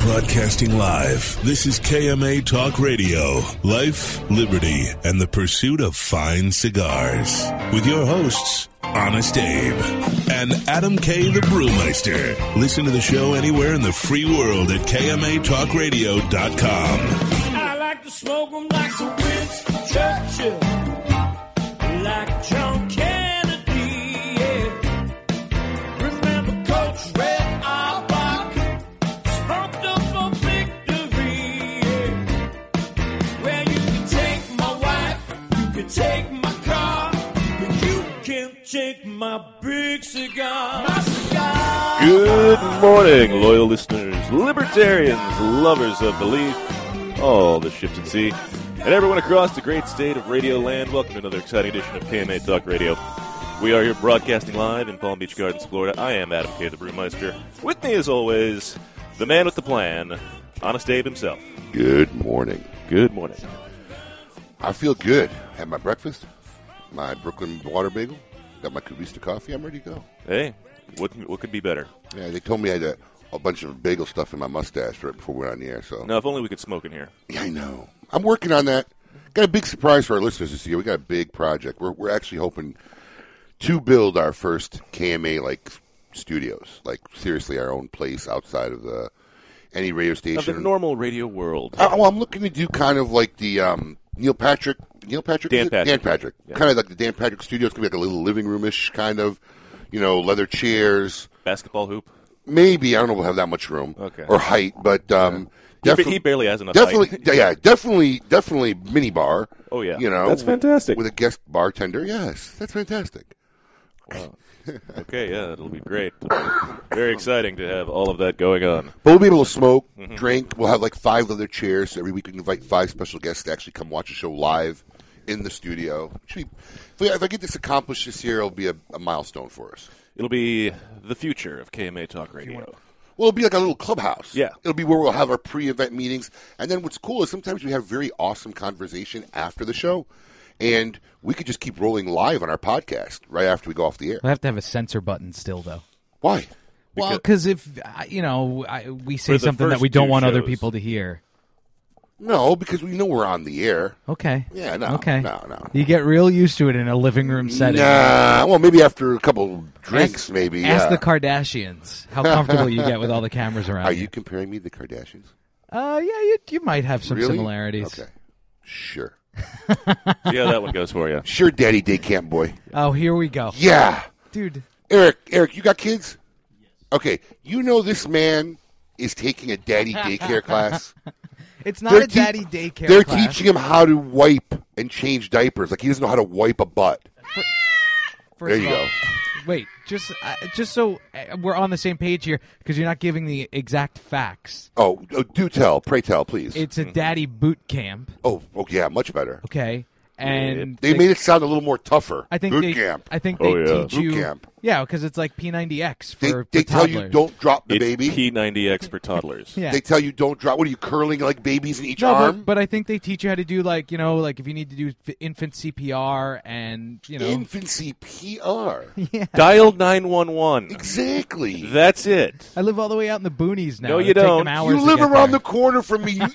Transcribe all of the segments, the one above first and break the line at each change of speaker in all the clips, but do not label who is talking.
Broadcasting live. This is KMA Talk Radio. Life, liberty, and the pursuit of fine cigars. With your hosts, Honest Abe and Adam K. the Brewmeister. Listen to the show anywhere in the free world at KMATalkRadio.com.
I like to smoke 'em like the Winston Churchill, like John Kennedy. Yeah. Remember Coach Red Auerbach, spunked up for victory. Yeah. Well, you can take my wife, you can take my car, but you can't take my big cigar. My cigar.
Good morning, loyal listeners, libertarians, lovers of belief, all the ships at sea, and everyone across the great state of Radio Land. Welcome to another exciting edition of KMA Talk Radio. We are here broadcasting live in Palm Beach Gardens, Florida. I am Adam K. the Brewmeister. With me, as always, the man with the plan, Honest Abe himself.
Good morning.
Good morning.
I feel good. Had my breakfast, my Brooklyn water bagel, got my Cubista coffee. I'm ready to go.
Hey, what can- what could be better?
Yeah, they told me I had a, a bunch of bagel stuff in my mustache right before we went on the air. So
Now, if only we could smoke in here.
yeah, I know. I'm working on that. Got a big surprise for our listeners this year. We got a big project. We're we're actually hoping to build our first KMA like studios. Like seriously, our own place outside of the any radio
Of the
station.
normal radio world.
Uh, well, I'm looking to do kind of like the um, Neil Patrick, Neil Patrick,
Dan
is it?
Patrick.
Dan Patrick,
Yeah.
kind of like the Dan Patrick studio. It's gonna be like a little living roomish kind of, you know, leather chairs.
Basketball hoop.
Maybe I don't know. if We'll have that much room
Okay.
or height, but um,
He,
defi-
he barely has enough. height.
definitely, yeah, definitely, definitely mini bar.
Oh, yeah.
you know,
That's fantastic.
with a guest bartender. Yes, that's fantastic.
Okay, yeah, it'll be great. Very exciting to have all of that going on.
But we'll be able to smoke, drink. We'll have like five leather chairs. So every week we can invite five special guests to actually come watch the show live in the studio. Should be, if I- if I get this accomplished this year, it'll be a, a milestone for us.
It'll be the future of KMA Talk Radio.
Well, it'll be like a little clubhouse.
Yeah.
It'll be where we'll have our pre event meetings. And then what's cool is sometimes we have very awesome conversation after the show. And we could just keep rolling live on our podcast right after we go off the air.
We have to have a censor button still, though.
Why?
Well, because if I- you know, I, we
For
say
the
something that
first
we
two
don't want other
shows.
people to hear.
No, because we know we're on the air.
Okay.
Yeah, no,
Okay.
no, no.
You get real used to it in a living room setting.
Nah, well, maybe after a couple drinks,
Ask-
maybe.
Ask
yeah.
the Kardashians how comfortable you get with all the cameras around
Are you comparing me to the Kardashians?
Uh, yeah, you, you might have some
Really?
similarities.
Okay. Sure.
See how that one goes for you.
Sure, Daddy Day Camp Boy.
Oh, here we go,
Yeah.
dude.
Eric, Eric, you got kids? Okay. You know this man is taking a daddy daycare class.
It's not a
te-
daddy daycare.
They're
class.
teaching him how to wipe and change diapers. Like he doesn't know how to wipe a butt.
First
there
of
you
all-
go.
Wait, just uh, just so uh, we're on the same page here, because you're not giving the exact facts.
Oh, oh, do tell, pray tell, please.
It's a daddy boot camp,
oh, oh yeah, much better.
okay? And
They made it sound a little more tougher.
I think
Boot
they,
camp.
I think they
Oh, yeah.
teach
Boot
you.
camp.
Yeah, because it's like P90X for
they
for
they tell you
toddlers.
don't drop the
It's
baby.
P90X for toddlers.
Yeah.
They tell you don't drop. What are you curling like babies in each
no,
arm?
but, but I think they teach you how to do like you know like if you need to do f- infant CPR and you know
Infancy PR.
Dial 911.
Exactly.
That's it.
I live all the way out in the boonies now.
No,
It'll
you
take them
don't.
hours
you
to
live
get
around
there.
the corner from me. You,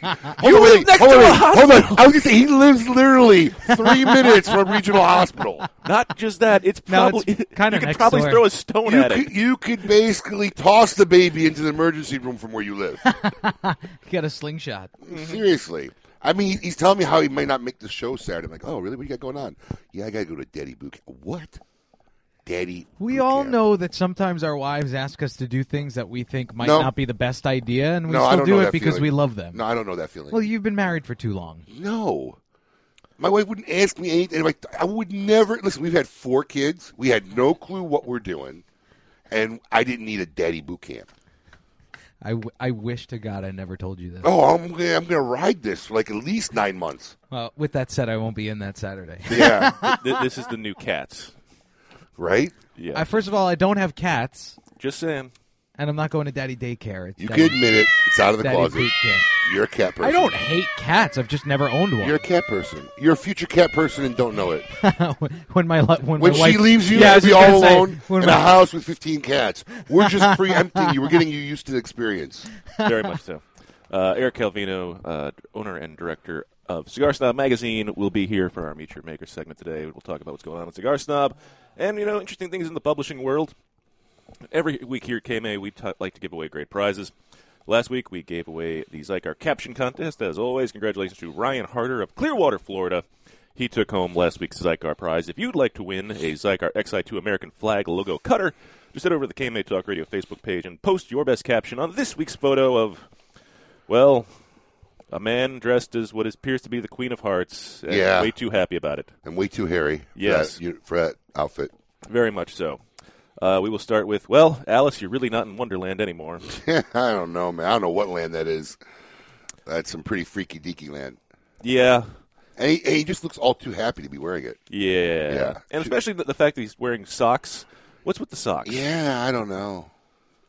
you live
next
hold
to
on,
a
wait, Hold on. I was going to say, he lives literally three minutes from regional hospital.
Not just that, it's
No,
probably
it's kinda
You could
next
probably
door.
throw a stone
You
at it.
could, you could basically toss the baby into the emergency room from where you live.
You got a slingshot.
Mm-hmm. Seriously. I mean, he's telling me how he might not make the show Saturday. I'm like, oh, really? What you got going on? Yeah, I got to go to Daddy Boot Camp. What? Daddy
We
boot
all
camp.
know that sometimes our wives ask us to do things that we think might
No.
not be the best idea, and we
No, I
still
don't
do
know
it
that
because
feeling.
we love them.
No, I don't know that feeling.
Well, you've been married for too long.
No. My wife wouldn't ask me anything. Like, I would never. Listen, we've had four kids. We had no clue what we're doing. And I didn't need a daddy boot camp.
I, w- I wish to God I never told you this.
Oh, I'm gonna, I'm gonna ride this for like at least nine months.
Well, with that said, I won't be in that Saturday.
Yeah,
Th- This is the new cats.
right.
Yeah.
I, first of all, I don't have cats,
just saying.
and I'm not going to daddy daycare. It's
You
daddy,
can admit it. It's out of the
daddy
closet.
boot camp.
You're a cat person.
I don't hate cats. I've just never owned one.
You're a cat person. You're a future cat person and don't know it.
when my li- when,
When
my
she
wife-
leaves you,
yeah, I
you'll
was
be
just
all
gonna say,
alone
when
in
my-
a house with 15 cats. We're just preempting you. We're getting you used to the experience.
Very much so. Uh, Eric Calvino, uh, owner and director of Cigar Snob Magazine, will be here for our Meet Your Maker segment today. We'll talk about what's going on with Cigar Snob and, you know, interesting things in the publishing world. Every week here at KMA, we t- like to give away great prizes. Last week, we gave away the Zycar Caption Contest. As always, congratulations to Ryan Harder of Clearwater, Florida. He took home last week's Zycar prize. If you'd like to win a Zycar XI2 American flag logo cutter, just head over to the KMA Talk Radio Facebook page and post your best caption on this week's photo of, well, a man dressed as what appears to be the Queen of Hearts. And
Yeah.
Way too happy about it.
I'm way too hairy
Yes.
for, that, u- for that outfit.
Very much so. Uh, we will start with, well, Alice, you're really not in Wonderland anymore.
I don't know, man. I don't know what land that is. That's some pretty freaky deaky land.
yeah,
And he, and he just looks all too happy to be wearing it.
Yeah.
Yeah.
And especially the, the fact that he's wearing socks. What's with the socks?
Yeah, I don't know.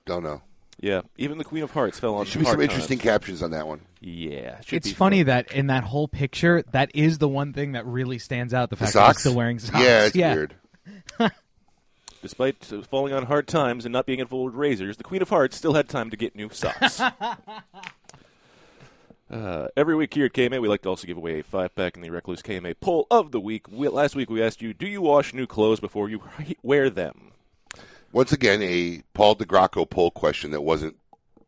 Don't know.
Yeah. Even the Queen of Hearts fell on
Should be
hard
some
times.
interesting captions on that one.
Yeah. should
It's
be
funny
fun.
that in that whole picture, that is the one thing that really stands out. The fact that he's
Socks?
still wearing socks.
Yeah, it's weird.
Despite uh, falling on hard times and not being involved with razors, the Queen of Hearts still had time to get new socks. Uh, every week here at KMA, we like to also give away a five pack in the Recluse KMA poll of the week. We, last week we asked you, do you wash new clothes before you wear them?
Once again, a Paul DeGracco poll question that wasn't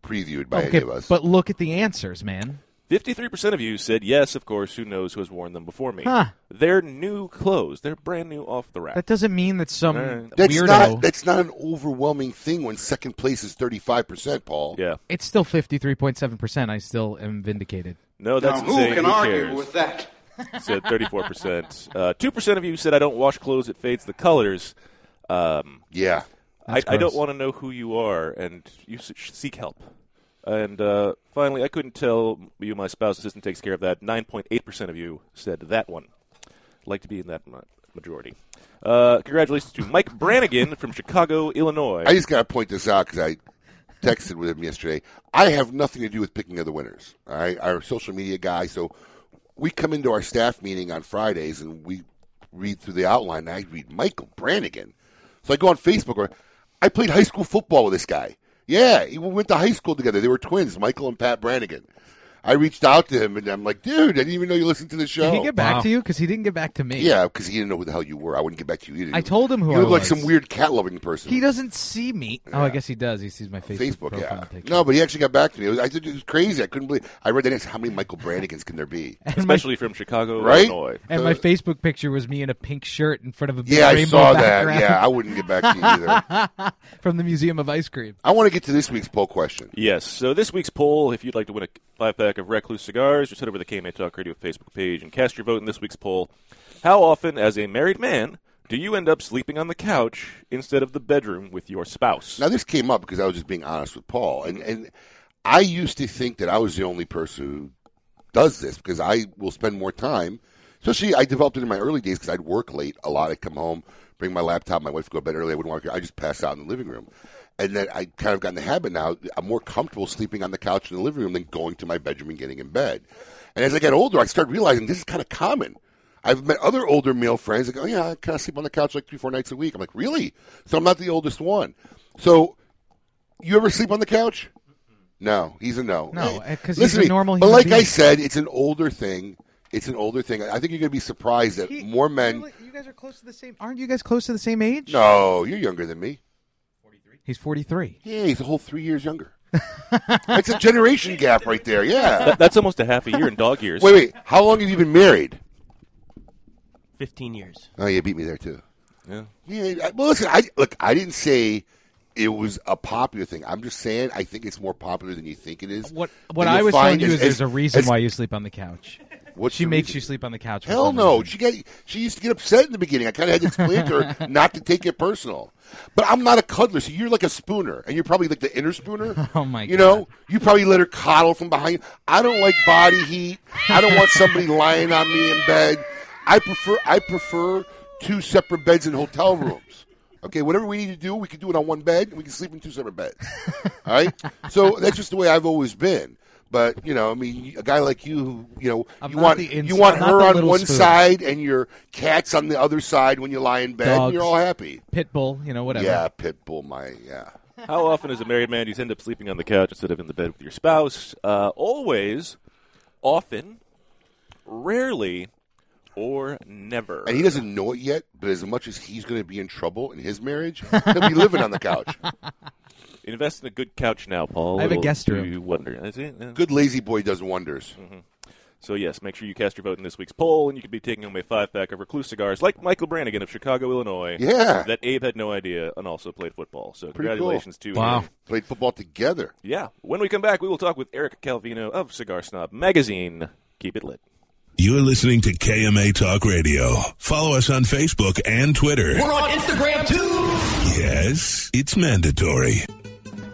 previewed by
Okay,
any of us.
but look at the answers, man.
53% of you said yes, of course, who knows who has worn them before me.
Huh.
They're new clothes. They're brand new off the rack.
That doesn't mean that some
Alright.
that's
weirdo.
not that's not an overwhelming thing when second place is thirty five percent, Paul.
Yeah.
it's still fifty three point seven percent. I still am vindicated.
No, that's
now,
insane.
who can argue
cares?
with that?
Said 34%. Two percent of you said I don't wash clothes; it fades the colors. Um,
Yeah.
I,
That's
I don't
gross.
want to know who you are, and you s- should seek help. And uh, finally, I couldn't tell you. My spouse assistant takes care of that. Nine point eight percent of you said that one. Like to be in that ma- majority. Uh, congratulations to Mike Brannigan from Chicago, Illinois.
I just got to point this out because I texted with him yesterday. I have nothing to do with picking of the winners. All right, our social media guy. So we come into our staff meeting on Fridays and we read through the outline. And I read Michael Brannigan. So I go on Facebook. Or I played high school football with this guy. Yeah, we went to high school together. They were twins, Michael and Pat Brannigan. I reached out to him and I'm like, dude, I didn't even know you listened to the show.
Did he get back to you? Because he didn't get back to me.
Yeah, because he didn't know who the hell you were. I wouldn't get back to you either.
I told him who
you
I
look like
was.
some weird cat loving person.
He doesn't see me. Oh, I guess he does. He sees my Facebook,
Facebook,
profile
yeah.
picture.
No, but he actually got back to me. It was, I, it was crazy. I couldn't believe. I read that. and said, How many Michael Brannigans can there be?
and my,
especially from Chicago,
Right?
Illinois.
and my Facebook picture was me in a pink shirt in front of a big
Yeah, I
rainbow
saw that.
background
Yeah, I wouldn't get back to you either.
from the Museum of Ice Cream.
I want to get to this week's poll question.
Yes. So this week's poll, if you'd like to win a five pack of Recluse cigars, just head over to the KMA Talk Radio Facebook page and cast your vote in this week's poll. How often, as a married man, do you end up sleeping on the couch instead of the bedroom with your spouse?
Now, this came up because I was just being honest with Paul, and and I used to think that I was the only person who does this because I will spend more time. Especially, I developed it in my early days because I'd work late a lot. I'd come home, bring my laptop, my wife would go to bed early. I wouldn't want to. I just pass out in the living room, and then I kind of got in the habit now. I'm more comfortable sleeping on the couch in the living room than going to my bedroom and getting in bed. And as I got older, I started realizing this is kind of common. I've met other older male friends that go, "Yeah, I kind of sleep on the couch like three, four nights a week." I'm like, "Really?" So I'm not the oldest one. So you ever sleep on the couch?
Mm-hmm.
No, he's a no.
No, uh, 'cause he's
Listen to
a
me,
normal
But
human
like I
being.
said, it's an older thing. It's an older thing. I think you're going to be surprised that more men.
You guys are close to the same. Aren't you guys close to the same age?
No, you're younger than me.
He's forty three.
Yeah, he's a whole three years younger. That's a generation gap right there. Yeah.
That's almost a half a year in dog years.
Wait, wait. How long have you been married?
15 years.
Oh, you beat me there too.
Yeah.
Yeah. I- Well, listen. I look. I didn't say it was a popular thing. I'm just saying I think it's more popular than you think it is.
What what
And
I
you'll
was telling
find
you
as-
is, there's
as-
a reason
as-
why you sleep on the couch.
What's
She
the
makes
reason?
you sleep on the couch. for
Hell
some
no.
reason.
She got she used to get upset in the beginning. I kind of had to explain to her not to take it personal. But I'm not a cuddler, so you're like a spooner, and you're probably like the inner spooner.
Oh, my
You know, you probably let her coddle from behind. I don't like body heat. I don't want somebody lying on me in bed. I prefer I prefer two separate beds in hotel rooms. Okay, whatever we need to do, we can do it on one bed. and We can sleep in two separate beds. All right. So that's just the way I've always been. But you know, I mean, a guy like you, who, you know,
I'm
you
not
want
the ins-
you want
I'm not
her
the
on
little
one
spoon.
side and your cat's on the other side when you lie in bed. And
Dogs.
you're all happy.
Pitbull, you know whatever.
Yeah, pit bull. My yeah.
How often, as a married man, do you end up sleeping on the couch instead of in the bed with your spouse? Uh, always, often, rarely, or never.
And he doesn't know it yet, but as much as he's going to be in trouble in his marriage, he'll be living on the couch.
Invest in a good couch now, Paul.
I have a
Little
guest
do
room.
You wonder. That's it, yeah.
Good lazy boy does wonders.
So yes, make sure you cast your vote in this week's poll, and you could be taking home a five-pack of Recluse cigars, like Michael Brannigan of Chicago, Illinois.
Yeah.
that Abe had no idea, and also played football. So
Pretty cool.
congratulations to him.
Played football together.
Yeah. When we come back, we will talk with Eric Calvino of Cigar Snob Magazine. Keep it lit.
You're listening to KMA Talk Radio. Follow us on Facebook and Twitter.
We're on Instagram too.
Yes, it's mandatory.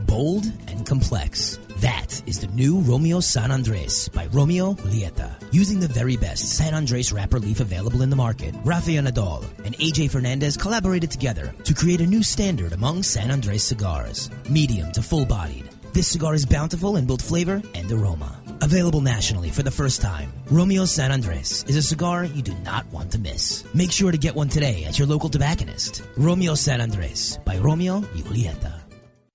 Bold and complex. That is the new Romeo San Andres by Romeo Julieta. Using the very best San Andres wrapper leaf available in the market, Rafael Nadal and AJ Fernandez collaborated together to create a new standard among San Andres cigars. Medium to full bodied. This cigar is bountiful in both flavor and aroma. Available nationally for the first time, Romeo San Andres is a cigar you do not want to miss. Make sure to get one today at your local tobacconist. Romeo San Andres by Romeo Julieta.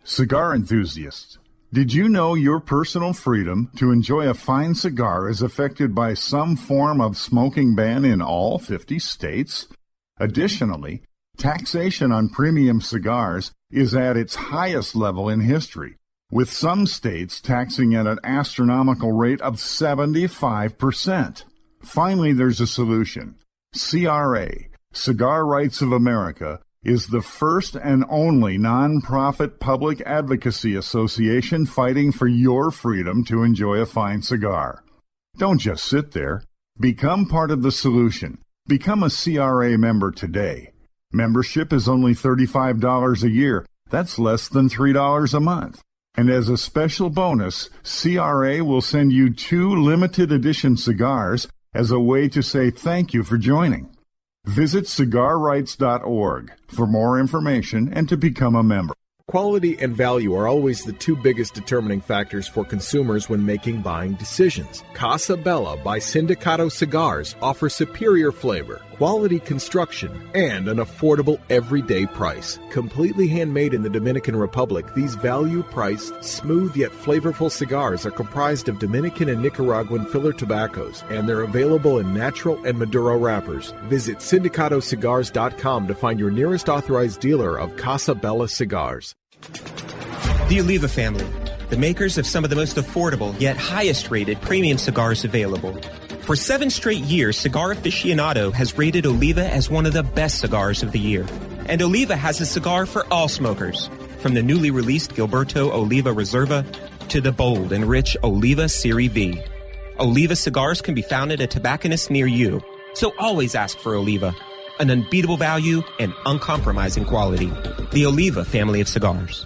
Cigar enthusiasts, did you know your personal freedom to enjoy a fine cigar is affected by some form of smoking ban in all 50 states? Additionally, taxation on premium cigars is at its highest level in history, with some states taxing at an astronomical rate of 75%. Finally, there's a solution. CRA, Cigar Rights of America, is the first and only nonprofit public advocacy association fighting for your freedom to enjoy a fine cigar. Don't just sit there. Become part of the solution. Become a CRA member today. Membership is only $35 a year. That's less than $3 a month. And as a special bonus, CRA will send you two limited edition cigars as a way to say thank you for joining. Visit cigarrights.org for more information and to become a member.
Quality and value are always the two biggest determining factors for consumers when making buying decisions. Casa Bella by Sindicato Cigars offer superior flavor, quality construction, and an affordable everyday price. Completely handmade in the Dominican Republic, these value priced, smooth yet flavorful cigars are comprised of Dominican and Nicaraguan filler tobaccos, and they're available in natural and Maduro wrappers. Visit syndicatocigars.com to find your nearest authorized dealer of Casa Bella cigars.
The Oliva family, the makers of some of the most affordable yet highest rated premium cigars available. For seven straight years, Cigar Aficionado has rated Oliva as one of the best cigars of the year. And Oliva has a cigar for all smokers, from the newly released Gilberto Oliva Reserva to the bold and rich Oliva Siri V. Oliva cigars can be found at a tobacconist near you, so always ask for Oliva, an unbeatable value and uncompromising quality. The Oliva family of cigars.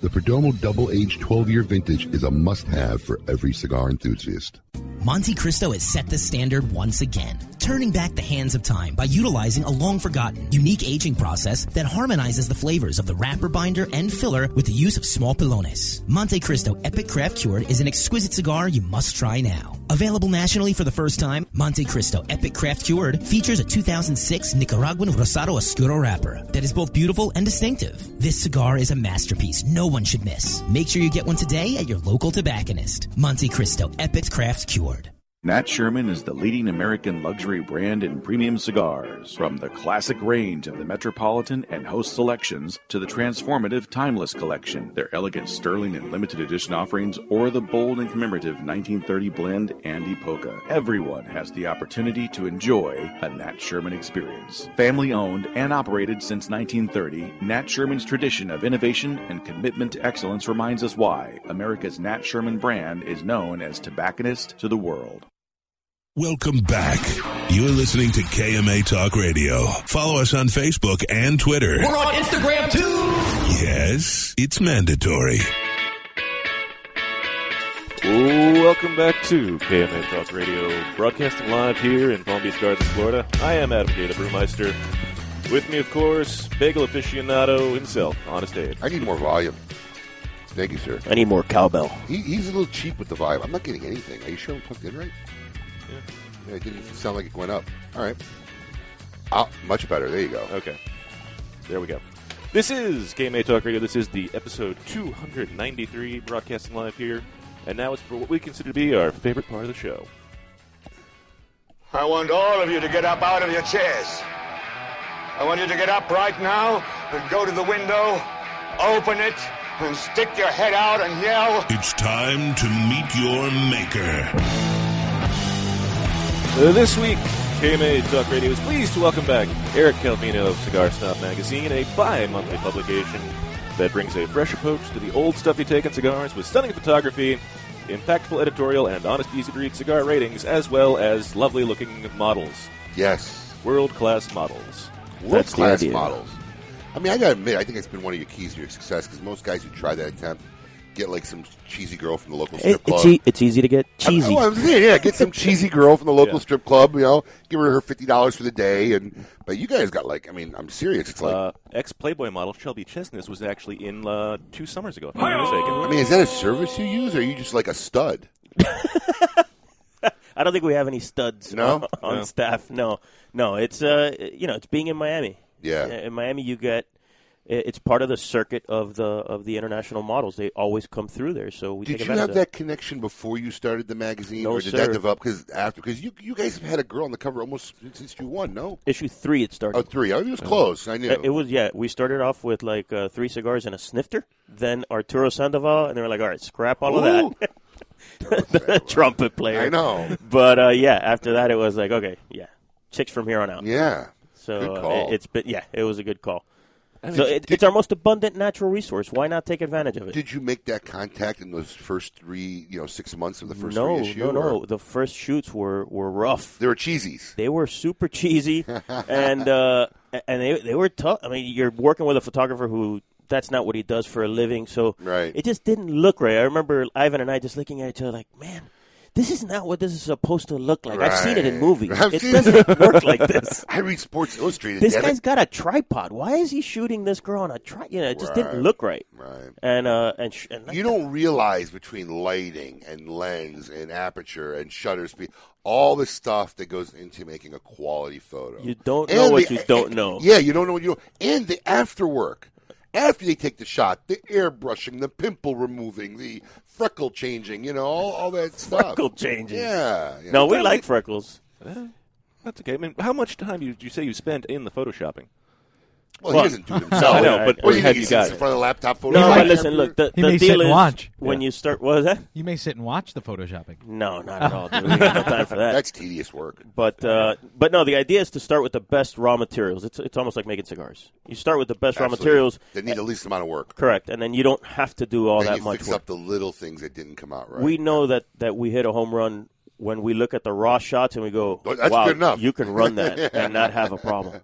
the Perdomo Double Aged 12 Year Vintage is a must have for every cigar enthusiast.
Monte Cristo has set the standard once again, turning back the hands of time by utilizing a long forgotten, unique aging process that harmonizes the flavors of the wrapper binder and filler with the use of small pilones. Monte Cristo Epic Craft Cured is an exquisite cigar you must try now. Available nationally for the first time, Monte Cristo Epic Craft Cured features a 2006 Nicaraguan Rosado Oscuro wrapper that is both beautiful and distinctive. This cigar is a masterpiece no one should miss. Make sure you get one today at your local tobacconist. Monte Cristo Epic Craft Cured.
Nat Sherman is the leading American luxury brand in premium cigars. From the classic range of the Metropolitan and Host selections to the transformative Timeless collection, their elegant sterling and limited edition offerings, or the bold and commemorative 1930 blend Andy Polka. Everyone has the opportunity to enjoy a Nat Sherman experience. Family owned and operated since 1930, Nat Sherman's tradition of innovation and commitment to excellence reminds us why America's Nat Sherman brand is known as tobacconist to the world.
Welcome back. You're listening to KMA Talk Radio. Follow us on Facebook and Twitter.
We're on Instagram too.
Yes, it's mandatory.
Ooh, welcome back to KMA Talk Radio, broadcasting live here in Palm Beach Gardens, Florida. I am Adam Data Brewmeister. With me, of course, bagel aficionado himself, Honest Abe.
I need more volume. Thank you, sir.
I need more cowbell.
He, he's a little cheap with the vibe. I'm not getting anything. Are you sure I'm plugged in right?
Yeah.
Yeah, it didn't sound like it went up. All right. Ah, much better. There you go.
Okay. There we go. This is KMA Talk Radio. This is the episode 293, broadcasting live here. And now it's for what we consider to be our favorite part of the show.
I want all of you to get up out of your chairs. I want you to get up right now and go to the window, open it, and stick your head out and yell.
It's time to meet your maker.
Uh, This week, KMA Talk Radio is pleased to welcome back Eric Calvino of Cigar Snob Magazine, a bi monthly publication that brings a fresh approach to the old stuff you take in cigars with stunning photography, impactful editorial, and honest, easy to read cigar ratings, as well as lovely looking models.
Yes.
World class models.
World class models. I mean, I gotta admit, I think it's been one of your keys to your success because most guys who try that attempt get like some cheesy girl from the local strip
It,
club.
it's, e- it's easy to get cheesy.
I'm, oh, I'm saying, yeah, get some cheesy girl from the local strip club. You know, give her her fifty dollars for the day, and but you guys got like, I mean, I'm serious. It's like,
Uh, Ex Playboy model Shelby Chesness was actually in uh, two summers ago, if I'm not mistaken.
I mean, is that a service you use, or are you just like a stud?
I don't think we have any studs
No?
on
No.
staff. No, no. It's uh, you know, it's being in Miami. Uh,
Yeah.
in Miami you get it- it's part of the circuit of the of the international models. They always come through there, so we
Did
take
you
advantage
have
of
that connection before you started the magazine,
No,
or did
sir.
that develop because after? Because you you guys have had a girl on the cover almost since you won. No,
Issue three, it started. Uh,
Oh, three. I mean, it was close. I knew.
It, it was yeah. We started off with like uh, three cigars and a snifter. Then Arturo Sandoval, and they were like, "All right, scrap all of that." the trumpet player.
I know.
But uh, yeah, after that, it was like, okay, yeah, chicks from here on out.
Yeah.
So
Good
uh,
call.
it, it's been yeah, it was a good call.
I mean,
so
did-
it, it's our most abundant natural resource. Why not take advantage of it?
Did you make that contact in those first three, you know, six months of the first
no,
three issue?
no, no.
or-
The first shoots were, were rough.
They were cheesies.
They were super cheesy, and uh, and they they were tough. I mean, you're working with a photographer who that's not what he does for a living, so
right.
it just didn't look right. I remember Ivan and I just looking at each other like, man. This is not what this is supposed to look like. I've seen it in
Right.
movies.
I've
it
seen
doesn't
it.
work like this.
I read Sports Illustrated.
This
damn
guy's
it.
got a tripod. Why is he shooting this girl on a tripod? You know, it just
Right.
didn't look right.
Right.
And uh, and, sh- and
You don't realize between lighting and lens and aperture and shutter speed, all the stuff that goes into making a quality photo.
You don't know what you don't
and- e,
know.
Yeah, you don't know what you don't. And the after work. After they take the shot, the airbrushing, the pimple removing, the freckle changing, you know, all, all that stuff.
freckle changes.
Yeah. yeah.
No, we like freckles.
That's okay. I mean, how much time did you, you say you spent in the photoshopping?
Well, he doesn't do it himself.
I know, but
What do you
have
think,
you
he sits
got?
in front of the laptop
No,
photo?
but listen, look. The,
He
the
may sit
deal
and
is
watch.
when you start. What was that?
You may sit and watch the photoshopping.
No, not at all. Dude. We ain't got no time for that.
That's tedious work.
But uh, but no, the idea is to start with the best raw materials. It's it's almost like making cigars. You start with the best raw
Absolutely.
materials,
That need the least amount of work.
correct, and then you don't have to do all
Then
that
you
much
fix
work.
up the little things that didn't come out right.
We know that that we hit a home run when we look at the raw shots and we go,
Well, Oh, that's
"Wow,
good enough."
you can run that and not have a problem."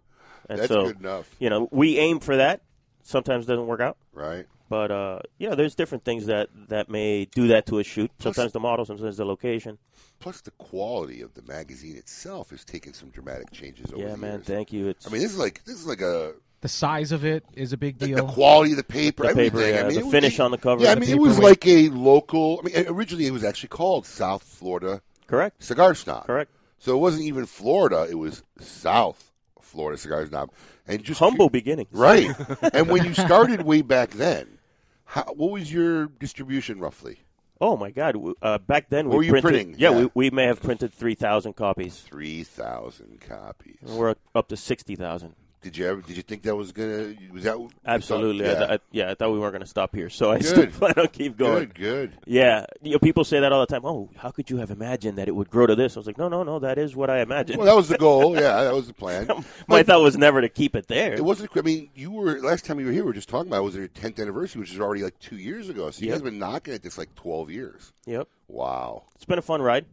And
That's
so,
good enough.
You know, we aim for that. Sometimes it doesn't work out.
Right.
But uh, you know, there's different things that that may do that to a shoot.
Plus-
Sometimes the model, sometimes the location.
Plus, the quality of the magazine itself has taken some dramatic changes over
Yeah,
the
man.
years.
Thank you. It's
I mean, this is like this is like a
The size of it is a big deal.
the quality of the paper,
The paper,
everything.
yeah,
I mean,
the
it was-
finish
it-
on the cover,
Yeah, I
the
mean, it was
paperweight.
like a local. I mean, originally it was actually called South Florida.
Correct.
Cigar Snob.
Correct.
So it wasn't even Florida; it was South Florida Cigar Snob, and just
humble beginnings.
right? and when you started way back then, how, what was your distribution roughly?
Oh my God! W- Uh, back then, we
What were you
printed,
printing?
Yeah,
Yeah.
We, we may have printed three thousand copies.
Three thousand copies.
We're up to sixty thousand.
Did you ever? Did you think that was gonna? Was that
Absolutely.
Yeah.
I, th- I, yeah, I thought we weren't going to stop here, so I
Good.
still plan on keep going.
Good, good.
Yeah, you know, people say that all the time. Oh, how could you have imagined that it would grow to this? I was like, no, no, no. That is what I imagined.
Well, that was the goal. Yeah, that was the plan.
My thought was never to keep it there.
It wasn't. I mean, you were last time you were here. We were just talking about it was your tenth anniversary, which is already like two years ago. So you
Yep.
guys have been knocking at this like twelve years.
Yep.
Wow.
It's been a fun ride.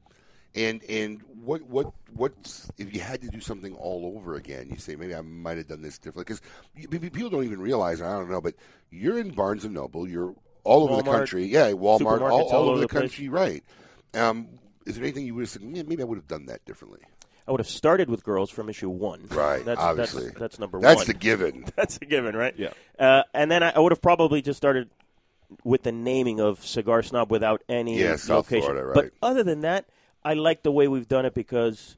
And and what what what's if you had to do something all over again? You say maybe I might have done this differently because people don't even realize. and I don't know, but you're in Barnes and Noble. You're all over the
Walmart,
country. Yeah, Walmart, all,
supermarkets
all, over the,
place.
country. Right. Um, is there anything you would have said? "Man, Maybe I would have done that differently.
I would have started with girls from issue one.
Right,
That's,
obviously.
That's, that's number
That's
one.
the given.
That's a given, right?
Yeah.
Uh, and then I, I would have probably just started with the naming of Cigar Snob without any
Yeah, South
location.
Florida, right.
But other than that, I like the way we've done it because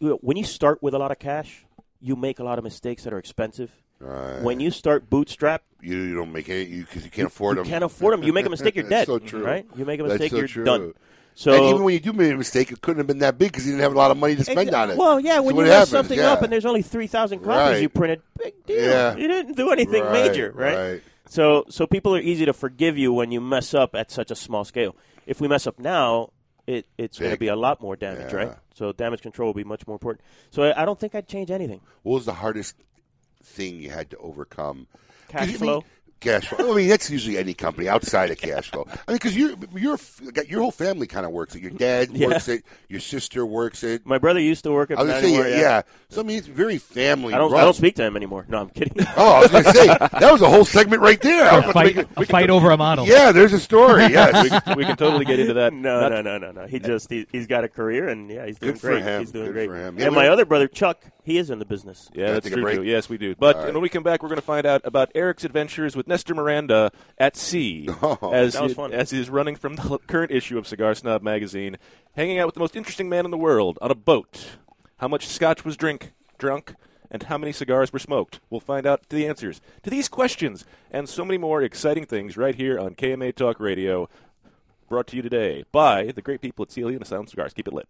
you know, when you start with a lot of cash, you make a lot of mistakes that are expensive.
Right.
When you start bootstrap,
you, you don't make any because you, can't afford them.
You can't afford 'em. You make a mistake, you're
That's
dead,
So true.
right? You make a
That's
mistake,
so
you're
true.
done. So-
and even when you do make a mistake, it couldn't have been that big because you didn't have a lot of money to spend
Exa-
on it.
Well, yeah,
So
when
what
you mess
happens,
something
yeah.
up and there's only 3,000 copies
Right.
you printed, big deal.
Yeah.
You didn't do anything
Right,
major, right?
right.
So so people are easy to forgive you when you mess up at such a small scale. If we mess up now, it, it's going to
Big.
be a lot more damage,
Yeah.
right? So damage control will be much more important. So I, I don't think I'd change anything.
What was the hardest thing you had to overcome? 'Cause,
Cash
I mean,
flow.
Cash flow. I mean, that's usually any company outside of cash flow. I mean, because your your your whole family kind of works it. Your dad
Yeah.
works it. Your sister works it.
My brother used to work at
I was gonna
Manuel,
say, yeah,
yeah.
yeah. So I mean, it's very family.
I don't,
run.
I don't speak to him anymore. No, I'm kidding.
Oh, I was going to say that was a whole segment right there. I was
A
about to
fight,
make it-
a fight over a model.
Yeah, there's a story. Yes,
We can- we can totally get into
that.
No,
Not-
no, no, no, no. He just he, he's got a career, and yeah, he's doing
Good for
great.
him.
He's doing
Good
great.
for him. Yeah,
And
we-
my other brother Chuck, he is in the business.
Yeah, that's true. too. Yes, we do.
All
But
right.
when we come back, we're going to find out about Eric's adventures with Nestor Miranda at sea as
That was
he-
fun.
as he's running from the current issue of Cigar Snob magazine, hanging out with the most interesting man in the world on a boat. How much scotch was drink drunk, and how many cigars were smoked? We'll find out the answers to these questions and so many more exciting things right here on KMA Talk Radio. Brought to you today by the great people at Celia and Asylum Cigars. Keep it lit.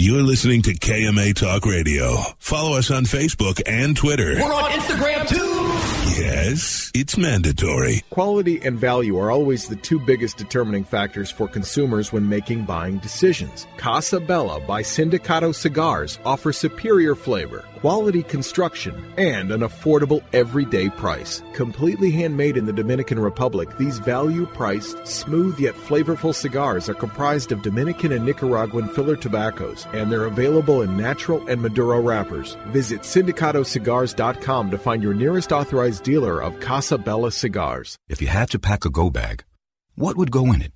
You're listening to KMA Talk Radio. Follow us on Facebook and Twitter.
We're on Instagram too.
Yes, it's mandatory.
Quality and value are always the two biggest determining factors for consumers when making buying decisions. Casa Bella by Sindicato Cigars offer superior flavor, quality construction, and an affordable everyday price. Completely handmade in the Dominican Republic, these value priced, smooth yet flavorful cigars are comprised of Dominican and Nicaraguan filler tobaccos, and they're available in natural and Maduro wrappers. Visit syndicatocigars.com to find your nearest authorized dealer of Casa Bella cigars.
If you had to pack a go bag, what would go in it?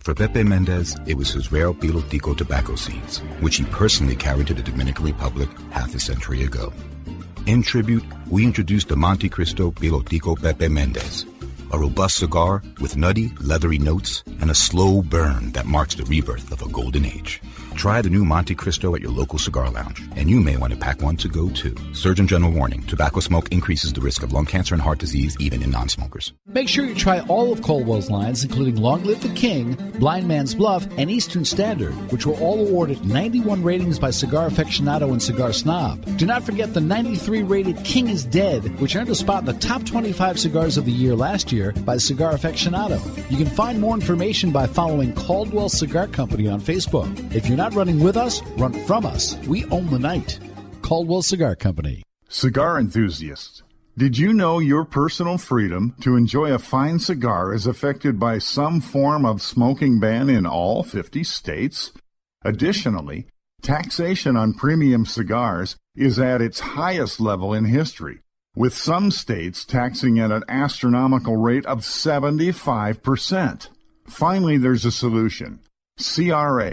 For Pepe Mendez, it was his rare Pilotico tobacco seeds, which he personally carried to the Dominican Republic half a century ago. In tribute, we introduced the Monte Cristo Pilotico Pepe Mendez, a robust cigar with nutty, leathery notes and a slow burn that marks the rebirth of a golden age. Try the new Monte Cristo at your local cigar lounge, and you may want to pack one to go too. Surgeon General warning tobacco smoke increases the risk of lung cancer and heart disease even in non smokers.
Make sure you try all of Colwell's lines, including Long Live the King, Blind Man's Bluff, and Eastern Standard, which were all awarded 91 ratings by Cigar Aficionado and Cigar Snob. Do not forget the 93 rated King is Dead, which earned a spot in the top 25 cigars of the year last year by Cigar Aficionado. You can find more information by following Caldwell Cigar Company on Facebook. If you're not running with us, run from us. We own the night. Caldwell Cigar Company.
Cigar enthusiast, did you know your personal freedom to enjoy a fine cigar is affected by some form of smoking ban in all 50 states? Additionally, taxation on premium cigars is at its highest level in history, with some states taxing at an astronomical rate of 75%. Finally, there's a solution. CRA,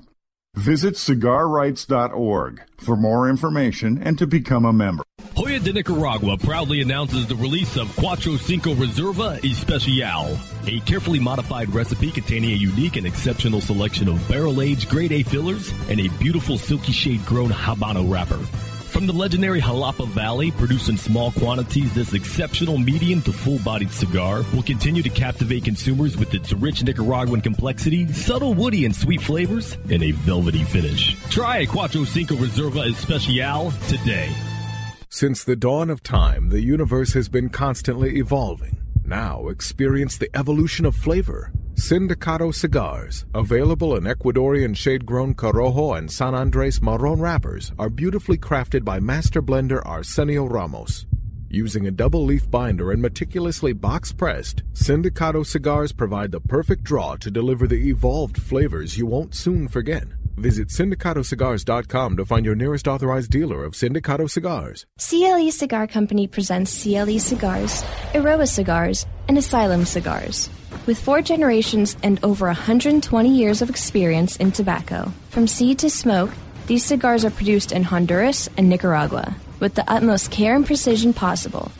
Visit cigarrights.org for more information and to become a member.
Hoya de Nicaragua proudly announces the release of Cuatro Cinco Reserva Especial, a carefully modified recipe containing a unique and exceptional selection of barrel-aged grade A fillers and a beautiful silky shade-grown Habano wrapper. From the legendary Jalapa Valley, produced in small quantities, this exceptional medium to full-bodied cigar will continue to captivate consumers with its rich Nicaraguan complexity, subtle woody and sweet flavors, and a velvety finish. Try a Cuatro Cinco Reserva Especial today.
Since the dawn of time, the universe has been constantly evolving. Now experience the evolution of flavor. Sindicato cigars, available in Ecuadorian shade grown Corojo and San Andres Marron wrappers, are beautifully crafted by master blender Arsenio Ramos. Using a double leaf binder and meticulously box pressed, Sindicato cigars provide the perfect draw to deliver the evolved flavors you won't soon forget. Visit syndicatocigars.com to find your nearest authorized dealer of Sindicato cigars.
CLE E Cigar Company presents CLE Cigars, Eroa Cigars, and Asylum Cigars. With four generations and over 120 years of experience in tobacco, from seed to smoke, these cigars are produced in Honduras and Nicaragua with the utmost care and precision possible.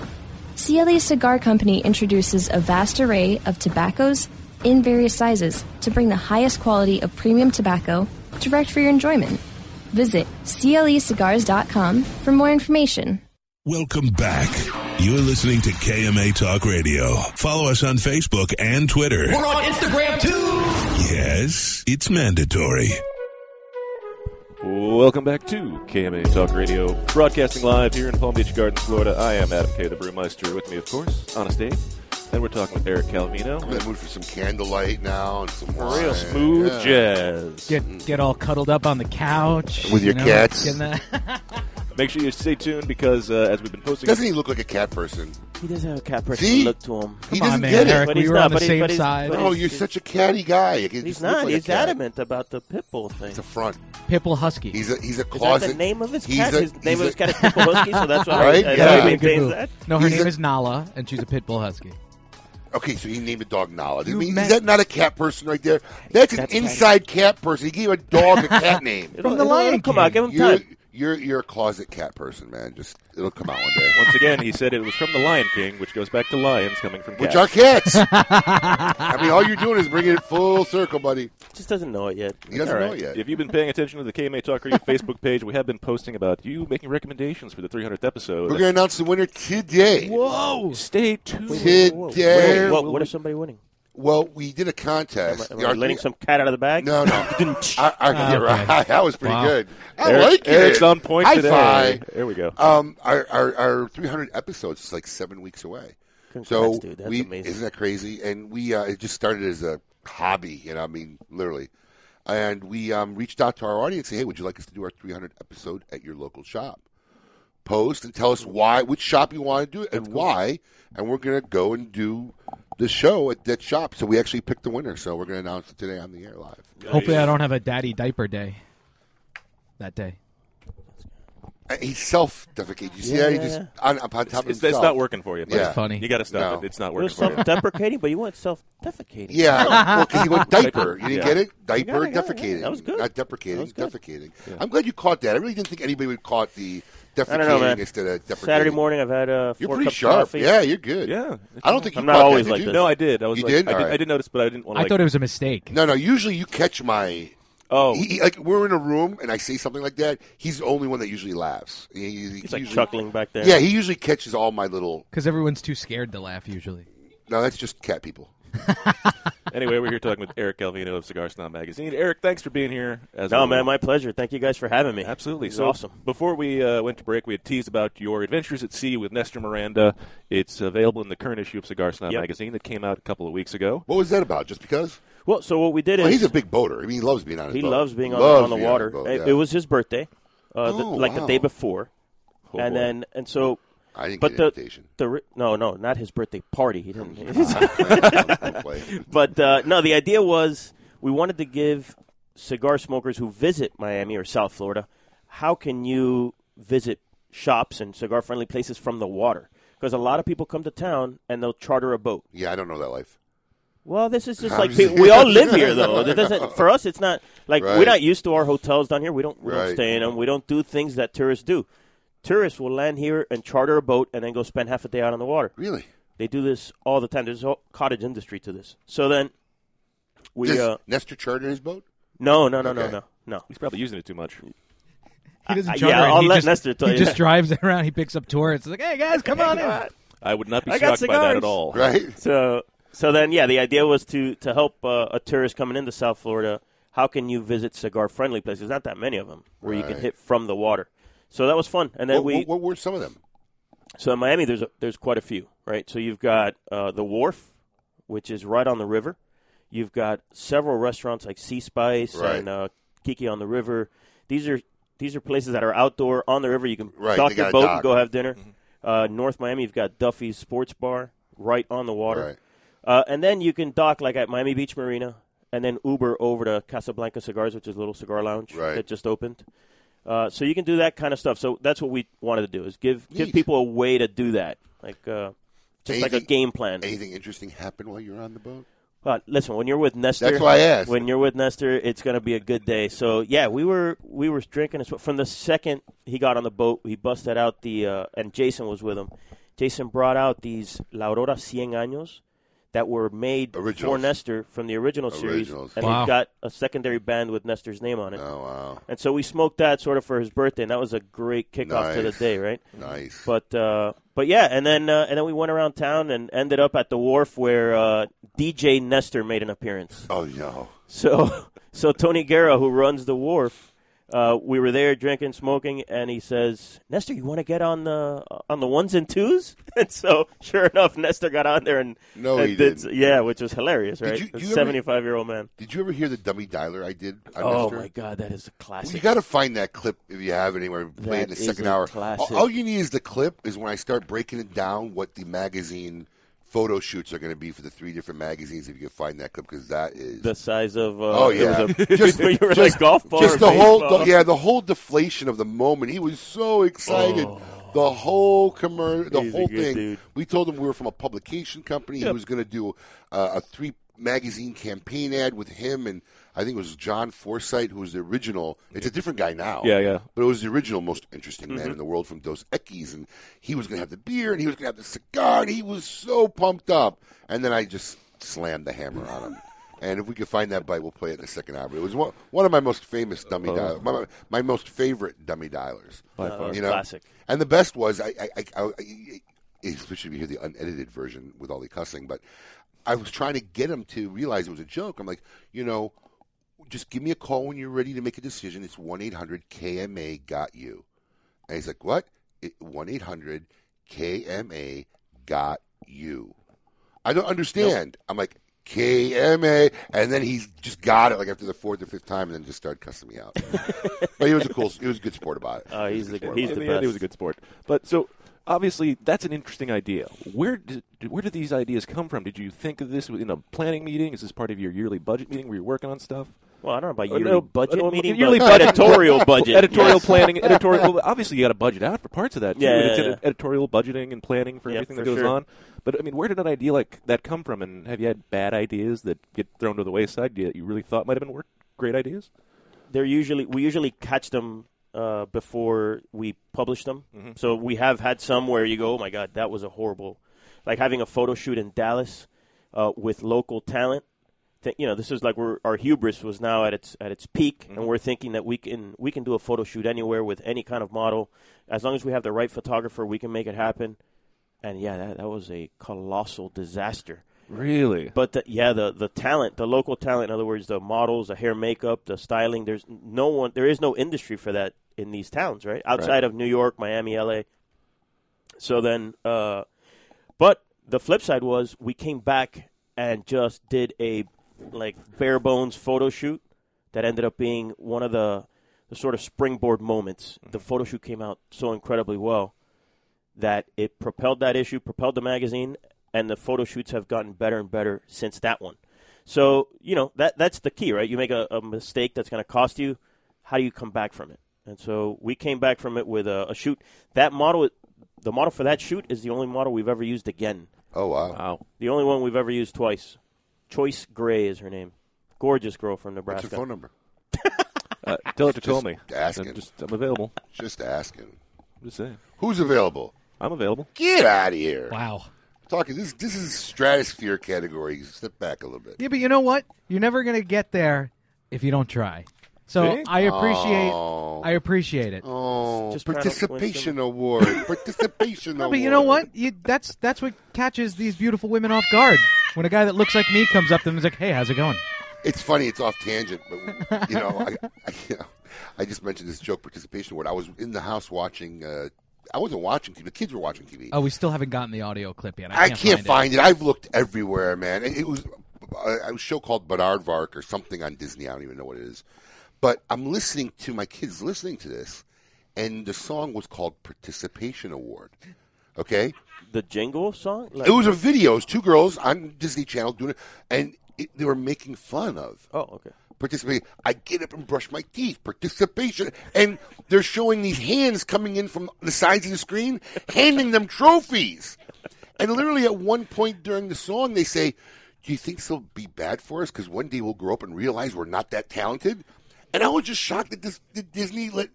CLE Cigar Company introduces a vast array of tobaccos in various sizes to bring the highest quality of premium tobacco direct for your enjoyment. Visit E clecigars.com for more information.
Welcome back. You're listening to KMA Talk Radio. Follow us on Facebook and Twitter.
We're on Instagram too.
Yes, it's mandatory.
Welcome back to KMA Talk Radio, broadcasting live here in Palm Beach Gardens, Florida. I am Adam K, the brewmeister, with me, of course, on a stage. And we're talking with Eric Calvino.
I'm in the mood for some candlelight now and some wine.
Real smooth
Yeah.
jazz.
Get get all cuddled up on the couch
With your
you know,
cats.
getting that-
Make sure you stay tuned because uh, as we've been posting,
Doesn't he look like a cat person?
He does have a cat person
See?
look to him.
He doesn't get it.
But he's not, but he- but he's- but
Oh,
he's-
you're such a catty guy. You
He's
just look
not.
like a
he's
cat.
adamant about the pit bull thing. It's
a front.
Pipple Husky.
He's a he's a
Is that
closet.
the name of his
he's
cat?
A,
his name
he's
of
a-
his cat is Pit Bull Husky, so that's why
right.
I, I
yeah.
know he maintains that.
No, her
He's
name
a-
is Nala, and she's a pit bull husky.
Okay, so he named a dog Nala. I
You
mean,
met-
is that not a cat person right there? That's an
That's
inside cat person. He gave a dog a cat name.
It'll- it'll- it'll Come on, give him
you're,
time.
You're you're a closet cat person, man. Just it'll come out one day.
Once again, he said it was from the Lion King, which goes back to lions coming from
Which
cats.
are cats. I mean, all you're doing is bringing it full circle, buddy.
Just doesn't know it yet.
He doesn't
All
know
right.
it yet.
If you've been paying attention to the KMA Talk Radio Facebook page, we have been posting about you making recommendations for the 300th episode.
We're gonna announce the winner today.
Whoa! Stay tuned.
Today.
What, what is somebody winning?
Well, we did a contest.
Am I- am I letting some cat out of the bag?
No, no. I, I, yeah,
Okay.
right. That was pretty
Wow.
good. I
Eric-
like it.
Eric's on point
High
today.
Five.
There we go.
Um, our, our, our 300 episodes is like seven weeks away.
Congrats,
so
dude. That's
we,
amazing.
Isn't that crazy? And we uh, it just started as a hobby, you know. I mean, literally. And we um, reached out to our audience. Say, hey, would you like us to do our 300 episode at your local shop? Post and tell us why, which shop you want to do it, and why. And we're gonna go and do the show at that shop. So we actually picked the winner. So we're gonna announce it today on the air live.
Hopefully, I don't have a daddy diaper day that day.
Uh, He self defecated. You see
Yeah,
that? He
yeah,
just
yeah.
on, up on top
It's,
of
it's,
himself.
not working for you. buddy.
Yeah.
You got to stop
No.
it. It's not
You're
working for you.
self-deprecating, but you went self-defecating.
Yeah, well, 'cause he went diaper. You didn't
Yeah.
get
I
it?
got
Diaper,
I got it.
defecating.
That was good.
Not deprecating, defecating. I'm glad you caught that. I really didn't think anybody would caught the defecating
I don't know, man.
instead of deprecating.
Saturday morning, I've had uh,
You're
four
pretty
cups of
sharp.
coffee.
Yeah, you're good.
Yeah,
I don't think
I'm
you
not
caught
always
that,
like
did you?
this.
No, I did. I was
you
like,
did?
I,
All
did
right.
I did notice, but I didn't want to.
I thought it was a mistake.
No, no. Usually you catch my.
Oh,
he, he- like we're in a room and I say something like that. He's the only one that usually laughs. He, he-
He's like
usually-
chuckling back there.
Yeah, he usually catches all my little.
Because everyone's too scared to laugh usually.
No, that's just cat people.
anyway, we're here talking with Eric Calvino of Cigar Snob Magazine. Eric, thanks for being here. As
No,
always.
man, my pleasure. Thank you guys for having me.
Absolutely.
This is
So
awesome.
Before we uh, went to break, we had teased about your adventures at sea with Nestor Miranda. It's available in the current issue of Cigar Snob
Yep.
magazine that came out a couple of weeks ago.
What was that about? Just because?
Well, so what we did
Well,
is
he's a big boater. I mean, he loves being on. His
He
boat.
loves being on,
Loves
on the
being
water.
his boat,
It-
yeah.
It was his birthday, uh, the,
Oh,
like the
wow.
day before,
Oh,
and
boy.
then and so.
I didn't
but
get an
the,
invitation.
The ri- no, no, not his birthday party. He didn't.
Don't play.
but uh, no, the idea was we wanted to give cigar smokers who visit Miami or South Florida, how can you visit shops and cigar friendly places from the water? Because a lot of people come to town and they'll charter a boat.
Yeah, I don't know that life.
Well, this is just
I'm
like
just-
pe- we all live here, though. That
I know.
doesn't for us. It's not like
Right.
we're not used to our hotels down here. We don't we
Right.
don't stay in them. We don't do things that tourists do. Tourists will land here and charter a boat and then go spend half a day out on the water.
Really?
They do this all the time. There's a whole cottage industry to this. So then we
Does
uh,
Nestor charter his boat?
no no no no
Okay.
no no.
He's probably using it too much.
He doesn't
Uh,
charter
yeah,
it.
I'll
he
let
just,
Nestor tell
he
you
just
that.
drives around. He picks up tourists. It's like, hey guys, come on in.
I would not be
I got
shocked by that
cigars.
at all.
So so then yeah, the idea was to to help uh, a tourist coming into South Florida. How can you visit cigar friendly places? Not that many of them where you
Right.
can hit from the water. So that was fun. And then
what,
we
what, what were some of them?
So in Miami, there's a, there's quite a few, right? So you've got uh, the wharf, which is right on the river. You've got several restaurants like Sea Spice
Right.
and uh, Kiki on the River. These are these are places that are outdoor on the river. You can
Right,
dock
they got
your
a
boat
dock.
and go have dinner.
Mm-hmm.
Uh, North Miami, you've got Duffy's Sports Bar right on the water,
Right.
uh, and then you can dock like at Miami Beach Marina, and then Uber over to Casablanca Cigars, which is a little cigar lounge that just opened. Uh, so you can do that kind of stuff. So that's what we wanted to do is give give
Neat.
people a way to do that, like uh, just like a
Anything-
game plan.
Anything interesting happen while you were on the boat?
Uh, listen, when you're with Nestor,
That's why I asked.
When you're with Nestor, it's going to be a good day. So yeah, we were we were drinking and sw- from the second he got on the boat, he busted out the uh, and Jason was with him. Jason brought out these La Aurora Cien Años that were made for
Originals.
Nestor from the original series,
Originals.
and
Wow.
he's got a secondary band with Nestor's name on it.
Oh wow!
And so we smoked that sort of for his birthday, and that was a great kickoff to the
Nice.
day, right?
Nice.
But uh, but yeah, and then uh, and then we went around town and ended up at the wharf where uh, DJ Nestor made an appearance.
Oh no!
So so Tony Guerra, who runs the wharf, uh, we were there drinking, smoking, and he says, "Nestor, you want to get on the uh, on the ones and twos? And so sure enough, Nestor got on there and
No,
and
he
did-
didn't.
Yeah, which was hilarious,
Did
right?
you-
A
you ever-
Seventy-five-year-old man.
Did you ever hear the dummy dialer I did? On
Oh,
Nestor?
my God, that is a classic.
You got to find that clip if you have it anywhere. Play it in
That
the
is
second
a
hour.
classic.
All, all you need is the clip. Is when I start breaking it down what the magazine photo shoots are going to be for the three different magazines. If you can find that clip, because that is
The size of uh,
oh yeah,
it was a- you were in a golf ball.
just
or
the whole
baseball.
the- yeah the whole deflation of the moment. He was so excited. The whole commercial, the
Oh. He's a
whole
good
thing.
dude.
We told him we were from a publication company. He
Yep.
was going to do uh, a three magazine campaign ad with him and I think it was John Forsythe, who was the original. It's a different guy now.
Yeah, yeah.
But it was the original most interesting man
Mhm.
in the world from Dos Equis, and he was going to have the beer and he was going to have the cigar, and he was so pumped up. And then I just slammed the hammer on him. And if we could find that bite, we'll play it in the second hour. It was one, one of my most famous dummy
Oh.
dialers, my, my most favorite dummy dialers.
By Oh, far.
you know,
classic.
And the best was, I, I, I, I, I especially if you hear the unedited version with all the cussing, but I was trying to get him to realize it was a joke. I'm like, you know, just give me a call when you're ready to make a decision. It's 1 800 KMA got you. And he's like, what? 1 800 KMA got you. I don't understand. I'm like, KMA. And then he's just got it like after the fourth or fifth time and then just started cussing me out. but he was a cool, he was a good sport about it.
Oh,
He
he's
was a
the
good sport
he's
about
the
it.
In the end, he was a good sport. But so obviously, that's an interesting idea. Where did where did these ideas come from? Did you think of this in a planning meeting? Is this part of your yearly budget meeting where you're working on stuff?
Well, I don't know about
Or
yearly
no,
budget
I don't-
meeting,
Yearly
but-
budget,
Editorial budget,
editorial
yes.
planning, editorial. Well, obviously, you got to budget out for parts of that. Too,
Yeah,
and
yeah,
it's edi-
yeah.
editorial budgeting and planning for
Yep,
everything that
for
goes
sure.
on. But I mean, where did an idea like that come from? And have you had bad ideas that get thrown to the wayside that you really thought might have been work, great ideas?
they're usually we usually catch them uh, before we publish them.
Mm-hmm.
Mhm.
Mm-hmm. So we have had some where you go, oh my god, that was a horrible, like having a photo shoot in Dallas uh, with local talent. Th- you know, this is like we're, our hubris was now at its at its peak, and we're thinking that we can we can do a photo shoot anywhere with any kind of model, as long as we have the right photographer, we can make it happen. And yeah, that, that was a colossal disaster.
Really?
But the, yeah, the the talent, the local talent, in other words, the models, the hair, makeup, the styling. There's no one. There is no industry for that in these towns, right? Outside
Right.
of New York, Miami, L.A. So then, uh, but the flip side was we came back and just did a like bare bones photo shoot that ended up being one of the the sort of springboard moments. The photo shoot came out so incredibly well that it propelled that issue, propelled the magazine, and the photo shoots have gotten better and better since that one. So you know that that's the key, right? You make a, a mistake that's going to cost you. How do you come back from it? And so we came back from it with a, a shoot. That model, the model for that shoot, is the only model we've ever used again.
Oh wow!
Wow!
The only one we've ever used twice. Choice Gray is her name. Gorgeous girl from Nebraska.
phone number?
Uh, tell it to
Just
call me.
ask
I'm
him.
Just, I'm available.
Just asking.
Just saying.
Who's available?
I'm available.
Get out of here!
Wow.
Talking this this is stratosphere category. Step back a little bit.
Yeah, but you know what? You're never gonna get there if you don't try. So
See?
I appreciate.
Oh.
I appreciate it.
Oh,
Just proud of
participation award. Participation
No,
award.
but you know what? You, that's that's what catches these beautiful women off guard. When a guy that looks like me comes up to them and is like, "Hey, how's it going?"
It's funny. It's off tangent, but you know, I, I, you know, I just mentioned this joke participation award. I was in the house watching. Uh, I wasn't watching TV. The kids were watching TV.
Oh, we still haven't gotten the audio clip yet.
I can't, find, it. I've looked everywhere, man. It, it was uh, a, a show called Bernard Vark or something on Disney. I don't even know what it is. But I'm listening to my kids listening to this, and the song was called Participation Award. Okay?
The jingle song? Like-
it was a video. It was two girls on Disney Channel doing it, and it, they were making fun of.
Oh, okay.
Participation. I get up and brush my teeth. Participation. And they're showing these hands coming in from the sides of the screen, handing them trophies. And literally at one point during the song, they say, Do you think this will be bad for us? Because one day we'll grow up and realize we're not that talented. And I was just shocked that, this, that Disney let,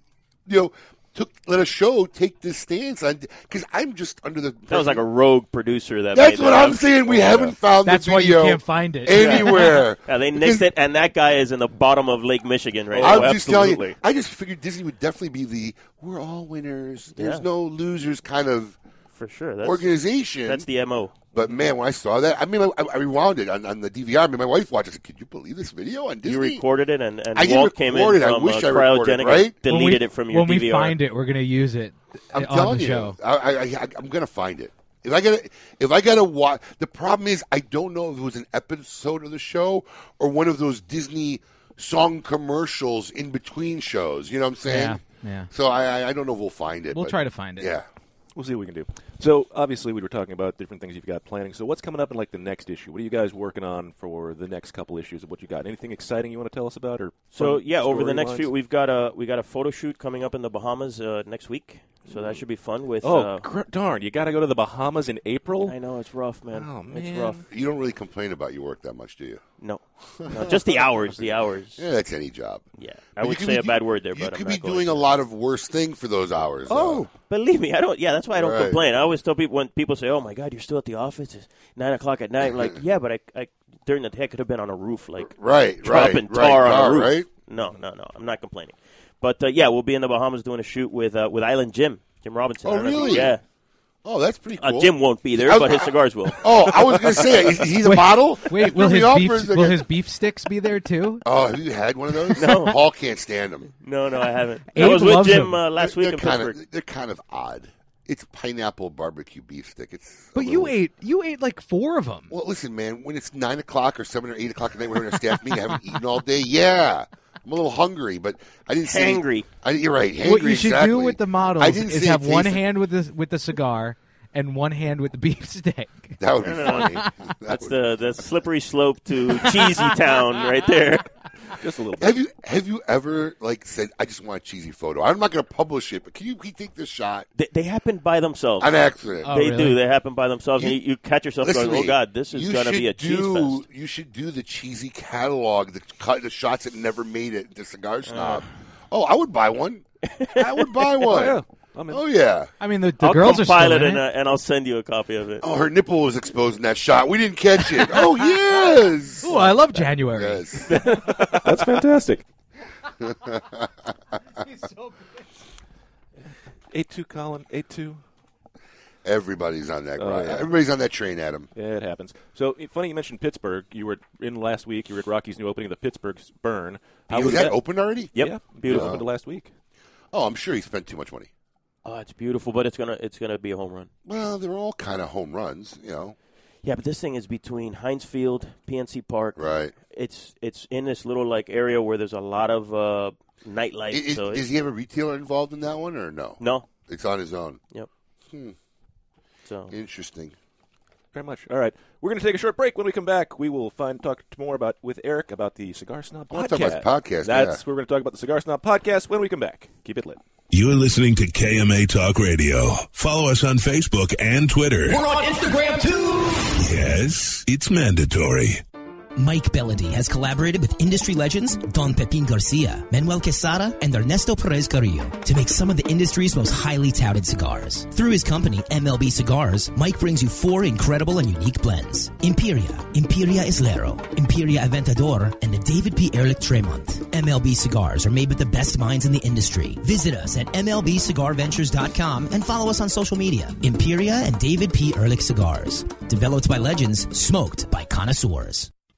you know, took let a show take this stance on because I'm just under the
That was like a rogue producer. That
That's
made
what
that
I'm
up.
saying. We
Yeah.
haven't found the video anywhere.
Yeah, they nixed it, and that guy is in the bottom of Lake Michigan right now.
I'm just telling
Oh, Absolutely.
you, I just figured Disney would definitely be the we're all winners. There's
Yeah.
no losers kind of
for sure that's-
organization.
that's the MO.
But man, when I saw that, I mean, I, I rewound it on, on the DVR. I mean, my wife watched. it. I said, "Could you believe this video on Disney?"
You recorded it, and, and
I didn't
Walt came in
record it. I
from
wish
uh,
I
cryogenic
recorded,
and
right?
deleted
When we-
it from your
when we
DVR.
find it, we're gonna use it
I'm
uh, on
telling
the
you,
show.
I, I, I, I'm going to find it. If I gotta, if I gotta watch, the problem is I don't know if it was an episode of the show or one of those Disney song commercials in between shows. You know what I'm saying?
Yeah, yeah.
So I, I, I don't know if we'll find it.
We'll
but-
try to find it.
Yeah.
We'll see what we can do. So obviously, we were talking about different things you've got planning. So what's coming up in like the next issue? What are you guys working on for the next couple issues of what you got? Anything exciting you want to tell us about? Or
So
fun
yeah, over the
storylines?
next few, we've got a we got a photo shoot coming up in the Bahamas uh, next week. So that should be fun. With
oh
uh,
gr- darn, you got to go to the Bahamas in April.
I know it's rough, man.
Oh man,
It's rough.
You don't really complain about your work that much, do you?
No. No, just the hours, the hours.
Yeah, that's any job.
Yeah, I
But you
would
could
say
be
a
do-
bad word there,
you
but I'm
could
not
be
going
doing a lot of worse thing for those hours. though.
Oh, believe me, I don't. Yeah, that's why I don't
Right.
complain. I always tell people when people say, "Oh my God, you're still at the office? It's nine o'clock at night." I'm like, yeah, but I, I during the day I could have been on a roof, like
Right,
dropping
right,
tar
right,
on
tar,
a roof.
right?
No, no, no. I'm not complaining. But uh, yeah, we'll be in the Bahamas doing a shoot with uh, with Island Jim, Jim Robinson.
Oh,
I don't know if you-
really?
yeah.
Oh, that's pretty
Uh,
cool.
Jim won't be there,
I was-
but his cigars will.
Oh, I was going to say, is, is he the
Wait,
model?
Wait, will his, beef, will his beef sticks be there too?
Oh, have you had one of those?
No.
Paul can't stand them.
No, no, I haven't.
I was Abe with loves Jim, them.
uh, last
They're-
week
they're
in
kinda-
Pittsburgh.
They're kind of odd. It's pineapple barbecue beef stick. It's
But you ate you ate like four of them.
well. Listen, man, when it's nine o'clock or seven or eight o'clock at night, we're having a staff meeting. I haven't eaten all day. Yeah, I'm a little hungry, but I didn't see. any-
Hangry.
I, you're right. Hangry,
what you should do
exactly.
with the models
I didn't
is
see
have
it
one
tasted-
hand with the with the cigar and one hand with the beef steak.
That would be
No, no, no.
funny.
That's the the slippery slope to cheesy town right there.
Just a little.
Have you have you ever like said I just want a cheesy photo? I'm not going to publish it, but can you can you take this shot?
They, they happen by themselves.
An accident. Oh,
they
really?
do. They happen by themselves. and
You-
you, you catch yourself
Listen
going,
to
"Oh
me.
God, this is
You
going to be
should
a cheese
do-
fest."
You should do the cheesy catalog, the cut, the shots that never made it, the
Uh.
cigar snob. oh, I would buy one. I would buy one.
yeah.
Um,
Oh, yeah.
I mean, the,
I'll
girls are
compile
still
it,
in
and,
it.
uh, and I'll send you a copy of it.
Oh, her nipple was exposed in that shot. We didn't catch it. Oh yes.
Ooh, I love January.
Yes.
That's fantastic. A two, Colin. A two.
Everybody's on that.
Oh,
ride.
yeah.
Everybody's on that train, Adam.
Yeah, it happens. So it- funny you mentioned Pittsburgh. You were in last week. You were at Rocky's new opening, the Pittsburgh Burn. How
Was that open already?
Yep.
Yeah, beautiful.
Wow.
Opened last week.
Oh, I'm sure he spent too much money.
Oh, it's beautiful, but it's gonna it's gonna be a home run.
Well, they're all kind of home runs, you know.
Yeah, but this thing is between Heinz Field, PNC Park.
Right.
It's it's in this little like area where there's a lot of uh, nightlife.
Is,
so
does
it's-
he have a retailer involved in that one or no?
No.
It's on his own.
Yep.
Hmm.
So
Interesting.
Very much. All right, we're going to take a short break. When we come back, we will find talk more about with Eric about the Cigar Snob
wanna
podcast.
talk about the podcast,
That's
yeah.
we're going to talk about the Cigar Snob podcast when we come back. Keep it lit.
You're listening to KMA Talk Radio. Follow us on Facebook and Twitter.
We're on Instagram too.
Yes, it's mandatory.
Mike Bellady has collaborated with industry legends Don Pepin Garcia, Manuel Quesada, and Ernesto Perez Carrillo to make some of the industry's most highly touted cigars. Through his company, MLB Cigars, Mike brings you four incredible and unique blends. Imperia, Imperia Islero, Imperia Aventador, and the David P. Ehrlich Tremont. MLB Cigars are made with the best minds in the industry. Visit us at MLBCigarVentures.com and follow us on social media. Imperia and David P. Ehrlich Cigars. Developed by legends, smoked by connoisseurs.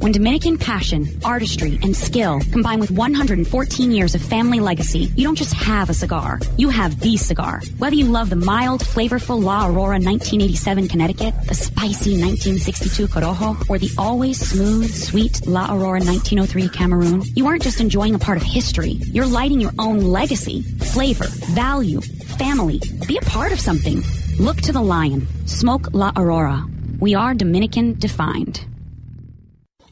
When Dominican passion, artistry, and skill combine with 114 years of family legacy, you don't just have a cigar. You have the cigar. Whether you love the mild, flavorful La Aurora 1987 Connecticut, the spicy 1962 Corojo, or the always smooth, sweet La Aurora 1903 Cameroon, you aren't just enjoying a part of history. You're lighting your own legacy, flavor, value, family. Be a part of something. Look to the lion. Smoke La Aurora. We are Dominican defined.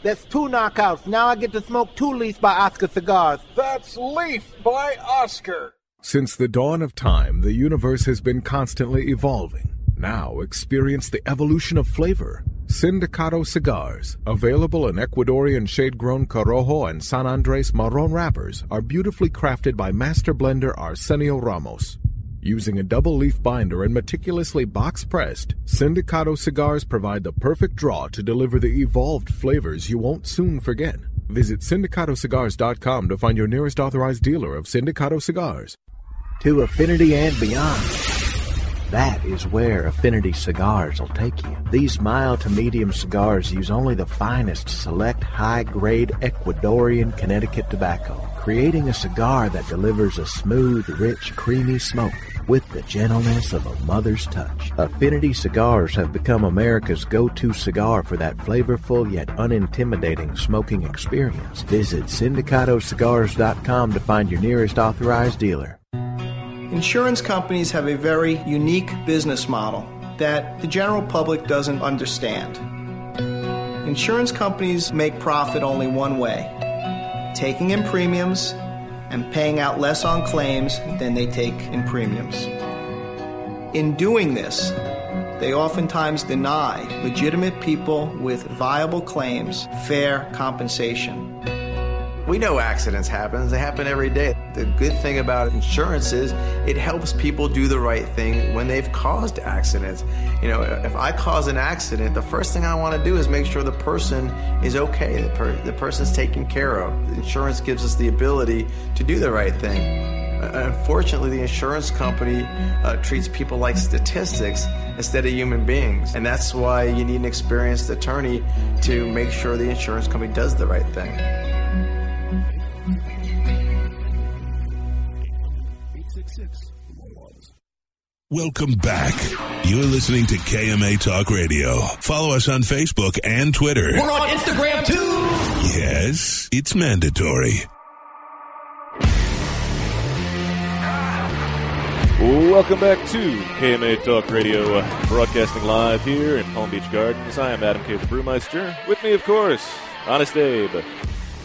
That's two knockouts. Now I get to smoke two Leaf by Oscar cigars.
That's Leaf by Oscar.
Since the dawn of time, the universe has been constantly evolving. Now experience the evolution of flavor. Sindicato cigars, available in Ecuadorian shade-grown Corojo and San Andres Marron wrappers, are beautifully crafted by master blender Arsenio Ramos. Using a double leaf binder and meticulously box pressed, Sindicato cigars provide the perfect draw to deliver the evolved flavors you won't soon forget. Visit syndicatocigars.com to find your nearest authorized dealer of Sindicato cigars.
To affinity and beyond. That is where Affinity Cigars will take you. These mild to medium cigars use only the finest select high grade Ecuadorian Connecticut tobacco, creating a cigar that delivers a smooth, rich, creamy smoke with the gentleness of a mother's touch. Affinity Cigars have become America's go-to cigar for that flavorful yet unintimidating smoking experience. Visit syndicatocigars.com to find your nearest authorized dealer.
Insurance companies have a very unique business model that the general public doesn't understand. Insurance companies make profit only one way taking in premiums and paying out less on claims than they take in premiums. In doing this, they oftentimes deny legitimate people with viable claims fair compensation.
We know accidents happen, they happen every day. The good thing about insurance is it helps people do the right thing when they've caused accidents. You know, if I cause an accident, the first thing I want to do is make sure the person is okay, the, per- the person's taken care of. Insurance gives us the ability to do the right thing. Uh, Unfortunately, the insurance company uh, treats people like statistics instead of human beings. And that's why you need an experienced attorney to make sure the insurance company does the right thing.
Welcome back. You're listening to KMA Talk Radio. Follow us on Facebook and Twitter.
We're on Instagram too.
Yes, it's mandatory.
Welcome back to KMA Talk Radio, uh, broadcasting live here in Palm Beach Gardens. I am Adam K. the Brewmeister. With me, of course, Honest Abe.
Good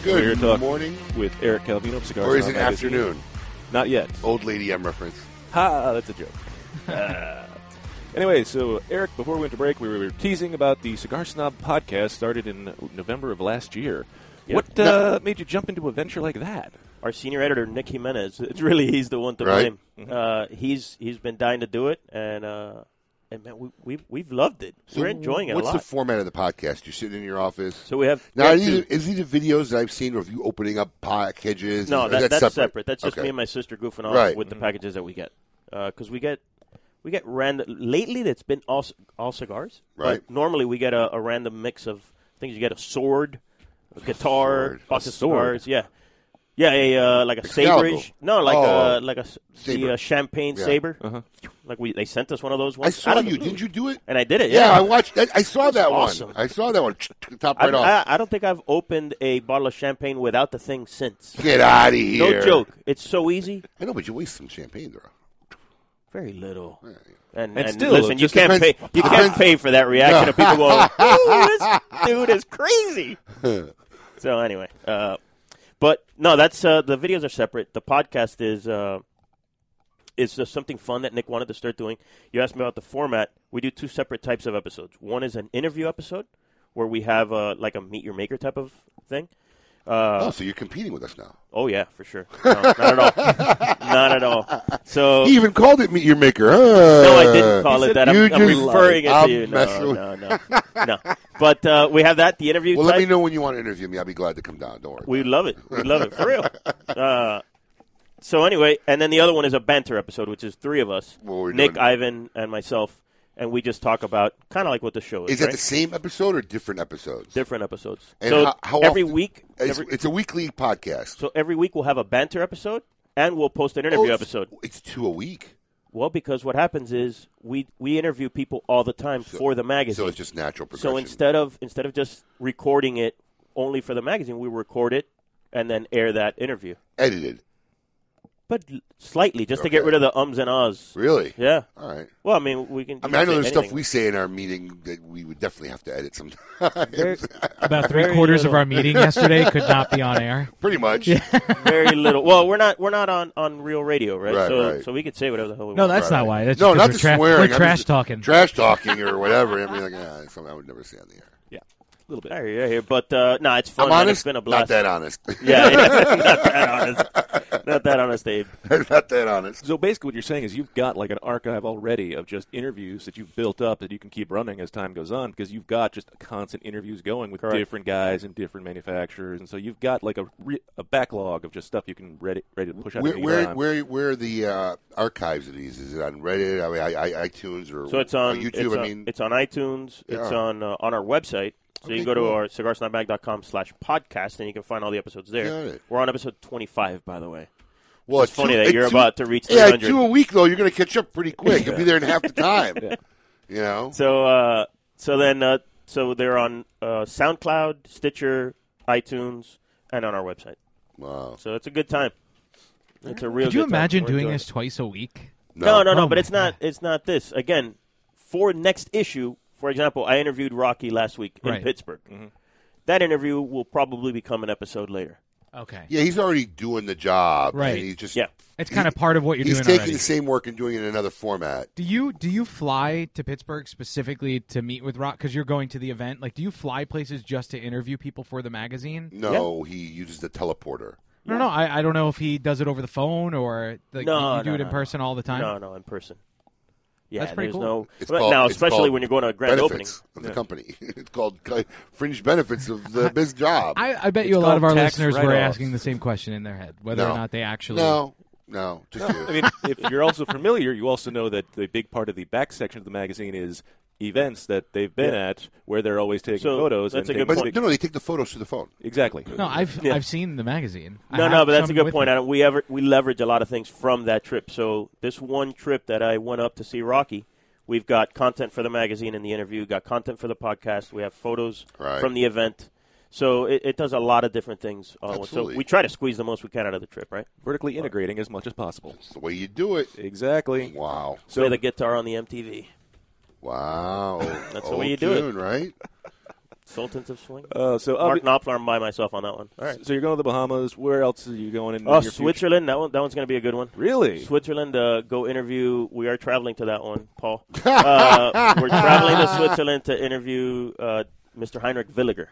We're here talking
morning.
with Eric Calvino of Cigars.
Or is
Not
it
Magazine.
afternoon?
Not yet.
Old lady M reference.
Ha, that's a joke. Ah. anyway, so Eric, before we went to break, we were teasing about the Cigar Snob podcast started in November of last year. What uh, made you jump into a venture like that?
Our senior editor Nick Jimenez. It's really he's the one to
Right.
blame. Uh, he's he's been dying to do it, and uh, and man, we we've, we've loved it.
So
We're enjoying it a
What's
lot.
the format of the podcast? You're sitting in your office. So
we have
now.
we
Are
have
these,
two.
is these the videos that I've seen of you opening up packages?
no,
Is
that,
that
that's separate. That's just me and my sister goofing off
Right.
with the packages that we get because we get we get random. Lately, that's been all c- all cigars. but
Right.
normally, we get a, a random mix of things. You get a sword, a guitar,
sword.
box
A
of
sword.
cigars. Yeah, yeah, a uh, like a
Excalibur.
saberage. No, like a
Oh.
like a s-
Saber.
the, uh, champagne Uh-huh.
Yeah.
saber. Like we they sent us one of those
I
ones.
saw
out of the
you.
blue.
Didn't you do it?
And I did it.
Yeah,
Yeah,
I watched. I, I saw
It's
that
awesome.
one. I saw that one. Top
I,
right off.
I, I don't think I've opened a bottle of champagne without the thing since.
Get outta here.
No joke. It's so easy.
I know, but you waste some champagne, though.
Very little. And,
And
and
still,
listen, you
just
can't
depends-
pay. You
depends-
can't pay for that reaction
No.
of people going, "Ooh, this dude is crazy." so anyway, uh, But no, that's uh, the videos are separate. The podcast is uh, is just something fun that Nick wanted to start doing. You asked me about the format. We do two separate types of episodes. One is an interview episode where we have uh, like a meet your maker type of thing. Uh,
oh, so you're competing with us now.
Oh yeah, for sure. No, not at all. not at all. So
He even called it Meet Your Maker.
no, I didn't call
He
it
said,
that. I'm,
"You
I'm
just-
referring it
Uh, I'm
to you.
messing
No,
with-
no, no, no. But uh, we have that the interview.
Well,
type.
let me know when you want to interview me. I'll be glad to come down. Don't worry.
We love it. We love it for real. Uh, so anyway, and then the other one is a banter episode, which is three of us: Nick, Ivan, and myself, and we just talk about kind of like what the show is.
Is that
right?
the same episode or different episodes?
Different episodes.
And
so
how, how
every
often-
week,
It's,
every-
it's a weekly podcast. Oh,
so every week we'll have a banter episode, and we'll post an interview
it's-
episode.
It's two a week.
Well, because what happens is we we interview people all the time for the magazine.
so it's just natural
So
progression.
instead of instead of just recording it only for the magazine, we record it and then air that interview.
Edited.
But l- slightly, just to get
Okay.
rid of the ums and ahs.
Really?
Yeah.
All right.
Well, I mean, we can.
I
you
mean,
can
I know
say
there's stuff
anything.
we say in our meeting that we would definitely have to edit sometimes.
Very-
About three quarters of our meeting yesterday could not be on air.
Pretty much.
Very little. Well, we're not we're not on, on real radio, right?
Right,
so
right.
so we could say whatever the hell we
No,
want.
that's not why. That's
no,
just 'cause
not
we're
the
tra-
swearing.
we're
I mean,
trash
just
talking.
Trash talking or whatever. I mean, like, ah, it's something I would never say on the air.
Yeah. A little bit. I hear, you, I hear you. But uh, no, it's fun.
I'm
man.
honest?
It's been a
Not
blast.
that honest.
yeah, yeah. not that honest. Not that honest, Dave.
not that honest.
So basically, what you're saying is you've got like an archive already of just interviews that you've built up that you can keep running as time goes on because you've got just constant interviews going with
Correct.
different guys and different manufacturers, and so you've got like a re- a backlog of just stuff you can ready ready to push out.
Where,
at any
where,
time.
where, where are the uh, archives of these? Is it on Reddit? I mean, I, I, iTunes or
So it's on
or YouTube?
It's
I
on,
mean,
it's on iTunes. It's
Yeah.
on uh, on our website. So you
Okay,
can go
cool.
to our cigarsnapmag.com slash podcast and you can find all the episodes
Got
there.
it.
We're on episode 25, by the way.
well,
it's
at
funny
two-
that
at
you're
two-
about to reach
Yeah, at
300.
two a week though. You're going to catch up pretty quick. You'll be
Yeah.
there in half the time.
Yeah.
You know.
So uh, so then uh, so they're on uh, SoundCloud, Stitcher, iTunes, and on our website.
Wow.
So it's a good time. It's a real.
Could you
good time.
imagine
We're
doing
enjoying
this twice a week?
it. No, no, no.
Oh
but
my
it's not. It's not this again. For next issue, for example, I interviewed Rocky last week in
Right.
Pittsburgh.
Mm-hmm.
That interview will probably become an episode later.
Okay.
Yeah, he's already doing the job.
Right.
And he's just
Yeah.
It's kinda part of what you're
he's
doing
taking
already.
the same work and doing it in another format.
Do you do you fly to Pittsburgh specifically to meet with Rock because you're going to the event? Like, do you fly places just to interview people for the magazine?
No, he uses the teleporter.
no, no. I, I don't know if he does it over the phone or like
No,
you, you do
no,
it in
no,
person all the time.
No, no, in person. Yeah,
That's pretty
there's
cool.
no.
It's
but
called-
now,
it's
especially
called
when you're going to a grand opening
benefits of the company. it's called co- fringe benefits of the biz job.
I, I bet you a lot of our listeners were asking the same question in their head, whether
No.
or not they actually.
No, no. Just
I mean, if you're also familiar, you also know that the big part of the back section of the magazine is events that they've been
Yeah.
at where they're always taking photos. and taking
But
big-
no, no, they take the photos to the phone.
Exactly.
No, I've I've seen the magazine. I
No,
have
no, but that's a
some
good
with
point.
me.
I don't, we ever we leverage a lot of things from that trip. So this one trip that I went up to see Rocky, we've got content for the magazine and the interview, got content for the podcast, we have photos
Right.
from the event. So it, it does a lot of different things. all at once. So
Absolutely.
we try to squeeze the most we can out of the trip, right?
Vertically integrating as much as possible. That's
the way you do it.
Exactly.
Wow.
So Play the guitar on the MTV.
Wow.
That's the way you do it,
right?
Sultans of Swing.
Uh, so
Mark
obvi-
Knopfler, I'm by myself on that one. All right.
So you're going to the Bahamas. Where else are you going in?
Oh,
your future?
Switzerland. That one. That one's going to be a good one.
Really?
Switzerland. Uh, go interview. We are traveling to that one, Paul. uh, we're traveling to Switzerland to interview uh, Mr. Heinrich Villiger.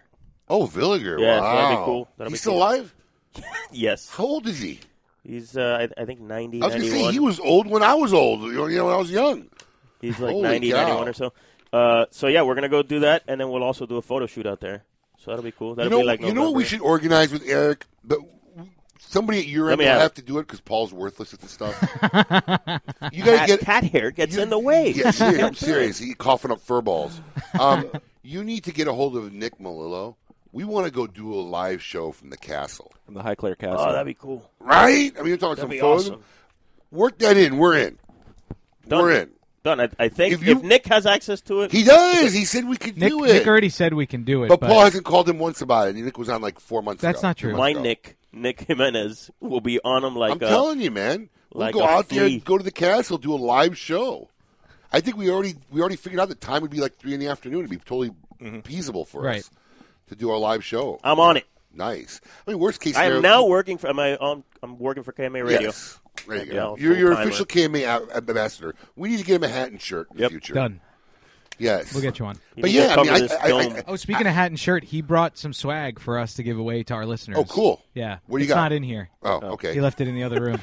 Oh, Villiger.
Yeah, so
wow.
that'd be cool. That'll
He's
be
still
cool.
alive.
yes.
How old is he?
He's, uh, I, I think, 90,
I was going to say
91.
he was old when I was old. You know, you know, when I was young.
He's like
Holy
90,
cow.
91 or so. Uh, so, yeah, we're going to go do that, and then we'll also do a photo shoot out there. So that'll be cool.
You
That'll
know,
be like
you know what
November.
we should organize with Eric, but somebody at your
Let
end
me
will
have
have to do it because Paul's worthless at this stuff. you gotta
Cat-
get
cat hair gets
you-
in the way.
Yeah, serious, I'm serious. He coughing up fur balls. Um, you need to get a hold of Nick Melillo. We want to go do a live show from the castle, Uh,
from the High Claire Castle.
Oh, that'd be cool.
right? I mean, you're talking
That'd
some
be
photos.
awesome.
Work that in. We're in.
Done.
We're in.
Done. I, I think if, Nick has access to it,
He does. He said we could
Nick,
do it.
Nick already said we can do it,
but, Paul hasn't called him once about it. and Nick was on like four months
That's
ago.
not
two
true.
months
my
ago.
Nick, Nick Jimenez, will be on him like
I'm
a-
telling you, man. We'll
uh, like
go
a
out there,
flea.
go to the castle, do a live show. I think we already we already figured out the time would be like three in the afternoon. It'd be totally feasible for
Right.
us to do our live show.
Mm-hmm. I'm on it.
Nice. I mean, worst case
I
scenario.
am now working for my um, I'm working for KMA Radio.
Yes. There you
I'm
go.
now a
you're your
full-timer.
official KMA a- ambassador. We need to get him a Manhattan shirt in the future.
Done.
Yes.
We'll get you on.
But yeah, I mean, I, I, I,
oh, speaking of hat and shirt, he brought some swag for us to give away to our listeners.
Oh, cool.
Yeah.
What do you
it's
got?
not in here.
Oh, okay.
He left it in the other room.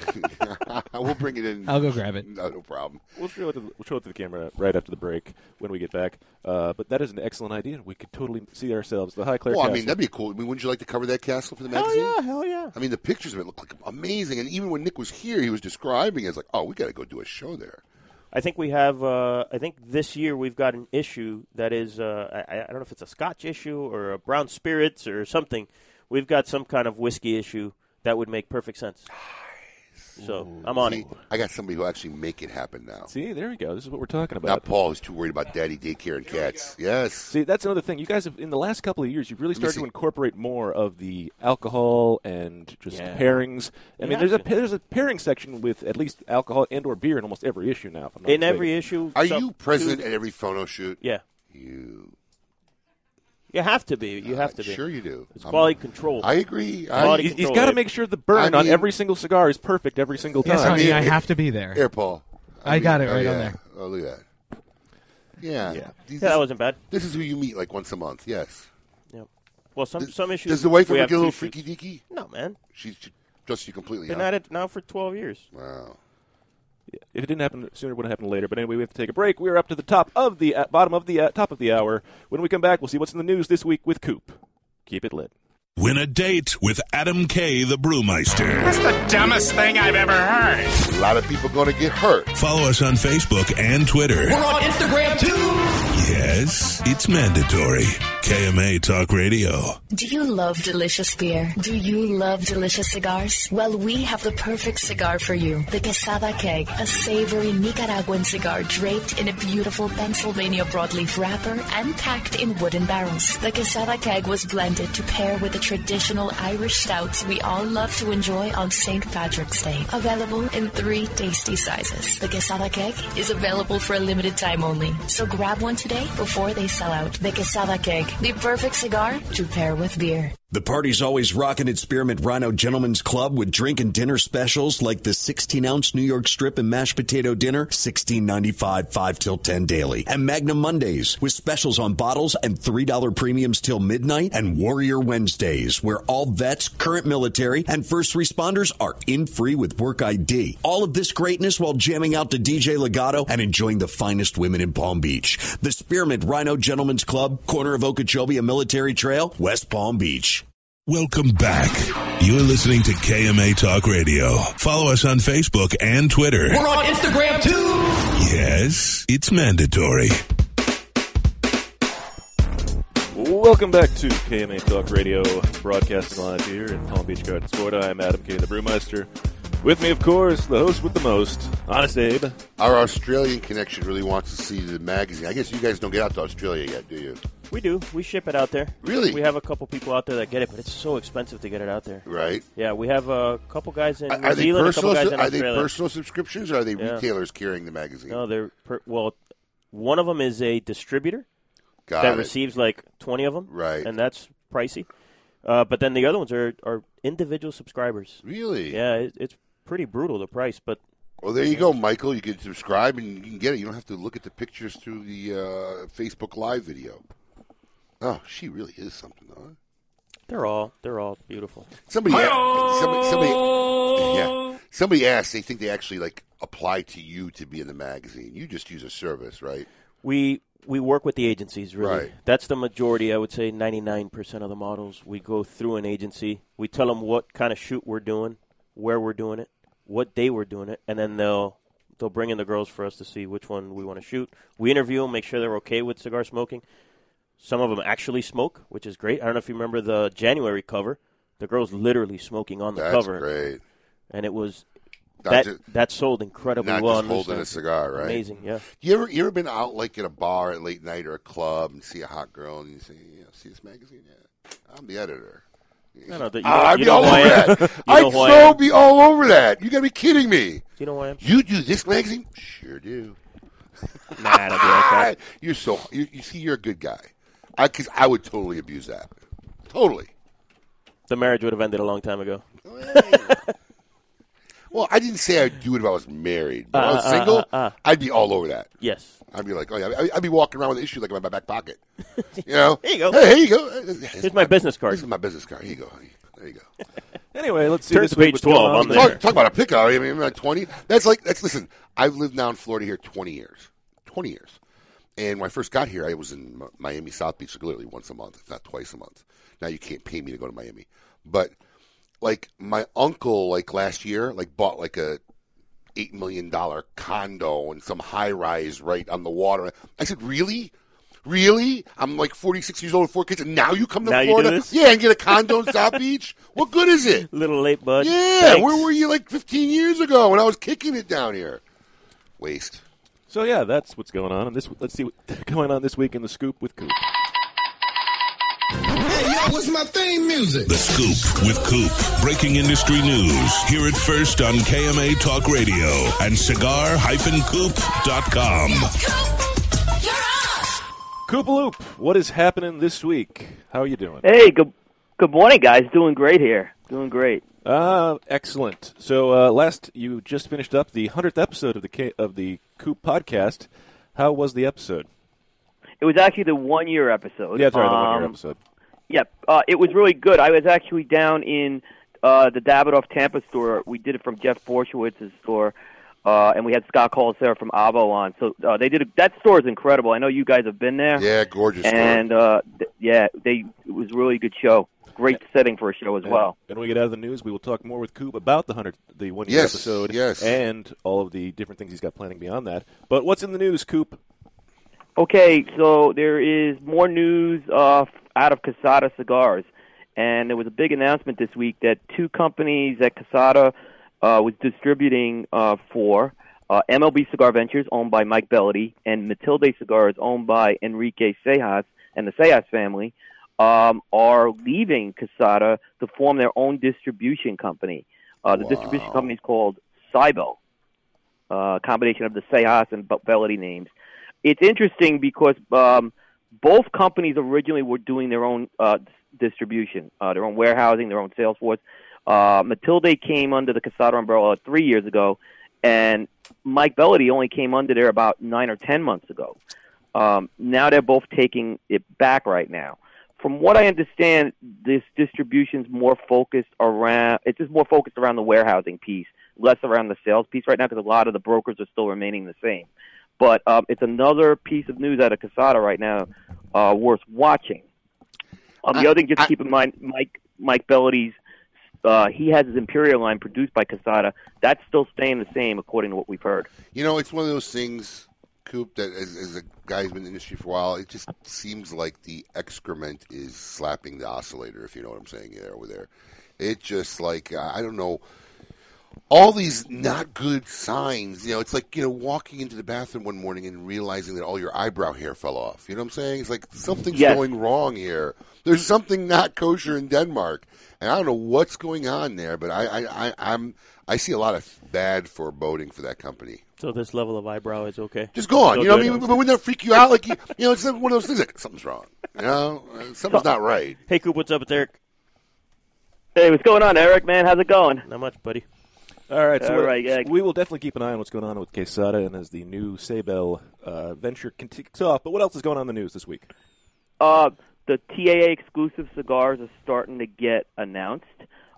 I will bring it in.
I'll go grab it.
No, no problem.
We'll show, it to the, we'll show it to the camera right after the break when we get back. Uh, but that is an excellent idea, and we could totally see ourselves the High Claire.
well, I
Castle.
mean, that'd be cool. I mean, wouldn't you like to cover that castle for the magazine?
yeah, hell yeah.
I mean, the pictures of it look like amazing. And even when Nick was here, he was describing it. It's like, oh, we got to go do a show there.
I think we have. Uh, I think this year we've got an issue that is. Uh, I, I don't know if it's a Scotch issue or a brown spirits or something. We've got some kind of whiskey issue that would make perfect sense. So I'm on
See,
it.
I got somebody who actually make it happen now.
See, there we go. This is what we're talking about.
Not Paul, who's too worried about daddy daycare and cats. Yes.
See, that's another thing. You guys have, in the last couple of years, you've really
Let me
started
see.
to incorporate more of the alcohol and just
Yeah.
pairings. I mean,
You have
there's a there's a pairing section with at least alcohol and or beer in almost every issue now. if I'm not
In
mistaken.
every issue,
Are
some-
you present
two-
at every photo shoot?
Yeah.
You.
You have to be. You have to be.
Sure, you do.
It's
I'm-
quality control.
I agree. I-
Quality
He's- he's
control,
Got to
Ed.
make sure the burn
I
on
mean-
every single cigar is perfect every single time.
Yes, honey, I have to be there.
Air Paul.
I got it right
oh,
on
yeah.
there.
Oh, look at that. Yeah.
Yeah.
These-
Yeah, that wasn't bad.
This is who you meet like once a month. Yes.
Yep. Well, some
Does-
some issues.
Does the wife
we
ever
have
get a little
two shoots.
freaky deaky?
No, man.
She's she trusts you completely.
Been
huh?
at it now for 12 years.
Wow.
If it didn't happen sooner, it would have happened later. But anyway, we have to take a break. We are up to the top of the uh, bottom of the uh, top of the hour. When we come back, we'll see what's in the news this week with Coop. Keep it lit.
Win a date with Adam K. the Brewmeister.
That's the dumbest thing I've ever heard.
A lot of people going to get hurt.
Follow us on Facebook and Twitter.
We're on Instagram too.
Yes, it's mandatory. KMA Talk Radio.
Do you love delicious beer? Do you love delicious cigars? Well, we have the perfect cigar for you. The Quesada Keg, a savory Nicaraguan cigar draped in a beautiful Pennsylvania broadleaf wrapper and packed in wooden barrels. The Quesada Keg was blended to pair with the traditional Irish stouts we all love to enjoy on St. Patrick's Day. Available in three tasty sizes. The Quesada Keg is available for a limited time only. So grab one today before they sell out. The Quesada Keg, the perfect cigar to pair with beer.
The party's always rocking at Spearmint Rhino Gentlemen's Club with drink and dinner specials like the 16 ounce New York strip and mashed potato dinner, $16.95, 5 till 10 daily. And Magnum Mondays with specials on bottles and $3 premiums till midnight. And Warrior Wednesdays, where all vets, current military, and first responders are in free with Work ID. All of this greatness while jamming out to DJ Legato and enjoying the finest women in Palm Beach. The Spearmint Rhino Gentlemen's Club, corner of Okeechobee and Military Trail, West Palm Beach.
Welcome back. You're listening to KMA Talk Radio. Follow us on Facebook and Twitter.
We're on Instagram too.
Yes, it's mandatory.
Welcome back to KMA Talk Radio, broadcasting live here in Palm Beach Gardens, Florida. I'm Adam K, the Brewmeister. With me, of course, the host with the most, Honest Abe.
Our Australian connection really wants to see the magazine. I guess you guys don't get out to Australia yet, do you?
We do. We ship it out there.
Really?
We have a couple people out there that get it, but it's so expensive to get it out there.
Right.
Yeah, we have a couple guys in
Are-
New
are they
Zealand, a couple
personal?
guys in
are they
Australia.
personal subscriptions? or Are they
Yeah.
retailers carrying the magazine?
No, they're per- well. One of them is a distributor
Got
that
it.
receives like twenty of them,
Right.
And that's pricey. Uh, but then the other ones are, are individual subscribers.
Really?
Yeah, it, it's pretty brutal the price, but
Well, there you go, Michael. You can subscribe and you can get it. You don't have to look at the pictures through the uh, Facebook Live video. Oh, she really is something, though.
they're all they're all beautiful.
Somebody, a- somebody, somebody, yeah, somebody asked. They think they actually like apply to you to be in the magazine. You just use a service, right?
We we work with the agencies really.
Right.
That's the majority. I would say ninety nine percent of the models we go through an agency. We tell them what kind of shoot we're doing, where we're doing it, what day we're doing it, and then they'll they'll bring in the girls for us to see which one we want to shoot. We interview them, make sure they're okay with cigar smoking. Some of them actually smoke, which is great. I don't know if you remember the January cover. The girls literally smoking on the
That's
cover.
great.
And it was
Not
that
ju-
that sold incredibly
Not
well.
just
on
holding a
listeners.
cigar, right?
Amazing, yeah.
You ever, you ever been out like at a bar at late night or a club and see a hot girl and you say, you know, see this magazine? Yeah, I'm the editor. Ah,
No, no, that you know-
I'd
you
be
know
all
who I
over
am. You
that.
know
I'd
who I
so
am.
be all over that. You gotta be kidding me.
You know who I am?
You do this magazine? Sure do.
nah, I don't do that.
You're so you, you see, you're a good guy. I cause I would totally abuse that. Totally.
The marriage would have ended a long time ago.
Oh, Well, I didn't say I'd do it if I was married. But if I was
Uh, uh,
single,
uh, uh.
I'd be all over that.
Yes.
I'd be like, oh yeah, I- I'd be walking around with an issue like in my back pocket. You know?
Here you go.
Hey, here you go.
Here's my business card.
This is my business card. Here you go. There you go.
Anyway, let's see. this week what's going on.
Talk, talk about a pickup. I mean, I'm like 20. That's like that's. Listen, I've lived now in Florida here 20 years. 20 years. And when I first got here, I was in Mi- Miami South Beach literally once a month, if not twice a month. Now you can't pay me to go to Miami, but like my uncle, like last year, like bought like a eight million dollar condo and some high rise right on the water. I said, really? Really? I'm like 46 years old with four kids, and now you come to
Now you do
Florida?
this?
Yeah, and get a condo in South Beach? What good is it?
Little late, bud.
Yeah,
Thanks.
where were you like 15 years ago when I was kicking it down here? Waste.
So yeah, that's what's going on. And this, let's see what's going on this week in the scoop with Coop.
what's my theme music?
The Scoop with Coop. Breaking industry news. Hear it first on KMA Talk Radio and cigar-coop.com.
Koopaloop, what is happening this week? How are you doing?
Hey, good good morning, guys. Doing great here. Doing great.
Uh, excellent. So uh, last you just finished up the hundredth episode of the K- of the Coop podcast. How was the episode?
It was actually the one year episode.
Yeah, sorry, the one year
Um,
episode.
Yep, uh, it was really good. I was actually down in uh, the Davidoff Tampa store. We did it from Jeff Borschowitz's store, uh, and we had Scott Calls there from Avo on. So uh, they did a, that store is incredible. I know you guys have been there.
Yeah, gorgeous. store.
And uh, th- yeah, they it was a really good show. Great setting for a show as well.
And when we get out of the news, we will talk more with Coop about the hundred, the one year
Yes,
episode,
yes.
and all of the different things he's got planning beyond that. But what's in the news, Coop?
Okay, so there is more news uh, out of Casada Cigars, and there was a big announcement this week that two companies that Casada uh, was distributing uh, for uh, MLB Cigar Ventures, owned by Mike Bellady, and Matilde Cigars, owned by Enrique Sejas and the Sejas family, um, are leaving Casada to form their own distribution company. Uh, the distribution company is called Cybel, uh, combination of the Sejas and Be- Bellady names it's interesting because um, both companies originally were doing their own uh, dis- distribution, uh, their own warehousing, their own sales force. Uh, Matilde came under the Casada umbrella three years ago, and Mike Bellady only came under there about nine or ten months ago. Um, now they're both taking it back right now. From what I understand, this distribution's more focused around it's just more focused around the warehousing piece, less around the sales piece right now because a lot of the brokers are still remaining the same. But um, it's another piece of news out of Casada right now uh, worth watching. Um, the other thing, just keep in mind, Mike Mike Bellity's uh, he has his Imperial line produced by Casada. That's still staying the same according to what we've heard.
You know, it's one of those things, Coop, that as, as a guy who's been in the industry for a while, it just seems like the excrement is slapping the oscillator, if you know what I'm saying, there over there. It just like, I don't know, all these not good signs. You know, it's like, you know, walking into the bathroom one morning and realizing that all your eyebrow hair fell off. You know what I'm saying? It's like something's
Yes.
going wrong here. There's something not kosher in Denmark. And I don't know what's going on there, but I, I, I, I'm, I see a lot of bad foreboding for that company.
So this level of eyebrow is okay.
Just go on. you know what I mean? But wouldn't that freak you out? Like, you, you know, it's one of those things like something's wrong. You know, Uh, something's not right.
Hey, Coop, what's up with Eric?
Hey, what's going on, Eric? Man, how's it going?
Not much, buddy.
All right, so
All
we're-
right, yeah.
we will definitely keep an eye on what's going on with Quesada and as the new Sabel uh, venture con- kicks off. But what else is going on in the news this week?
Uh, the TAA exclusive cigars are starting to get announced.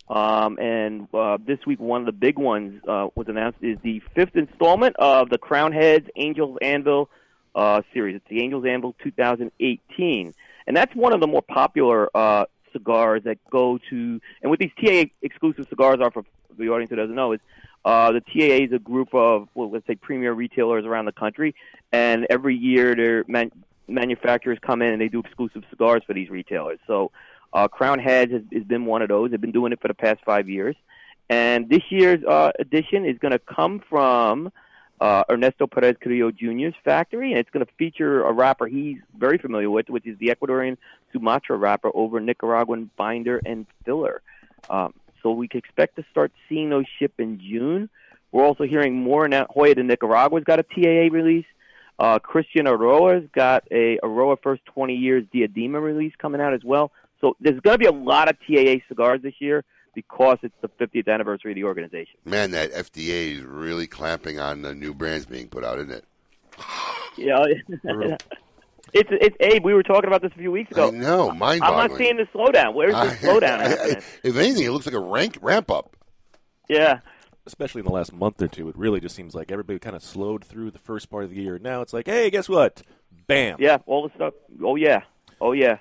Um, and uh, this week, one of the big ones uh, was announced is the fifth installment of the Crown Heads Angels Anvil uh, series. It's the Angels Anvil 2018. And that's one of the more popular uh, cigars that go to, and what these TAA exclusive cigars are for the audience who doesn't know is uh, the TAA is a group of, well, let's say, premier retailers around the country, and every year their man- manufacturers come in and they do exclusive cigars for these retailers. So uh, Crown Heads has, has been one of those. They've been doing it for the past five years, and this year's uh, edition is going to come from uh, Ernesto Perez Carrillo Jr.'s factory, and it's going to feature a rapper he's very familiar with, which is the Ecuadorian Sumatra rapper over Nicaraguan binder and filler. Um, so we can expect to start seeing those ship in June. We're also hearing more now. Hoya de Nicaragua's got a TAA release. Uh, Christian Aroa's got a Aroa First 20 Years Diadema release coming out as well. So there's going to be a lot of TAA cigars this year because it's the 50th anniversary of the organization.
Man, that FDA is really clamping on the new brands being put out, isn't it?
You know, it's it's Abe. We were talking about this a few weeks ago.
I know, mind
I'm not seeing the slowdown. Where's the slowdown? happening?
if anything, it looks like a rank ramp up.
Yeah.
Especially in the last month or two, it really just seems like everybody kind of slowed through the first part of the year. Now it's like, hey, guess what? Bam.
Yeah, all the stuff. Oh yeah, oh yeah.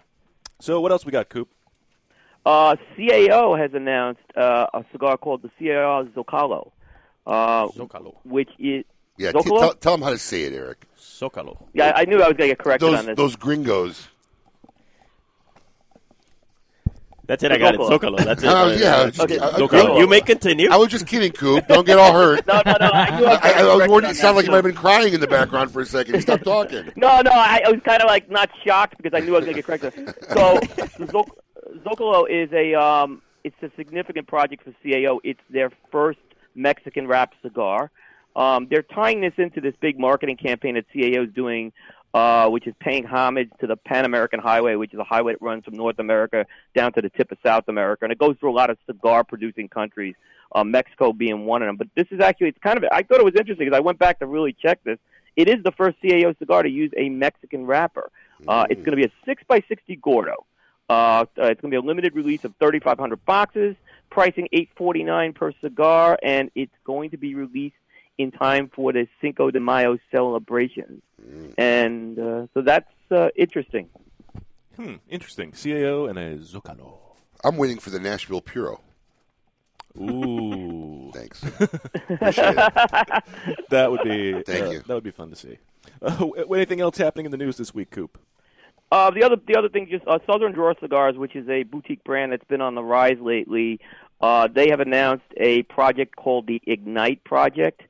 So what else we got, Coop?
Uh, CAO has announced uh, a cigar called the CAO Zocalo, uh,
Zocalo,
which is
Yeah, t-
Zocalo?
tell, tell them how to say it, Eric.
Socalo.
yeah, I knew I was going to get corrected
Those,
on this.
those gringos.
That's it. I got it. Zocalo. That's it.
Oh, yeah.
Okay.
I- I-
Zocalo. You may continue.
I was just kidding, Coop. Don't get all hurt.
no, no, no. I, knew
I, I, was worried it sounded like you might have been crying in the background for a second. Stop talking.
No, no, I, I was kind of like not shocked because I knew I was going to get corrected. So, Zoc- Zocalo is a um, it's a significant project for CAO. It's their first Mexican wrap cigar. Um, they're tying this into this big marketing campaign that CAO is doing, uh, which is paying homage to the Pan American Highway, which is a highway that runs from North America down to the tip of South America, and it goes through a lot of cigar producing countries. Uh, Mexico being one of them, but this is actually it's kind of I thought it was interesting because I went back to really check this. It is the first CAO cigar to use a Mexican wrapper. Uh, it's going to be a six by sixty Gordo. Uh, uh, it's going to be a limited release of 3,500 boxes, pricing 8.49 per cigar, and it's going to be released in time for the Cinco de Mayo celebrations. And uh, so that's uh, interesting.
Hmm, interesting. CAO and a Zocalo.
I'm waiting for the Nashville Puro.
Ooh.
Thanks.
that would be
Thank
uh,
you.
That would be fun to see. Uh, w- anything else happening in the news this week, Coop?
Uh, the other the other thing, just uh, Southern Drawer Cigars, which is a boutique brand that's been on the rise lately. Uh, they have announced a project called the Ignite Project,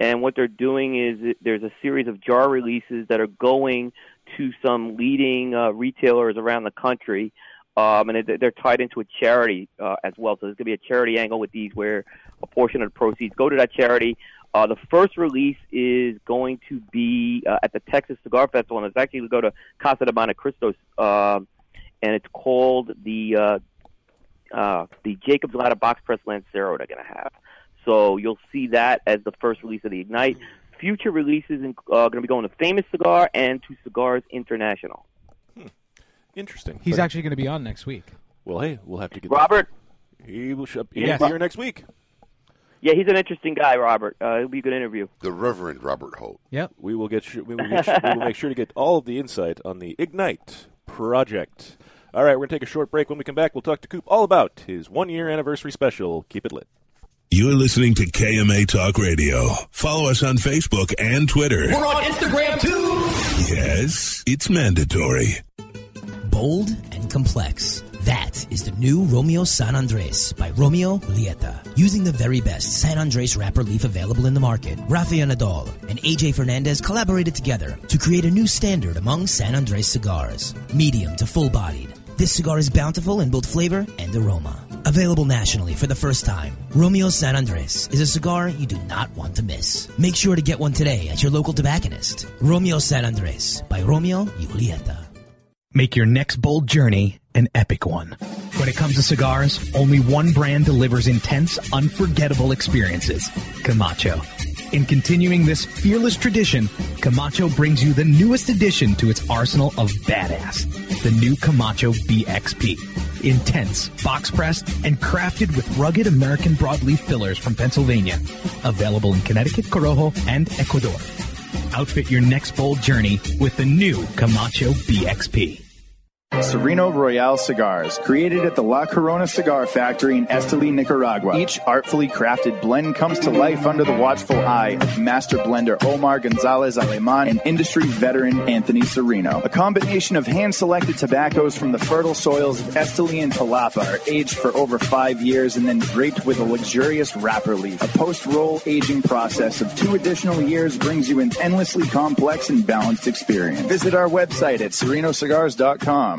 and what they're doing is it- there's a series of jar releases that are going to some leading uh, retailers around the country, um, and it, they're tied into a charity uh, as well. So there's going to be a charity angle with these, where a portion of the proceeds go to that charity. Uh, the first release is going to be uh, at the Texas Cigar Festival, and it's actually going to go to Casa de Monte Cristo, um and it's called the uh, uh, the Jacob's Ladder Box Press Lancero they're going to have. So you'll see that as the first release of the Ignite. Future releases in- uh, are going to be going to Famous Cigar and to Cigars International.
Hmm. Interesting.
He's
But-
actually going to be on next week.
Well, hey, we'll have to get
Robert.
He will show up
Yes.
be here next week.
Yeah, he's an interesting guy, Robert. Uh, it'll be a good interview.
The Reverend Robert Holt.
Yep.
We will get. Sure, we, will get sure, we will make sure to get all of the insight on the Ignite project. All right, we're gonna take a short break. When we come back, we'll talk to Coop all about his one-year anniversary special. Keep it lit.
You're listening to KMA Talk Radio. Follow us on Facebook and Twitter.
We're on Instagram too.
Yes, it's mandatory.
Bold and complex. That is the new Romeo San Andres by Romeo Julieta. Using the very best San Andres wrapper leaf available in the market, Rafael Nadal and AJ Fernandez collaborated together to create a new standard among San Andres cigars. Medium to full bodied. This cigar is bountiful in both flavor and aroma. Available nationally for the first time, Romeo San Andres is a cigar you do not want to miss. Make sure to get one today at your local tobacconist. Romeo San Andres by Romeo Julieta.
Make your next bold journey an epic one. When it comes to cigars, only one brand delivers intense, unforgettable experiences Camacho. In continuing this fearless tradition, Camacho brings you the newest addition to its arsenal of badass the new Camacho BXP. Intense, box pressed, and crafted with rugged American broadleaf fillers from Pennsylvania. Available in Connecticut, Corojo, and Ecuador. Outfit your next bold journey with the new Camacho BXP.
Sereno Royale cigars, created at the La Corona Cigar Factory in Esteli, Nicaragua. Each artfully crafted blend comes to life under the watchful eye of master blender Omar Gonzalez Aleman and industry veteran Anthony Sereno. A combination of hand-selected tobaccos from the fertile soils of Esteli and Palapa are aged for over five years and then draped with a luxurious wrapper leaf. A post-roll aging process of two additional years brings you an endlessly complex and balanced experience. Visit our website at serenocigars.com.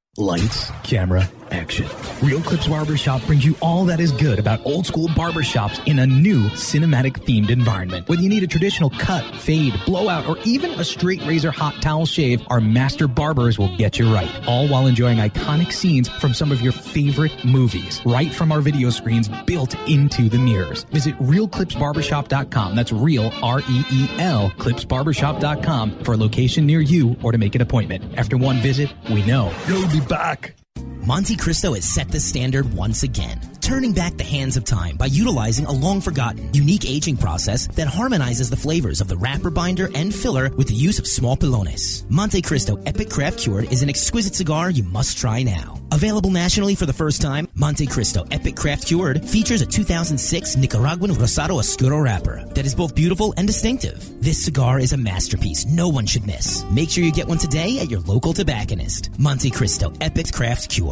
Lights, camera, action. Real Clips Barbershop brings you all that is good about old school barbershops in a new cinematic themed environment. Whether you need a traditional cut, fade, blowout, or even a straight razor hot towel shave, our master barbers will get you right. All while enjoying iconic scenes from some of your favorite movies, right from our video screens built into the mirrors. Visit realclipsbarbershop.com. That's real, R E E L, clipsbarbershop.com for a location near you or to make an appointment. After one visit, we know you'll be back.
Monte Cristo has set the standard once again, turning back the hands of time by utilizing a long forgotten, unique aging process that harmonizes the flavors of the wrapper binder and filler with the use of small pilones. Monte Cristo Epic Craft Cured is an exquisite cigar you must try now. Available nationally for the first time, Monte Cristo Epic Craft Cured features a 2006 Nicaraguan Rosado Oscuro wrapper that is both beautiful and distinctive. This cigar is a masterpiece no one should miss. Make sure you get one today at your local tobacconist. Monte Cristo Epic Craft Cured.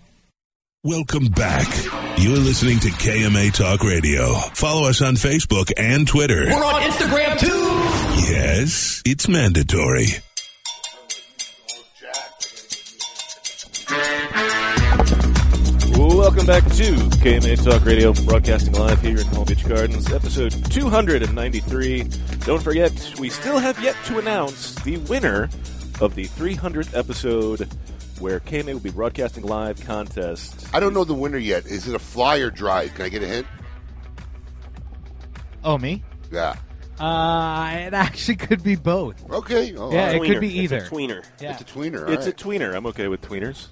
Welcome back. You're listening to KMA Talk Radio. Follow us on Facebook and Twitter.
We're on Instagram too.
Yes, it's mandatory.
Welcome back to KMA Talk Radio, broadcasting live here in Palm Beach Gardens, episode 293. Don't forget, we still have yet to announce the winner of the 300th episode where KMA will be broadcasting live contest.
I don't know the winner yet. Is it a fly or drive? Can I get a hint?
Oh, me?
Yeah.
Uh, it actually could be both.
Okay. Oh,
yeah,
all
it
right.
could be
Tweener. It's
either.
a tweener.
Yeah.
It's a tweener.
It's
alright.
a tweener. I'm okay with tweeners.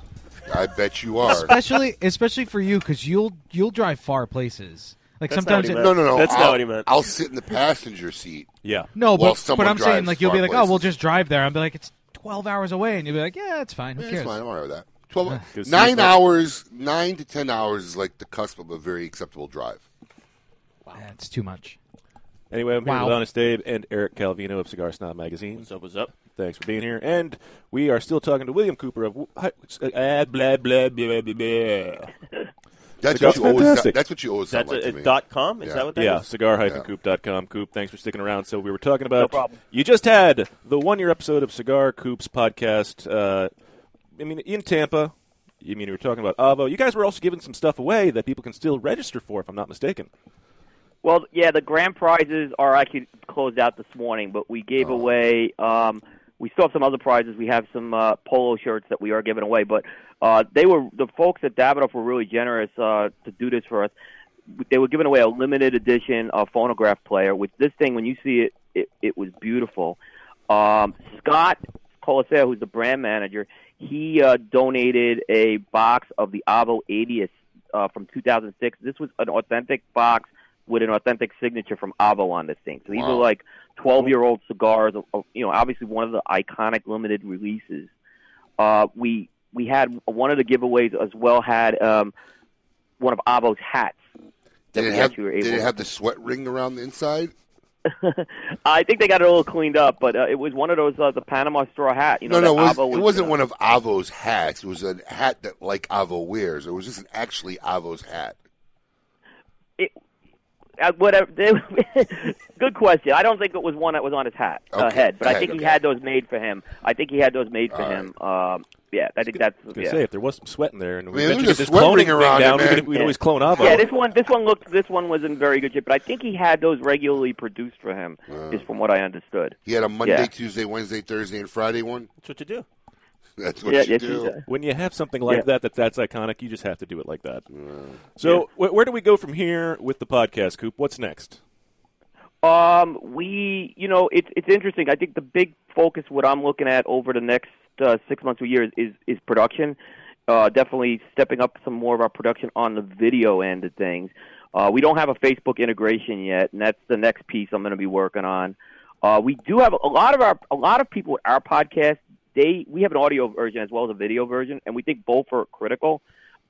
I bet you are.
especially especially for you because you'll you'll drive far places. Like sometimes it-
no, no, no. I'll, I'll sit in the passenger seat.
Yeah.
No,
while
but but
someone
I'm saying
drives
like you'll be
far
like,
places.
oh, we'll just drive there. I'll be like, it's twelve hours away, and you'll be like, yeah, it's fine. Who
Yeah, Eh, it's
cares? Ah,
fine. I'm all right with that. Twelve
Yeah.
nine hours, nine to ten hours is like the cusp of a very acceptable drive.
That's ah, too much.
Anyway, I'm here
Wow.
with Honest Dave and Eric Calvino of Cigar Snob Magazine. What's up? What's up? Thanks for being here. And we are still talking to William Cooper of uh, blah blah blah blah blah.
That's
Cigar-
what you always-
fantastic.
that's what you always sound
That's
like
a-
to me.
dot com? Is
Yeah.
that what that is?
yeah, cigar-coop.com. Coop, thanks for sticking around. So we were talking about you just had the one-year episode of Cigar Coop's podcast. Uh, I mean, in Tampa. You mean you were talking about Avo? You guys were also giving some stuff away that people can still register for, if I'm not mistaken.
Well, yeah, the grand prizes are actually closed out this morning, but we gave away. Um, we still have some other prizes. We have some uh, polo shirts that we are giving away, but uh, they were the folks at Davidoff were really generous uh, to do this for us. They were giving away a limited edition uh, phonograph player. With this thing, when you see it, it, it was beautiful. Um, Scott Colaseo, who's the brand manager, he uh, donated a box of the Avo 80th uh, from 2006. This was an authentic box with an authentic signature from Avo on this thing. So these
Wow.
are like 12 year old cigars. of- of, You know, obviously one of the iconic limited releases. Uh, we we had one of the giveaways as well had um, one of Avo's hats. that
Did it
we
have
actually were
did
able
it
to-
have the sweat ring around the inside?
I think they got it all cleaned up, but uh, it was one of those uh, the Panama straw hat. You know,
no, no,
that
it, was,
Avo was,
it wasn't one of Avo's hats. It was a hat that like Avo wears. It was just an actually Avo's hat.
uh, whatever. good question. I don't think it was one that was on his hat uh,
Okay,
head, but I
head,
think he
okay.
had those made for him. I think he had those made for
All
him. Um, yeah, I think that's
I was
yeah.
gonna say if there was some sweat in there, and we
Man,
eventually
look
get
at the
this
sweat
cloning
ring
thing
around it,
down, we
man.
could, we could always clone Avo.
Yeah, this one, this one looked, this one was in very good shape, but I think he had those regularly produced for him, is from what I understood.
Um, He had a Monday,
Yeah.
Tuesday, Wednesday, Thursday, and Friday one.
That's what you do.
That's what
Yeah,
you
yes,
do.
he's a-
when you have something like
Yeah. Mm.
that, that that's iconic, you just have to do it like that. So wh- where do we go from here with the podcast, Coop? What's next?
Um, we, you know, it's it's interesting. I think the big focus, what I'm looking at over the next uh, six months to a year, is is, is production. Uh, definitely stepping up some more of our production on the video end of things. Uh, we don't have a Facebook integration yet, and that's the next piece I'm going to be working on. Uh, we do have a lot of our a lot of people with our podcast. They we have an audio version as well as a video version, and we think both are critical.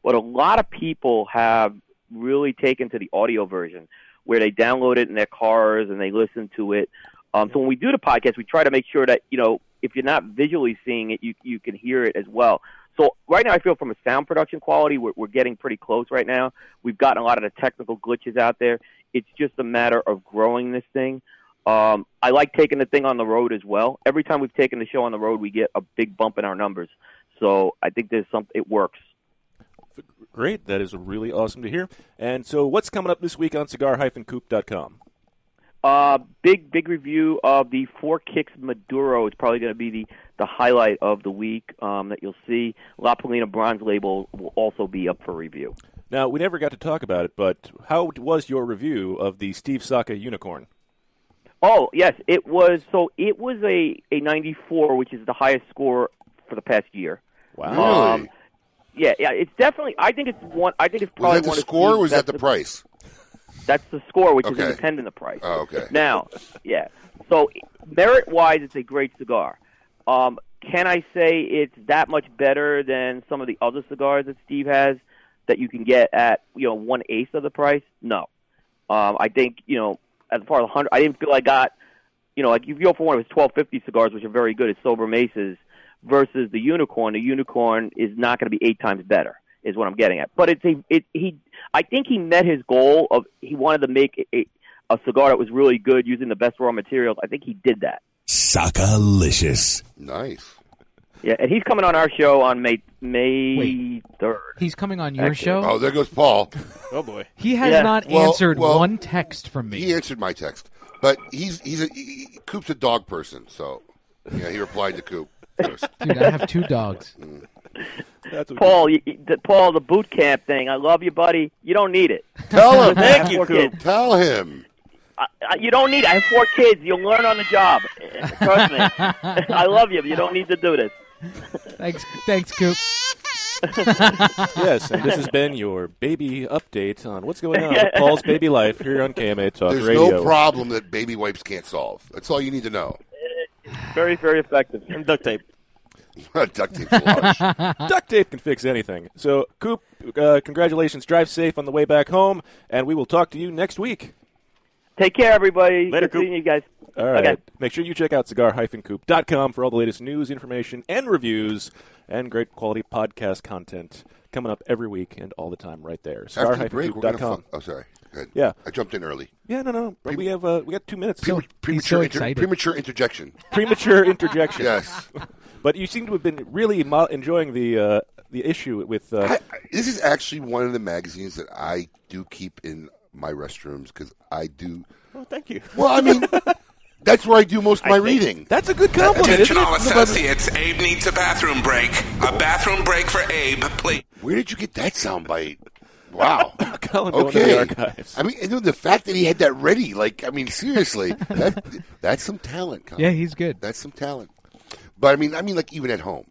But a lot of people have really taken to the audio version where they download it in their cars and they listen to it. Um, so when we do the podcast, we try to make sure that you know if you're not visually seeing it, you you can hear it as well. So right now, I feel from a sound production quality, we're, we're getting pretty close right now. We've gotten a lot of the technical glitches out there. It's just a matter of growing this thing. Um, I like taking the thing on the road as well. Every time we've taken the show on the road, we get a big bump in our numbers. So I think there's some it works.
Great, that is really awesome to hear. And so, what's coming up this week on cigar-coop.com?
Uh, big big review of the Four Kicks Maduro is probably going to be the the highlight of the week um, that you'll see. La Polina Bronze Label will also be up for review.
Now, we never got to talk about it, but how was your review of the Steve Saka unicorn?
Oh yes, it was. So it was a a 94, which is the highest score for the past year.
Wow.
Um, yeah, yeah. It's definitely. I think it's one. I think it's
Was
probably
that the
one of
score or was
that's
that the price?
That's the score, which
Okay.
is independent of price.
Oh, okay.
Now, yeah. So merit wise, it's a great cigar. Um, can I say it's that much better than some of the other cigars that Steve has that you can get at you know one eighth of the price? No. Um, I think you know as far as the hundred, I didn't feel I got you know like if you go for one of his twelve fifty cigars, which are very good, it's sober maces versus the unicorn. The unicorn is not going to be eight times better, is what I'm getting at. But it's a it he. I think he met his goal of he wanted to make a, a cigar that was really good using the best raw materials. I think he did that.
Sakalicious.
Nice.
Yeah, and he's coming on our show on May May third.
He's coming on your
Actually.
show.
Oh, there goes Paul.
Oh boy,
He has
Yeah.
not
Well-
answered
well-
one text from me.
He answered my text, but he's he's a he, he- Coop's a dog person, so yeah, he replied to Coop. First.
Dude, I have two dogs.
Mm.
Paul, you, you- the, Paul, the boot camp thing. I love you, buddy. You don't need it.
Tell him.
Thank you, Coop.
Tell him.
I, you don't need it. I have four kids. You'll learn on the job. Trust me. I love you, but you don't need to do this.
Thanks, thanks, Coop.
yes, and this has been your baby update on what's going on with Paul's baby life here on KMA Talk
There's
Radio.
no problem that baby wipes can't solve. That's all you need to know.
Very, very effective.
And duct tape.
Duct tape's a lot.
Duct tape can fix anything. So, Coop, uh, congratulations. Drive safe on the way back home, and we will talk to you next week.
Take care, everybody.
Later,
Good seeing you guys.
All right.
Okay.
Make sure you check out cigar-coop.com for all the latest news, information, and reviews, and great quality podcast content coming up every week and all the time right there.
After the break, we're gonna.
cigar-coop.com.
fu- oh, sorry. Go ahead.
Yeah.
I jumped in early.
Yeah, no, no. But we have uh, we got two minutes.
Premature, inter- premature interjection.
premature interjection.
Yes.
But you seem to have been really mo- enjoying the uh, the issue with. Uh,
This is actually one of the magazines that I do keep in my restrooms because I do.
Oh,
Well, thank you.
Well, I mean, that's where I do most of
I
my
think-
reading.
That's a good
Attention all associates. Abe needs a bathroom break. A bathroom break for Abe, please.
Where did you get that soundbite? Wow.
Colin
going to the
archives.
I mean, you know, the fact that he had that ready, like, I mean, seriously, that, that's some talent. Colin.
Yeah, he's good.
That's some talent. But I mean, I mean, like even at home,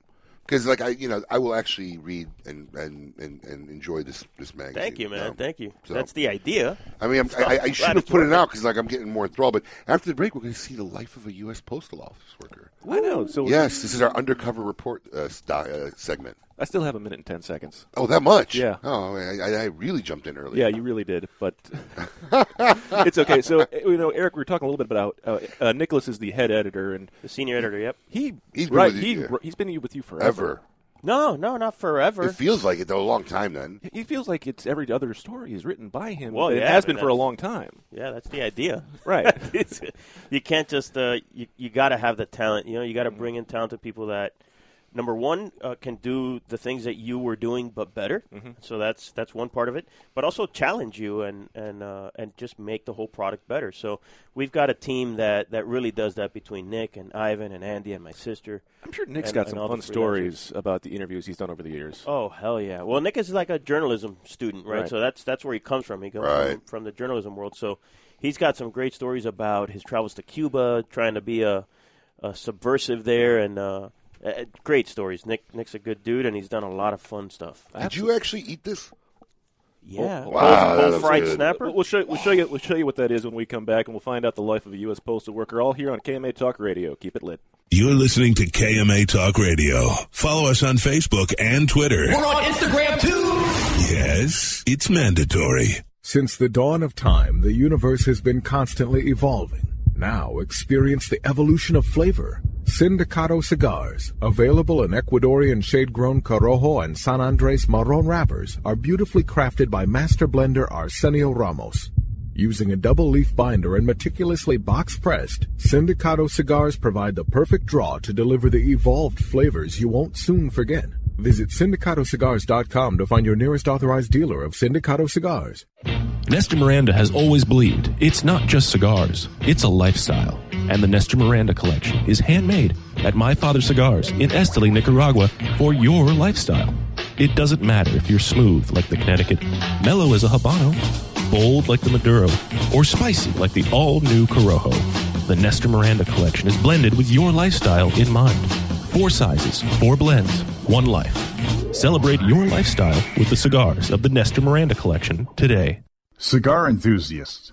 because like I, you know, I will actually read and and and, and enjoy this this magazine.
Thank you, man.
Um,
Thank you.
so-
That's the idea.
I mean, I'm,
So
I, I- I
glad
should have
it's
put it
working.
out because like I'm getting more enthralled. But after the break, we're going to see the life of a U.S. postal office worker.
I know. So
yes, this is our undercover report uh, sti- uh, segment.
I still have a minute and ten seconds.
Oh, that much?
Yeah.
Oh, I, I I really jumped in early.
Yeah, you really did, but it's okay. So eh, you know, Eric, we were talking a little bit about how, uh, uh, Nicholas is the head editor and
the senior editor. Yep,
he
He's been
right.
with
he
you- yeah.
he's been with you forever.
Ever.
No, no, not forever.
It feels like it though. A long time then.
He feels like it's every other story is written by him.
Well,
it
yeah,
has
but
been for a
that's-
long time.
Yeah, that's the idea.
Right.
It's- you can't just uh, you you got to have the talent. You know, you got to bring in talented people that number one, uh, can do the things that you were doing but better. So that's that's one part of it. But also challenge you and and uh, and just make the whole product better. So we've got a team that, that really does that between Nick and Ivan and Andy and my sister.
I'm sure Nick's
and-
got
and
some
all the
fun
freelancers.
stories about the interviews he's done over the years.
Oh hell yeah! Well, Nick is like a journalism student, right?
Right.
So that's that's where he comes from. He comes from,
Right.
from the journalism world. So he's got some great stories about his travels to Cuba, trying to be a, a subversive there, and uh, uh, great stories. Nick Nick's a good dude, and he's done a lot of fun stuff.
Did you actually eat this?
Yeah.
Oh,
Wow,
that
Whole
looks
fried
good.
snapper?
We'll show, we'll show you. We'll show you what that is when we come back, and we'll find out the life of a U.S. postal worker. All here on KMA Talk Radio. Keep it lit.
You're listening to KMA Talk Radio. Follow us on Facebook and Twitter.
We're on Instagram too.
Yes, it's mandatory.
Since the dawn of time, the universe has been constantly evolving. Now experience the evolution of flavor. Sindicato cigars, available in Ecuadorian shade-grown Corojo and San Andres Marron wrappers, are beautifully crafted by master blender Arsenio Ramos. Using a double leaf binder and meticulously box pressed, Sindicato cigars provide the perfect draw to deliver the evolved flavors you won't soon forget. Visit syndicatocigars.com to find your nearest authorized dealer of Sindicato cigars.
Nestor Miranda has always believed it's not just cigars, it's a lifestyle. And the Nestor Miranda collection is handmade at My Father Cigars in Esteli, Nicaragua for your lifestyle. It doesn't matter if you're smooth like the Connecticut, mellow as a Habano, bold like the Maduro, or spicy like the all new Corojo. The Nestor Miranda collection is blended with your lifestyle in mind. Four sizes, four blends, one life. Celebrate your lifestyle with the cigars of the Nestor Miranda collection today.
Cigar enthusiasts,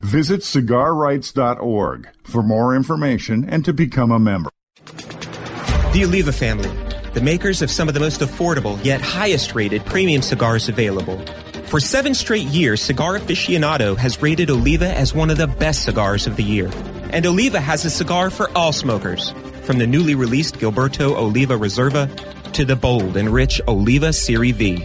Visit cigarrights.org for more information and to become a member.
The Oliva family, the makers of some of the most affordable yet highest rated premium cigars available. For seven straight years, Cigar Aficionado has rated Oliva as one of the best cigars of the year. And Oliva has a cigar for all smokers. From the newly released Gilberto Oliva Reserva to the bold and rich Oliva Serie V.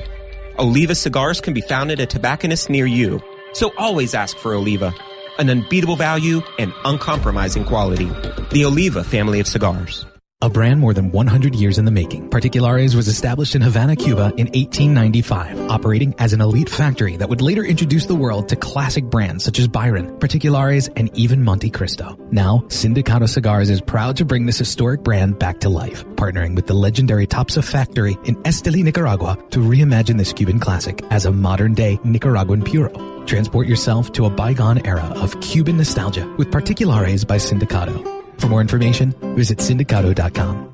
Oliva cigars can be found at a tobacconist near you. So always ask for Oliva. An unbeatable value and uncompromising quality. The Oliva family of cigars.
A brand more than 100 years in the making, Particulares was established in Havana, Cuba in 1895, operating as an elite factory that would later introduce the world to classic brands such as Byron, Particulares, and even Monte Cristo. Now, Sindicato Cigars is proud to bring this historic brand back to life, partnering with the legendary Topsa factory in Esteli, Nicaragua to reimagine this Cuban classic as a modern-day Nicaraguan puro. Transport yourself to a bygone era of Cuban nostalgia with Particulares by Sindicato. For more information, visit sindicato.com.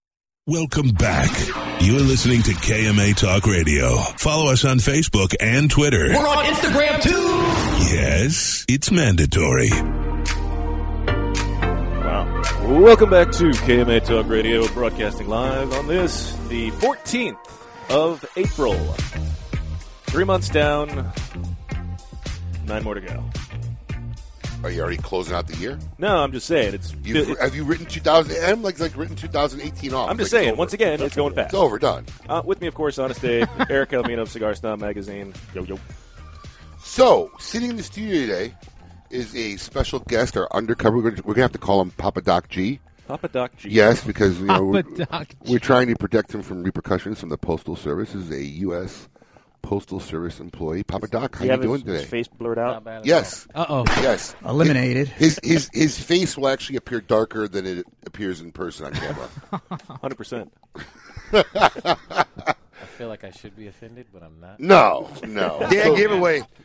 Welcome back. You're listening to KMA Talk Radio. Follow us on Facebook and Twitter.
We're on Instagram too.
Yes, it's mandatory.
Wow. Welcome back to KMA Talk Radio, broadcasting live on this, the 14th of April. Three months down, nine more to go.
Are you already closing out the year?
No, I'm just saying it's.
You've,
it-
have you written 2000? I'm like like written 2018 off.
I'm just
Like, it's
saying,
over.
once again, it's going fast.
It's over. Done.
Uh, with me, of course, Honest Dave, Eric Almino of Cigar Snob Magazine. Yo, yo.
So, sitting in the studio today is a special guest, our undercover. We're going to have to call him Papa Doc G.
Papa Doc G.
Yes, because you know we're,
Papa Doc
we're trying to protect him from repercussions from the Postal Service. This is a U.S. Postal Service employee. Papa Doc, how
you
you
have
doing
his, his
today?
face blurred out?
Yes.
Uh oh.
Yes.
Eliminated.
His, his his face will actually appear darker than it appears in person on camera.
100%.
I feel like I should be offended, but I'm not.
No, no. So-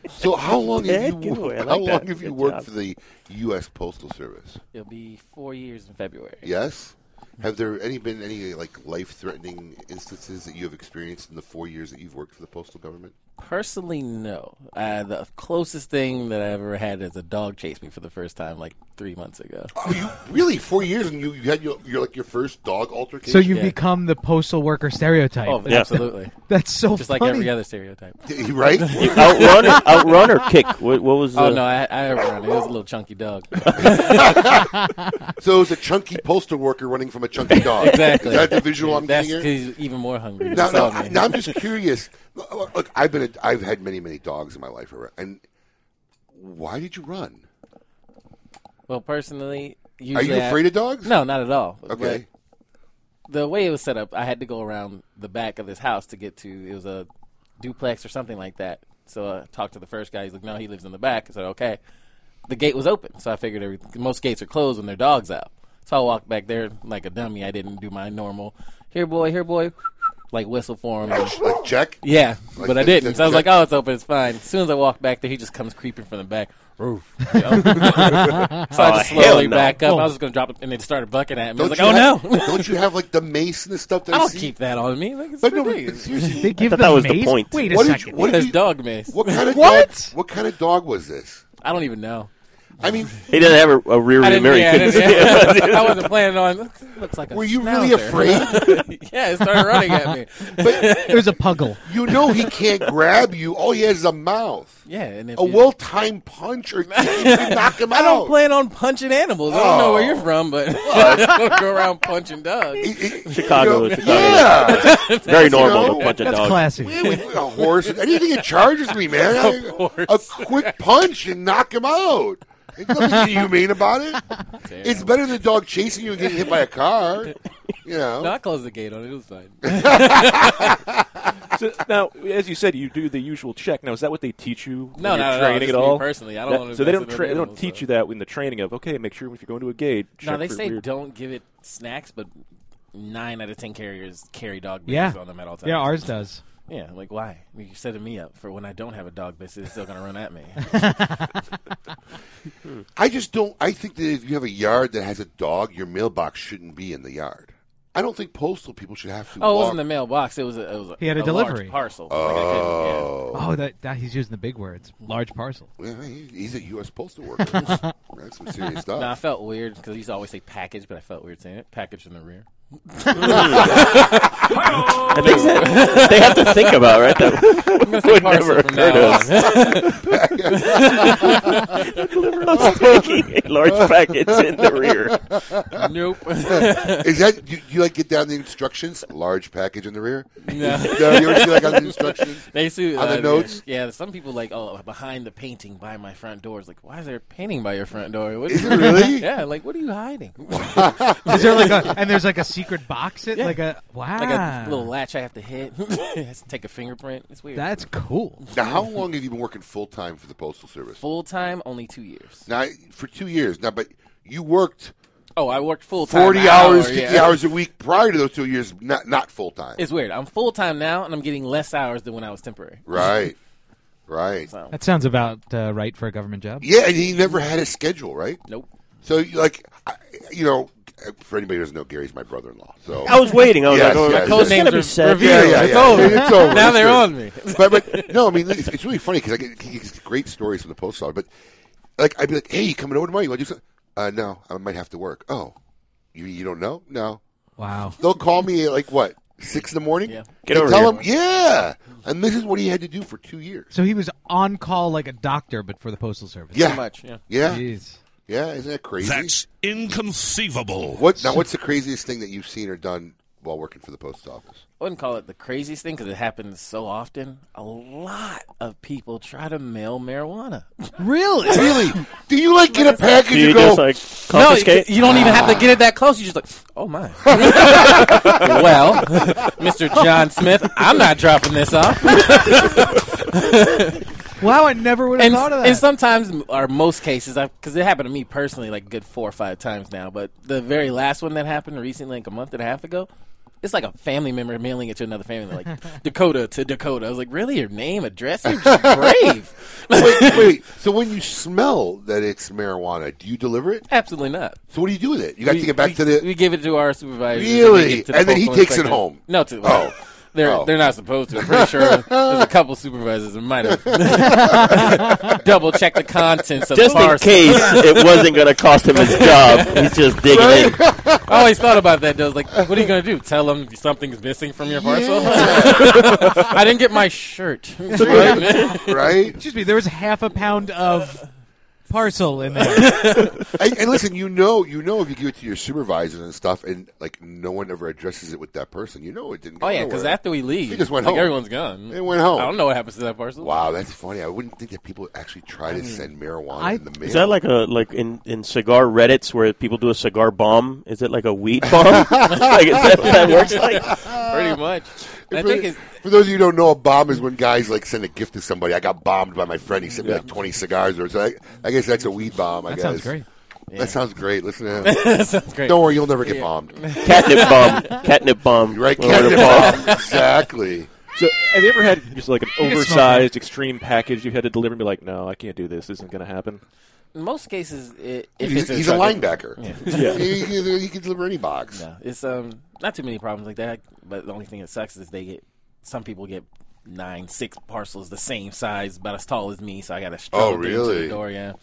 So how long have
Dead
you
giveaway. I
how
like
long
that.
have you
Good
worked
job.
for the U.S. Postal Service?
It'll be four years in February.
Yes. Have there any been any like life threatening instances that you have experienced in the four years that you've worked for the postal government?
Personally, no. Uh, the closest thing that I ever had is a dog chased me for the first time like three months ago.
Oh, you Really, four years and you, you had your, your like your first dog altercation.
So you become the postal worker stereotype.
Oh, Yeah. absolutely.
That's so
Just like
funny.
every other stereotype.
right?
You
outrun or- outrun or kick? What- what was
Oh
the-
no, I, I outrun. It was a little chunky dog.
so it's a chunky postal worker running from a chunky dog.
Exactly.
Is that the visual I'm
That's
getting
'cause
here?
he's even more hungry.
Now,
Just
now,
saw me.
now I'm just curious. Look, look, I've been a, I've had many many dogs in my life, and why did you run?
Well, personally,
Are
usually
you
I-
afraid of dogs?
No, not at all.
Okay.
But the way it was set up, I had to go around the back of this house to get to. It was a duplex or something like that. So I talked to the first guy. He's like, "No, he lives in the back." I said, "Okay." The gate was open, so I figured every, most gates are closed when their dogs out. So I walked back there like a dummy. I didn't do my normal "here boy, here boy," like whistle for him.
Like check?
Yeah,
Like
but I
check,
didn't.
check,
So I was
check.
like, "Oh, it's open. It's fine." As soon as I walk back there, he just comes creeping from the back. Roof. you know? so I
Oh,
just slowly
hell no.
back up.
Oh.
I was just gonna drop it, and it started bucking at me. I was
Don't
like,
you
"Oh
have-
no!"
don't you have like the mace and the stuff? That
I don't
see?
keep that on me. Like, it's
But no, but
ridiculous.
seriously.
They I give thought them that was the mace? point. Wait a
What did
second.
what did
There's dog mace.
What kind of
What?
Dog, what kind of dog was this?
I don't even know.
I mean,
He doesn't have a, a rear
I
view
didn't-
mirror.
yeah, I
He
didn't-
couldn't see.
yeah. I wasn't planning on. Looks like a
Were you really
schnauzer.
afraid?
yeah, it started running at me.
it was a puggle.
You know he can't grab you. All he has is a mouth.
Yeah, and if
a
you-
well-timed punch or you can knock him out.
I don't plan on punching animals. I don't know where you're from, but
Oh.
I don't go around punching dogs.
Chicago,
You know,
Chicago.
Yeah,
It's very normal to punch a That's dog. classy.
Yeah, we- a horse, anything that charges me, man. I- a quick punch and knock him out. There's nothing humane about it. It's better than a dog chasing you and getting hit by a car. You know.
No, I closed the gate on it. It was fine.
So, now, as you said, you do the usual check. Now, is that what they teach you? when
No,
you're
no, no, no,
training
just
at
me
all?
personally. I don't
That-
wanna
so they
mess
don't
with
tra- they don't
animals,
teach you that in the training of okay, make sure if you're going to a gate.
No,
check
they
for
say
weird-
don't give it snacks, but nine out of ten carriers carry dog
Yeah.
biscuits on them at all times.
Yeah, ours does.
Yeah, like why? You're setting me up for when I don't have a dog biscuit, it's still going to run at me.
I just don't. I think that if you have a yard that has a dog, your mailbox shouldn't be in the yard. I don't think postal people should have to.
oh, it
walk-
wasn't the mailbox. It was a, it was a,
He had a
large
delivery.
parcel. Like, I couldn't-
Oh,
Oh, that, that he's using the big words. Large parcel.
Yeah, he- he's a U.S. postal worker. That's some serious stuff.
No, I felt weird because he used to always say package, but I felt weird saying it. Package in the rear.
I think that- they have to think about, right? That
I'm gonna say
would
parcel
never
from
occur to us. I was taking a large package in the rear.
Nope.
Is that you, you? Like get down the instructions. Large package in the rear.
No.
you ever see like on the instructions
They used to,
on
uh,
the notes.
Yeah, some people like, oh, behind the painting by my front door. It's like, why is there a painting by your front door? What
Is it really?
yeah, like, what are you hiding?
Is there like a and there's like a secret box? It
Yeah.
like a wow.
Like a little latch I have to hit. It has to take a fingerprint. It's weird.
That's cool.
Now, how long have you been working full time for the postal service?
Full time, only two years.
Now, for two years now, but you worked
Oh, I worked full time.
forty hours, fifty
yeah.
hours a week prior to those two years. Not not full time.
It's weird. I'm full time now, and I'm getting less hours than when I was temporary.
Right. Right.
That sounds about uh, right for a government job.
Yeah, and he never had a schedule, right?
Nope.
So, you- like, I- you know, for anybody who doesn't know, Gary's my brother-in-law. So
I was waiting. I was like,
Yes,
oh,
yes,
my code
yes.
names are said.
Yeah, yeah,
It's
yeah.
over.
It's over.
Now
It's
they're
good.
on me.
But, but no, I mean it's, it's really funny because I get he gets great stories from the post office. But like I'd be like, "Hey, you coming over tomorrow? You want to do something?" Uh, no, I might have to work. Oh, you you don't know? No.
Wow.
They'll call me at like what six in the morning. Yeah.
Get over here.
tell Them, yeah, and this is what he had to do for two years.
So he was on call like a doctor, but for the postal service.
Yeah. Yeah.
Jeez.
Yeah, isn't that crazy?
That's inconceivable.
What now? What's the craziest thing that you've seen or done while working for the post office?
I wouldn't call it the craziest thing because it happens so often. A lot of people try to mail marijuana.
Really?
really? Do you like get a package
Do you
and go?
just, like, confiscate? No, you don't even have to get it that close. You just like, oh my. well, Mr. John Smith, I'm not dropping this off.
Wow, I never would have
and,
thought of that.
and sometimes, or most cases, because it happened to me personally like good four or five times now, but the very last one that happened recently, like a month and a half ago, it's like a family member mailing it to another family, like Dakota to Dakota. I was like, really? Your name, address? You're brave.
wait, wait. So when you smell that it's marijuana, do you deliver it?
Absolutely not.
So what do you do with it? You got
We-
to get back
we-
to the.
We give it to our supervisor.
Really?
give it to
And then he
postal
takes it
inspector.
home?
No, to
Oh.
They're,
Oh.
they're not supposed to. I'm pretty sure there's a couple supervisors that might have double checked the contents of
Just
the
in
parcel.
case it wasn't going to cost him his job, he's just digging in.
I always thought about that. Though. I was like, what are you going to do? Tell them something's missing from your parcel? I didn't get my shirt.
Excuse me, there was half a pound of parcel in there.
and, and listen, you know, you know, if you give it to your supervisors and stuff, and like no one ever addresses it with that person, you know it
Oh
didn't. go
yeah, because
nowhere.
after we leave,
It just went
like,
home.
Everyone's gone.
It went home.
I don't know what happens to that parcel.
Wow, that's funny. I wouldn't think that people actually try to send marijuana in the mail.
Is that like a like in, in cigar Reddit's where people do a cigar bomb? Is it like a weed bomb? like is that what that works like?
Pretty much. I
for,
think it's,
for those of you who don't know, a bomb is when guys like send a gift to somebody. I got bombed by my friend. He sent me like twenty cigars, or so. I, I guess that's a weed bomb. I
That
guess
sounds great.
That sounds great. Listen to him.
That sounds great.
Don't worry, you'll never get
Yeah.
bombed.
Catnip bomb. Catnip bomb.
Right,
Well,
catnip
what a
bomb. exactly.
So, have you ever had just like an
You can smell
oversized extreme package you've had to deliver and be like, no, I can't do this. This isn't going to happen?
in most cases, it, if
He's,
it's
he's a
truck-
linebacker.
Yeah.
he, he- he can deliver any box.
No, it's um not too many problems like that. But the only thing that sucks is they get some people get nine, six parcels the same size, about as tall as me. So I got to struggle
Oh,
to get into
really?
the door, yeah.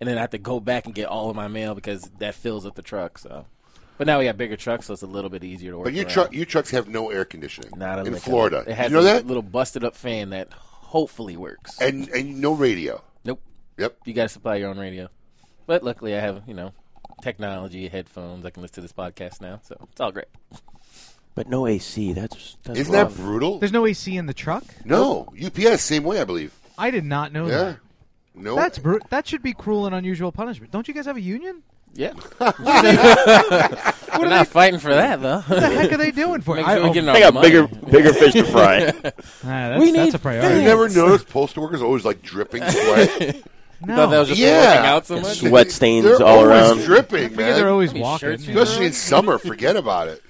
And then I have to go back and get all of my mail because that fills up the truck. So, but now we got bigger trucks, so it's a little bit easier to work.
But your
around.
truck, your trucks have no air conditioning.
Not a
in
lick of
Florida.
It, it has
you know
a
that?
little busted up fan that hopefully works.
And and no radio.
Nope.
Yep.
You got to supply your own radio. But luckily, I have you know technology, headphones. I can listen to this podcast now, so it's all great.
But no AC. That's, that's
Isn't that
rough.
brutal?
There's no AC in the truck?
No, UPS same way, I believe.
I did not know
Yeah.
that.
No.
That's bru- that should be cruel and unusual punishment. Don't you guys have a union?
Yeah.
What
We're
are
not
they-
fighting for that, though.
What the heck are they doing for it?
Make
I-
sure
oh,
we get our
They got
money.
bigger- bigger fish to fry. Ah, that's- We that's need a priority.
You never notice postal workers always like dripping sweat.
No. thought that was just
yeah.
working out so much?
Sweat stains
They're
all
always
around.
I
dripping,
figure
man.
they're always Any walking. shirts you
especially
know?
in summer. Forget about it.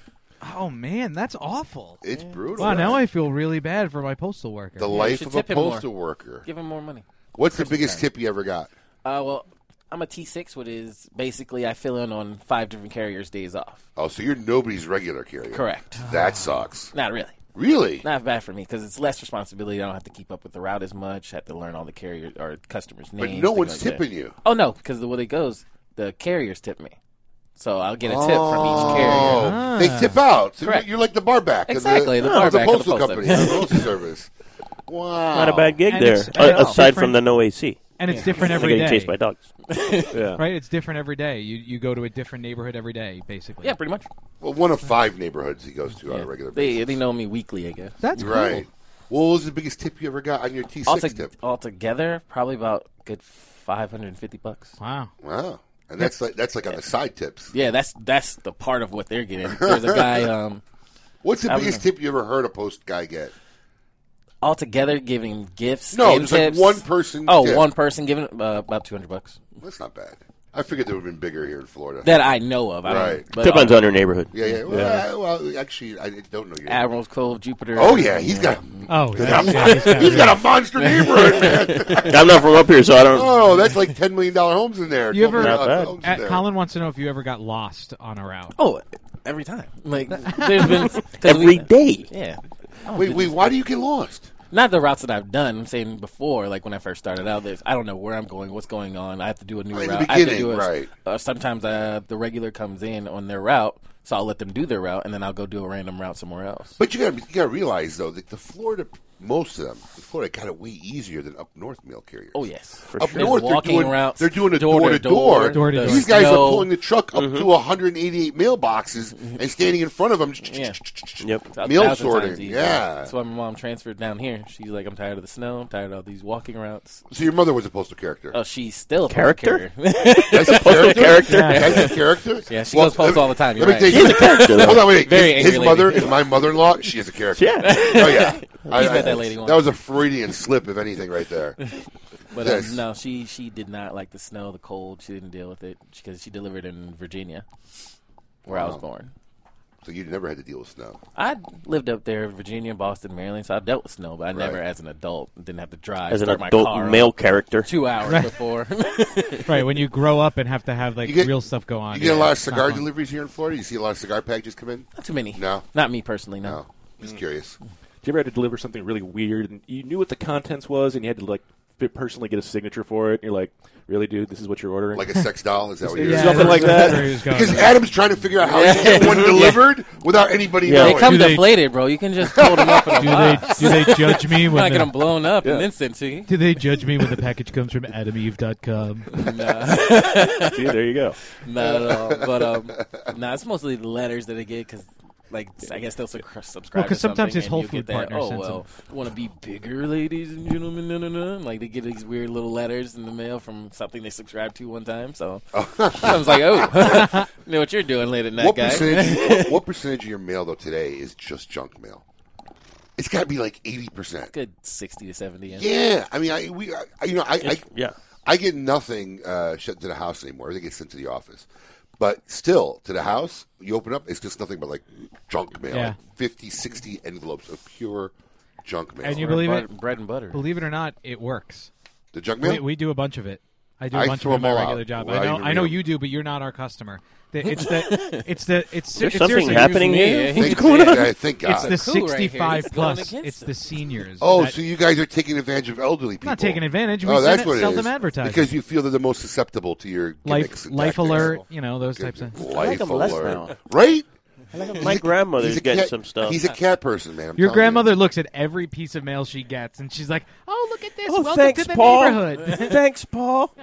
Oh man, that's awful.
It's brutal.
Wow, now I feel really bad for my postal worker.
The
You
life
should
of a
tip him more.
postal worker.
Give him more money.
What's the
Christmas
biggest
time.
tip you ever got?
Uh, well, I'm a T6, which is basically I fill in on five different carriers' days off.
Oh, so you're nobody's regular carrier.
Correct.
That sucks.
Not really.
Really?
Not bad for me because it's less responsibility. I don't have to keep up with the route as much. I have to learn all the carrier or customers' names.
But no
things
one's
like that.
tipping you.
Oh no, because the way it goes, the carriers tip me, so I'll get a tip
Oh.
from each carrier.
Ah.
They tip out. So
Correct.
You're like the bar back. of
Exactly,
The,
the bar
of the
back of the
postal
post
company.
office.
the postal service. Wow.
Not a bad gig
And
there.
it's- and
a-
it's
aside
different-
from the no AC.
and it's different
Like
every
getting
day.
chased by dogs.
Right? It's different every day. You you go to a different neighborhood every day, basically.
Yeah, pretty much.
Well, one of five neighborhoods he goes to on a regular basis.
They they know me weekly, I guess.
That's cool.
right. Well, what was the biggest tip you ever got on your T6
Alto-
tip?
altogether, probably about good five hundred and fifty bucks.
Wow.
Wow. And that's like that's like on the side tips.
Yeah, that's that's the part of what they're getting. There's a guy. Um,
What's the
I don't
biggest
know.
tip you ever heard a post guy get?
altogether giving gifts?
No,
and
just like
tips.
one person
Oh,
tip.
one person giving uh, about two hundred bucks.
That's not bad. I figured they would have been bigger here in Florida.
That I know of. I don't-
right.
but Depends I'll- on your
neighborhood.
Yeah, yeah. Well,
Yeah.
I- well, actually, I don't know your
Admiral's Cove, Jupiter.
Oh, yeah. He's got a,
Oh,
he's
yeah.
got
Yeah,
a,
he's got-
he's got a monster neighborhood, man.
I'm not from up here, so I don't-
Oh, that's like $10 million homes in there.
You ever?
$12 million
uh,
homes in
at,
there.
Colin wants to know if you ever got lost on a route.
Oh, every time. Like there's been 'cause
Every
we-
day. Oh,
Yeah.
Wait, wait,
Why do you get lost?
Not the routes that I've done. I'm saying before, like when I first started out, there's I don't know where I'm going, what's going on. I have to do a new
Right, in the
route. I have to
beginning,
do a,
right.
Uh, sometimes uh, the regular comes in on their route, so I'll let them do their route, and then I'll go do a random route somewhere else.
But you got you got to realize though that the Florida, most of them, the Florida got it way easier than up north mail carriers.
Oh yes, for
up
sure.
north
There's walking
they're doing
routes,
they're doing a
door
door
to
to
door, door
door.
to
These
door.
guys are
Snow. Mm-hmm.
pulling the truck up to 188 mailboxes and standing in front of them.
A
Mail
thousand
sorting.
times easier.
Yeah.
That's why my mom transferred down here. She's like, I'm tired of the snow. I'm tired of all these walking routes.
So your mother was a postal character.
Oh, she's still a
Character?
postal
That's a Postal character? character? That's a character?
Yeah, she
Well,
goes post
let me-
all the time.
let
You're
me
right.
take- Hold on, wait.
Very
his,
angry
his
lady.
mother is my mother-in-law. She is a character.
Yeah.
oh yeah.
He's met that lady once.
That was a Freudian slip, if anything, right there.
But
Yes.
um, no, she she did not like the snow, the cold. She didn't deal with it because she delivered in Virginia, where I was
Wow.
born.
So you never had to deal with snow.
I lived up there, Virginia, Boston, Maryland. So I've dealt with snow, but I never, as an adult, didn't have to drive.
As an
start my
adult
car up
male character.
two hours
Right.
before.
right when you grow up and have to have like
You get-
real stuff go on.
um,
You get a lot of
It's not
cigar
Uh-huh.
fun.
deliveries here in Florida. You see a lot of cigar packages come in.
Not too many.
No,
not me personally. No.
Just curious.
Mm. Did you ever have to deliver something really weird and you knew what the contents was and you had to like fi- personally get a signature for it and you're like, really, dude, this is what you're ordering?
Like a sex doll? Is that what
It's
you're
Something like that.
Because Adam's trying to figure out how to get one delivered without anybody
Yeah.
knowing.
They come deflated, bro. You can just hold them up in a
Do
box.
they do they judge me
You're
when
not
the-
get them blown up and then sent to you?
Do they judge me when the package comes from AdamEve.com?
See,
there you go.
Not at all. But um, no, it's mostly the letters that I get because, like, I guess they'll su- subscribe.
Well, 'cause
because
sometimes his Whole
you
Food
get that,
partner
Oh
sends
well, want to be bigger, ladies and gentlemen. No, no, no. Like they get these weird little letters in the mail from something they subscribed to one time. So I was like, oh, know what you're doing late at night,
what
guy.
Percentage, what, what percentage of your mail though today is just junk mail? It's got to be like eighty percent.
Good sixty to seventy. Yeah.
Yeah, I mean, I we, I, you know, I, I
yeah,
I get nothing uh, shipped to the house anymore. Everything gets sent to the office. But still, to the house, you open up, it's just nothing but like junk mail,
Yeah.
like 50, 60 envelopes of pure junk mail.
And you believe it?
Bread and butter.
Believe it or not, it works.
The junk mail?
We, we do a bunch of it. I do a
I
bunch
throw
of it in my
them all
regular
out.
job.
Well,
I know.
you
I know
read
you do, but you're not our customer. The- It's the. It's the. It's.
There's
it's
something
seriously-
happening
it's-
here.
it's-
What's going on? Yeah, thank
It's
God.
the
Cool right here.
65
He's going
plus.
against
It's the seniors.
Oh,
that-
so you guys are taking advantage of elderly people?
Not taking advantage. We
oh, that's
send it-
what it
sell
is.
them advertising.
because you feel they're the most susceptible to your
life,
gimmicks and
life
tactics.
alert. You know those types of.
Life
I like 'em less
alert,
now.
right?
I like 'em-
He's
my
a-
grandmother's
he's a
getting
cat-
some stuff.
He's a cat person, man. I'm
Your
telling you.
grandmother looks at every piece of mail she gets, and she's like, "Oh, look at this!
Oh,
Welcome
thanks,
to the
Paul.
neighborhood."
Thanks, Paul.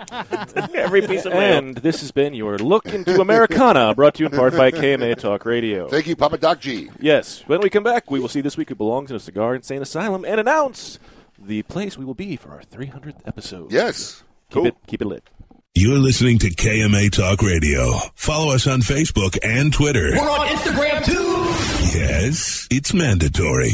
Every piece of mail.
And this has been your Look into Americana, brought to you in part by KMA Talk Radio.
Thank you, Papa Doc G.
Yes. When we come back, we will see this week who belongs in a cigar insane asylum and announce the place we will be for our 300th episode.
Yes.
Keep it keep it lit.
You're listening to KMA Talk Radio. Follow us on Facebook and Twitter.
We're on Instagram too.
Yes, it's mandatory.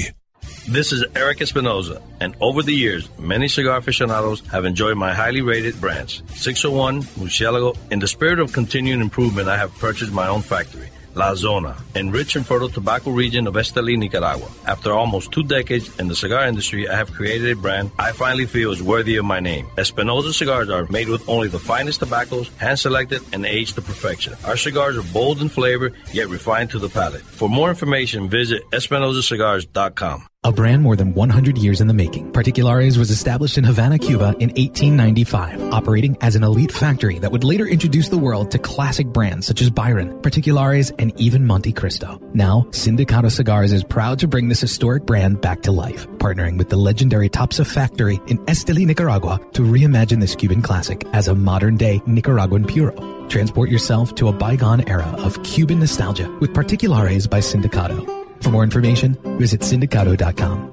This is Eric Espinoza, and over the years, many cigar aficionados have enjoyed my highly rated brands 601, Mucielago. In the spirit of continuing improvement, I have purchased my own factory, La Zona, in rich and fertile tobacco region of Esteli, Nicaragua. After almost two decades in the cigar industry, I have created a brand I finally feel is worthy of my name. Espinoza cigars are made with only the finest tobaccos, hand selected and aged to perfection. Our cigars are bold in flavor, yet refined to the palate. For more information, visit EspinozaCigars.com.
A brand more than 100 years in the making, Particulares was established in Havana, Cuba in 1895, operating as an elite factory that would later introduce the world to classic brands such as Byron, Particulares, and even Monte Cristo. Now, Sindicato Cigars is proud to bring this historic brand back to life, partnering with the legendary Topsa factory in Esteli, Nicaragua to reimagine this Cuban classic as a modern-day Nicaraguan Puro. Transport yourself to a bygone era of Cuban nostalgia with Particulares by Sindicato. For more information, visit sindicato.com.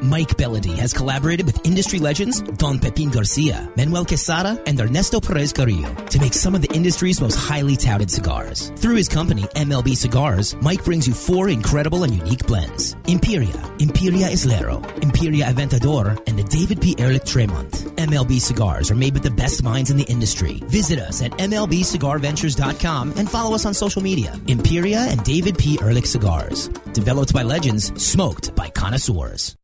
Mike Bellady has collaborated with industry legends Don Pepin Garcia, Manuel Quesada, and Ernesto Perez Carrillo to make some of the industry's most highly touted cigars. Through his company, MLB Cigars, Mike brings you four incredible and unique blends. Imperia, Imperia Islero, Imperia Aventador, and the David P. Ehrlich Tremont. MLB Cigars are made with the best minds in the industry. Visit us at MLBCigarVentures.com and follow us on social media. Imperia and David P. Ehrlich Cigars. Developed by legends, smoked by connoisseurs.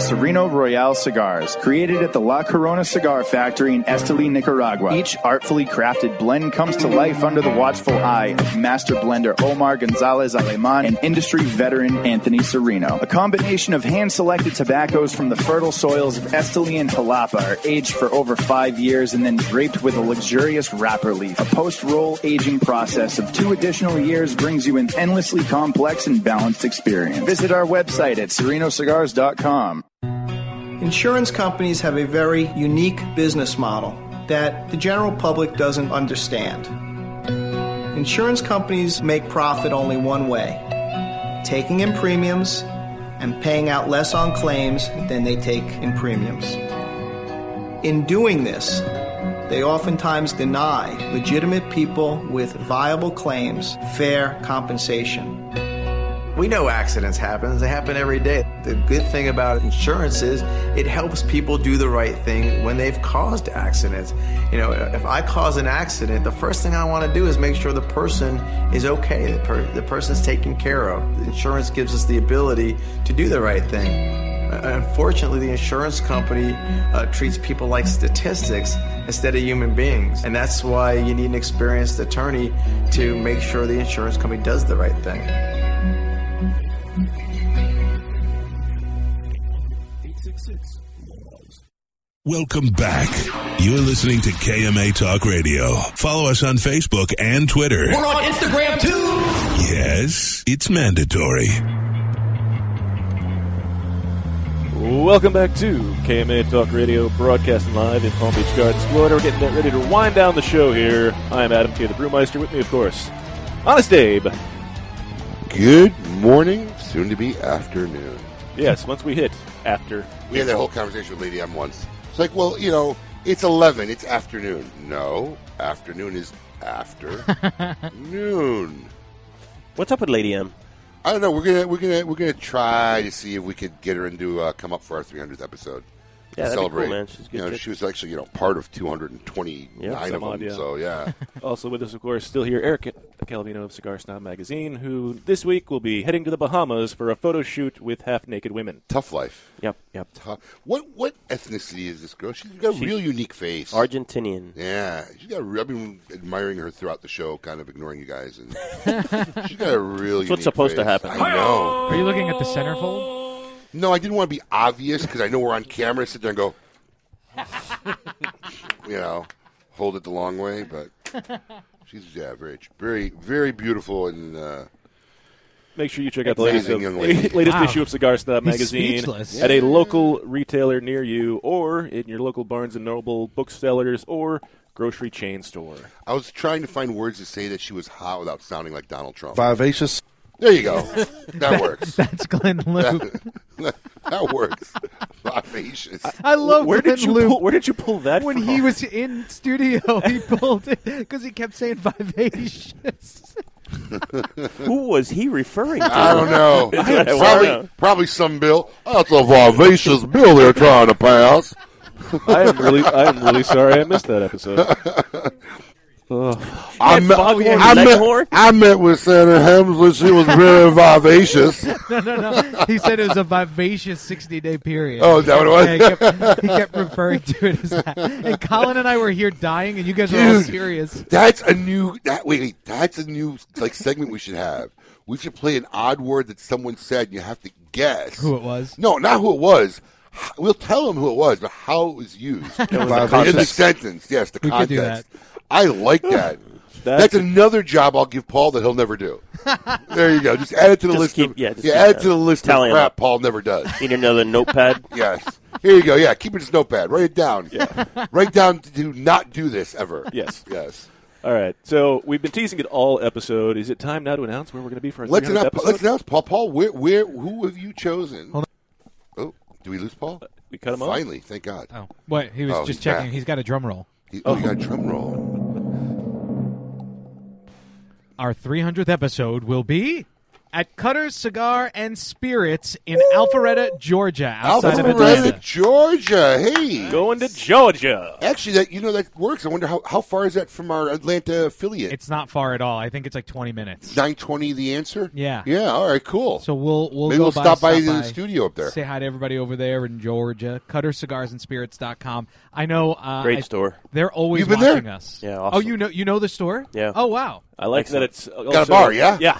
Sereno Royale cigars, created at the La Corona Cigar Factory in Esteli, Nicaragua. Each artfully crafted blend comes to life under the watchful eye of master blender Omar Gonzalez Aleman and industry veteran Anthony Sereno. A combination of hand-selected tobaccos from the fertile soils of Esteli and Jalapa are aged for over five years and then draped with a luxurious wrapper leaf. A post-roll aging process of two additional years brings you an endlessly complex and balanced experience. Visit our website at serenocigars.com.
Insurance companies have a very unique business model that the general public doesn't understand. Insurance companies make profit only one way taking in premiums and paying out less on claims than they take in premiums. In doing this, they oftentimes deny legitimate people with viable claims fair compensation.
We know accidents happen. They happen every day. The good thing about insurance is it helps people do the right thing when they've caused accidents. You know, if I cause an accident, the first thing I want to do is make sure the person is okay, the, per- the person's taken care of. The insurance gives us the ability to do the right thing. Uh, Unfortunately, the insurance company uh, treats people like statistics instead of human beings. And that's why you need an experienced attorney to make sure the insurance company does the right thing.
Welcome back. You're listening to KMA Talk Radio. Follow us on Facebook and Twitter.
We're on Instagram too.
Yes, it's mandatory.
Welcome back to KMA Talk Radio, broadcasting live in Palm Beach Gardens, Florida. We're getting ready to wind down the show here. I am Adam K. the Brewmeister, with me, of course, Honest Abe.
Good morning, soon to be afternoon.
Yes, once we hit after.
We had that whole conversation with Lady M once. It's like, well, you know, it's 11, it's afternoon. No, afternoon is after noon.
What's up with Lady M?
I don't know. We're gonna we're gonna we're gonna try to see if we could get her into uh, come up for our 300th episode.
Yeah,
To
that'd be
celebrate.
cool, man. She's a good
you know,
chick.
she was actually you know part of 229
Yeah,
of
some
them.
odd, yeah.
So yeah,
also with us, of course, still here, Eric Calvino of Cigar Snob Magazine, who this week will be heading to the Bahamas for a photo shoot with half-naked women.
Tough life.
Yep, yep.
Huh. What what ethnicity is this girl? She's got a
She's
real unique face.
Argentinian.
Yeah, she's got. a re- I've been admiring her throughout the show, kind of ignoring you guys, and she's got a real.
That's
unique
what's supposed to
face.
happen.
I know.
Are you looking at the centerfold?
No, I didn't want to be obvious because I know we're on camera. Sit there and go, you know, hold it the long way. But she's yeah, very, very, very beautiful and. Uh,
Make sure you check out the latest,
Amazing young lady.
latest
Wow.
issue of Cigar Snob
He's
magazine
speechless.
at a local retailer near you, or in your local Barnes and Noble booksellers or grocery chain store.
I was trying to find words to say that she was hot without sounding like Donald Trump.
Vivacious.
There you go. That works.
That's Glenn Lou.
That, that works. Vivacious.
I love
Where
Glenn
did you
Lou.
pull-
where did you pull that
When he was in studio, he pulled it because he kept saying vivacious.
Who was he referring to?
I don't know.
That's what I wanna know.
probably, probably some bill. That's a vivacious bill they're trying to pass.
I am really, I am really sorry I missed that episode.
I met, I, met, I met with Santa Hemsley. She was very vivacious.
no, no, no. He said it was a vivacious 60 day period.
Oh, is that what it was?
Yeah, he, kept, he kept referring to it as that. And Colin and I were here dying, and you guys were all
Dude,
serious.
That's a new that wait, wait, that's a new like segment we should have. We should play an odd word that someone said and you have to guess.
Who it was.
No, not who it was. H- We'll tell them who it was, but how it was used.
the
In the
context.
sentence. Yes, the
We could do
context. I like that.
That's-
That's, another job I'll give Paul that he'll never do. there you go. Just add it to the
Just
list.
keep-
of,
yeah, just keep
add it
that.
to the list
Tally
of
'em
crap
up.
Paul never does.
Need another notepad?
yes. Here you go. Yeah, keep it in his notepad. Write it down. Write down. Do not do this ever.
Yes.
Yes.
All right, so we've been teasing it all episode. Is it time now to announce where we're going to be for our
Let's
300th
announce,
episode?
let's announce Paul. Paul, where, where, who have you chosen? Oh, do we lose Paul?
Uh, We cut him off?
Finally, thank God. Oh,
What? He was just
he's
checking.
back.
He's got a drum roll.
He, oh, he got a drum roll.
Our 300th episode will be at Cutter's Cigar and Spirits in Alpharetta, Georgia, outside of Atlanta.
Alpharetta, Georgia. Hey,
going to Georgia.
Actually, that you know that works. I wonder how, how far is that from our Atlanta affiliate?
It's not far at all. I think it's like 20 minutes.
nine twenty. The answer.
Yeah.
Yeah. All right. Cool.
So we'll we'll
maybe
go
we'll stop by, the
stop
studio up there.
Say hi to everybody over there in Georgia. CutterCigarsAndSpirits.com. I know. Uh,
Great
I-
store.
They're always
You've been there?
watching us.
Yeah,
Oh,
awesome.
you know you know the store.
Yeah.
Oh wow.
I like
Excellent.
that it's also,
Got a bar, oh, yeah?
Yeah.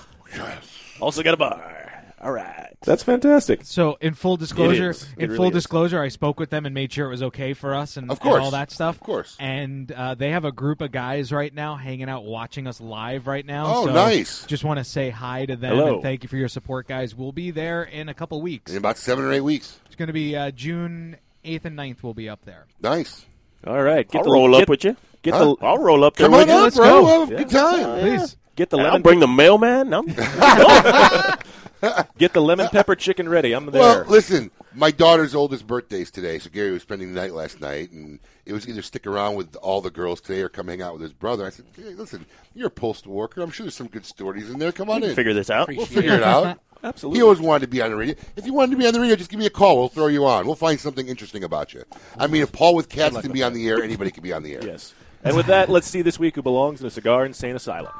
Also got a bar. All right. That's fantastic.
So in full disclosure,
It is.
in
It really
full
is.
disclosure, I spoke with them and made sure it was okay for us and,
Of
and
course.
all that stuff. Of
course.
And uh, they have a group of guys right now hanging out, watching us live right now.
Oh,
So
nice.
Just want to say hi to them
Hello.
and thank you for your support, guys. We'll be there in a couple weeks.
In about seven or eight weeks.
It's going to be uh, June eighth and 9th We'll be up there.
Nice.
All right.
I'll roll up
get-
with you.
Get
Huh?
the. I'll roll up there
Come on
with you.
up,
Let's
bro.
go.
Have a good time. Please.
Get the
And I'll
lemon.
bring the mailman. No.
get the lemon pepper chicken ready. I'm there.
Well, listen, my daughter's oldest birthday's today, so Gary was spending the night last night, and it was either stick around with all the girls today or come hang out with his brother. I said, hey, listen, you're a postal worker. I'm sure there's some good stories in there. Come on
We can
in.
figure this out.
We'll
Appreciate
figure
it.
it out.
Absolutely.
He always wanted to be on the radio. If you wanted to be on the radio, just give me a call. We'll throw you on. We'll find something interesting about you. I mean, if Paul with cats can be on the air, anybody can be on the air.
Yes. And with that, let's see this week who belongs in a cigar insane asylum.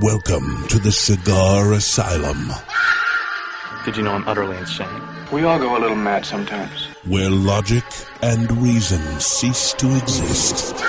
Welcome to the Cigar Asylum,
Did you know I'm utterly insane? We all go a little mad sometimes.
where logic and reason cease to exist.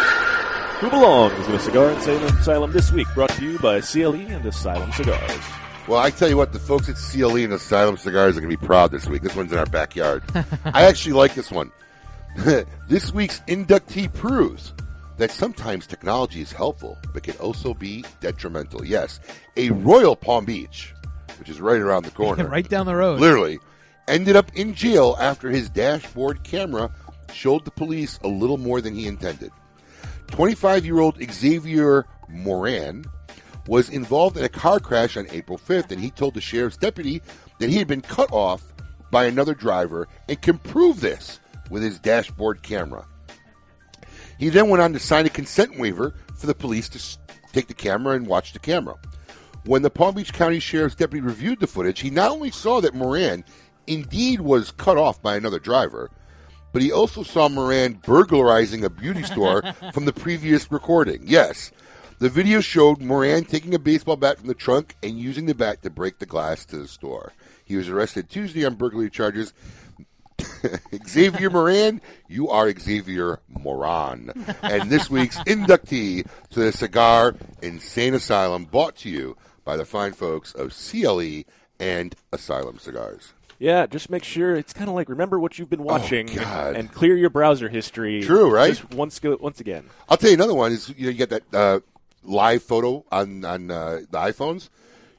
Who belongs in a cigar insane asylum this week? Brought to you by CLE and Asylum Cigars.
Well, I tell you what, the folks at CLE and Asylum Cigars are going to be proud this week. This one's in our backyard. I actually like this one. this week's inductee proves that sometimes technology is helpful, but can also be detrimental. Yes, a Royal Palm Beach, which is right around the corner,
right down the road.
literally, ended up in jail after his dashboard camera showed the police a little more than he intended. 25 year old Xavier Moran was involved in a car crash on April 5th, and he told the sheriff's deputy that he had been cut off by another driver and can prove this with his dashboard camera. He then went on to sign a consent waiver for the police to s- take the camera and watch the camera. When the Palm Beach County Sheriff's deputy reviewed the footage, he not only saw that Moran indeed was cut off by another driver, but he also saw Moran burglarizing a beauty store from the previous recording. Yes, the video showed Moran taking a baseball bat from the trunk and using the bat to break the glass to the store. He was arrested Tuesday on burglary charges. Xavier Moran, you are Xavier Moran. And this week's inductee to the Cigar Insane Asylum, brought to you by the fine folks of CLE and Asylum Cigars.
Yeah, just make sure it's kind of like remember what you've been watching and, and clear your browser history.
Oh, True, right?
Just once, go, once again.
I'll tell you another one is you know you get that uh, live photo on on uh, the iPhones.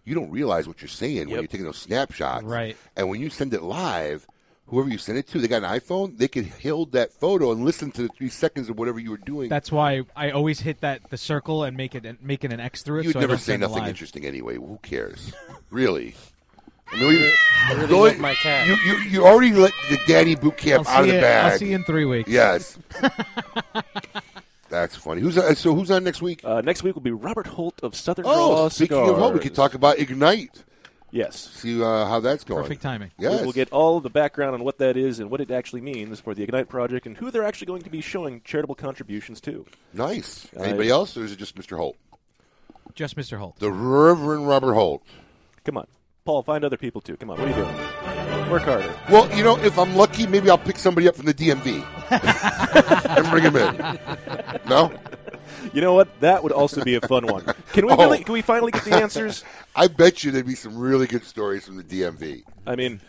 You don't realize what you're saying when you're taking those snapshots,
Right.
And when you send it live, whoever you send it to, they got an iPhone. They can hold that photo and listen to the three seconds of whatever you were doing.
That's why I always hit that the circle and make it making an X through it.
You'd
so I
never
don't
say
send it
nothing
live.
interesting anyway. Who cares? really? I mean, we-
I really
the
love
only-
my cat.
You, you, you already let the daddy boot camp
I'll
out of
see
the
you-
bag.
I'll see you in three weeks.
Yes. That's funny. Who's uh, so? Who's on next week?
Uh, next week will be Robert Holt of Southern
Oh,
Draw
speaking of home, we could talk about Ignite.
Yes.
See uh, how that's going. Yes.
We'll get all of the background on what that is and what it actually means for the Ignite project and who they're actually going to be showing charitable contributions to.
nice.
Uh,
Anybody else, or is it just Mr. Holt?
Just Mr. Holt.
The Reverend Robert Holt.
Come on. Paul, find other people too. Come on. What are you doing? Work harder.
Well, you know, if I'm lucky, maybe I'll pick somebody up from the DMV and bring him in. No.
You know what? That would also be a fun one. Can we really- can we finally get the answers?
Oh. I bet you there'd be some really good stories from the DMV.
I mean,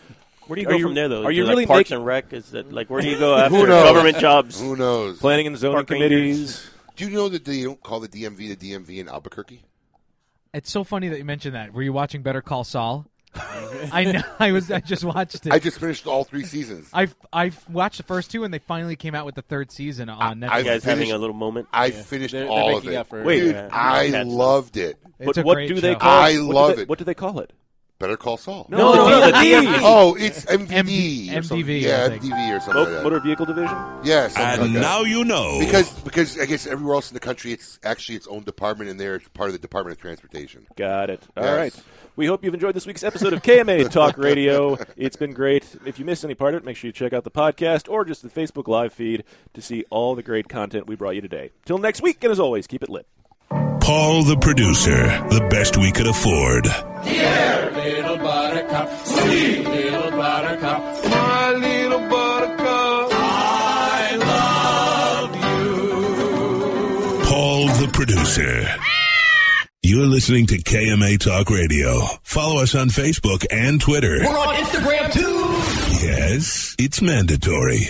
Where do you
Are
go
you-
from there, though?
are
Is
you
it
really
like Parks
naked-
and Rec? Is that like where do you go after
Who knows?
government jobs?
Who knows?
Planning and zoning
Park rangers.
committees.
Do you know that they don't call the DMV the DMV in Albuquerque?
It's so funny that you mentioned that. Were you watching Better Call Saul? I know. I was. I just watched it.
I just finished all three seasons.
I've I've watched the first two, and they finally came out with the third season on Netflix.
I finished- I finished all of it.
Wait,
Dude,
yeah.
I
That's-
loved it.
But what do they call
I
what do
love
they-
it.
What do they call it?
Better Call Saul.
No, No, no, no, the DMV. DMV.
Oh, it's MVD. or something.
MDV, I
Yeah,
think.
MDV or something.
Mo-
like that.
Motor Vehicle Division?
Yeah. something
And
like that.
now you know.
Because because I guess everywhere else in the country, it's actually its own department, and there it's part of the Department of Transportation.
Got it. All right.
Yes.
We hope you've enjoyed this week's episode of KMA Talk Radio. It's been great. If you missed any part of it, make sure you check out the podcast or just the Facebook live feed to see all the great content we brought you today. Till next week, and as always, keep it lit.
Paul the producer, the best we could afford.
Here, little buttercup, sweet little buttercup, my little buttercup, I love
Paul the producer. You're listening to KMA Talk Radio. Follow us on Facebook and Twitter.
We're on Instagram too.
Yes, it's mandatory.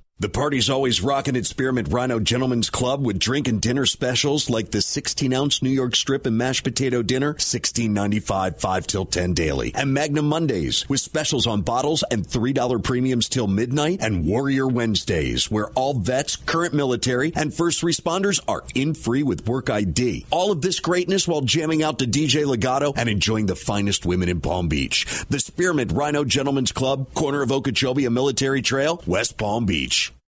The party's always rocking at Spearmint Rhino Gentlemen's Club with drink and dinner specials like the 16 ounce New York strip and mashed potato dinner, sixteen ninety five five till 10 daily. And Magnum Mondays with specials on bottles and $3 premiums till midnight. And Warrior Wednesdays, where all vets, current military, and first responders are in free with Work ID. All of this greatness while jamming out to DJ Legato and enjoying the finest women in Palm Beach. The Spearmint Rhino Gentlemen's Club, corner of Okeechobee and Military Trail, West Palm Beach.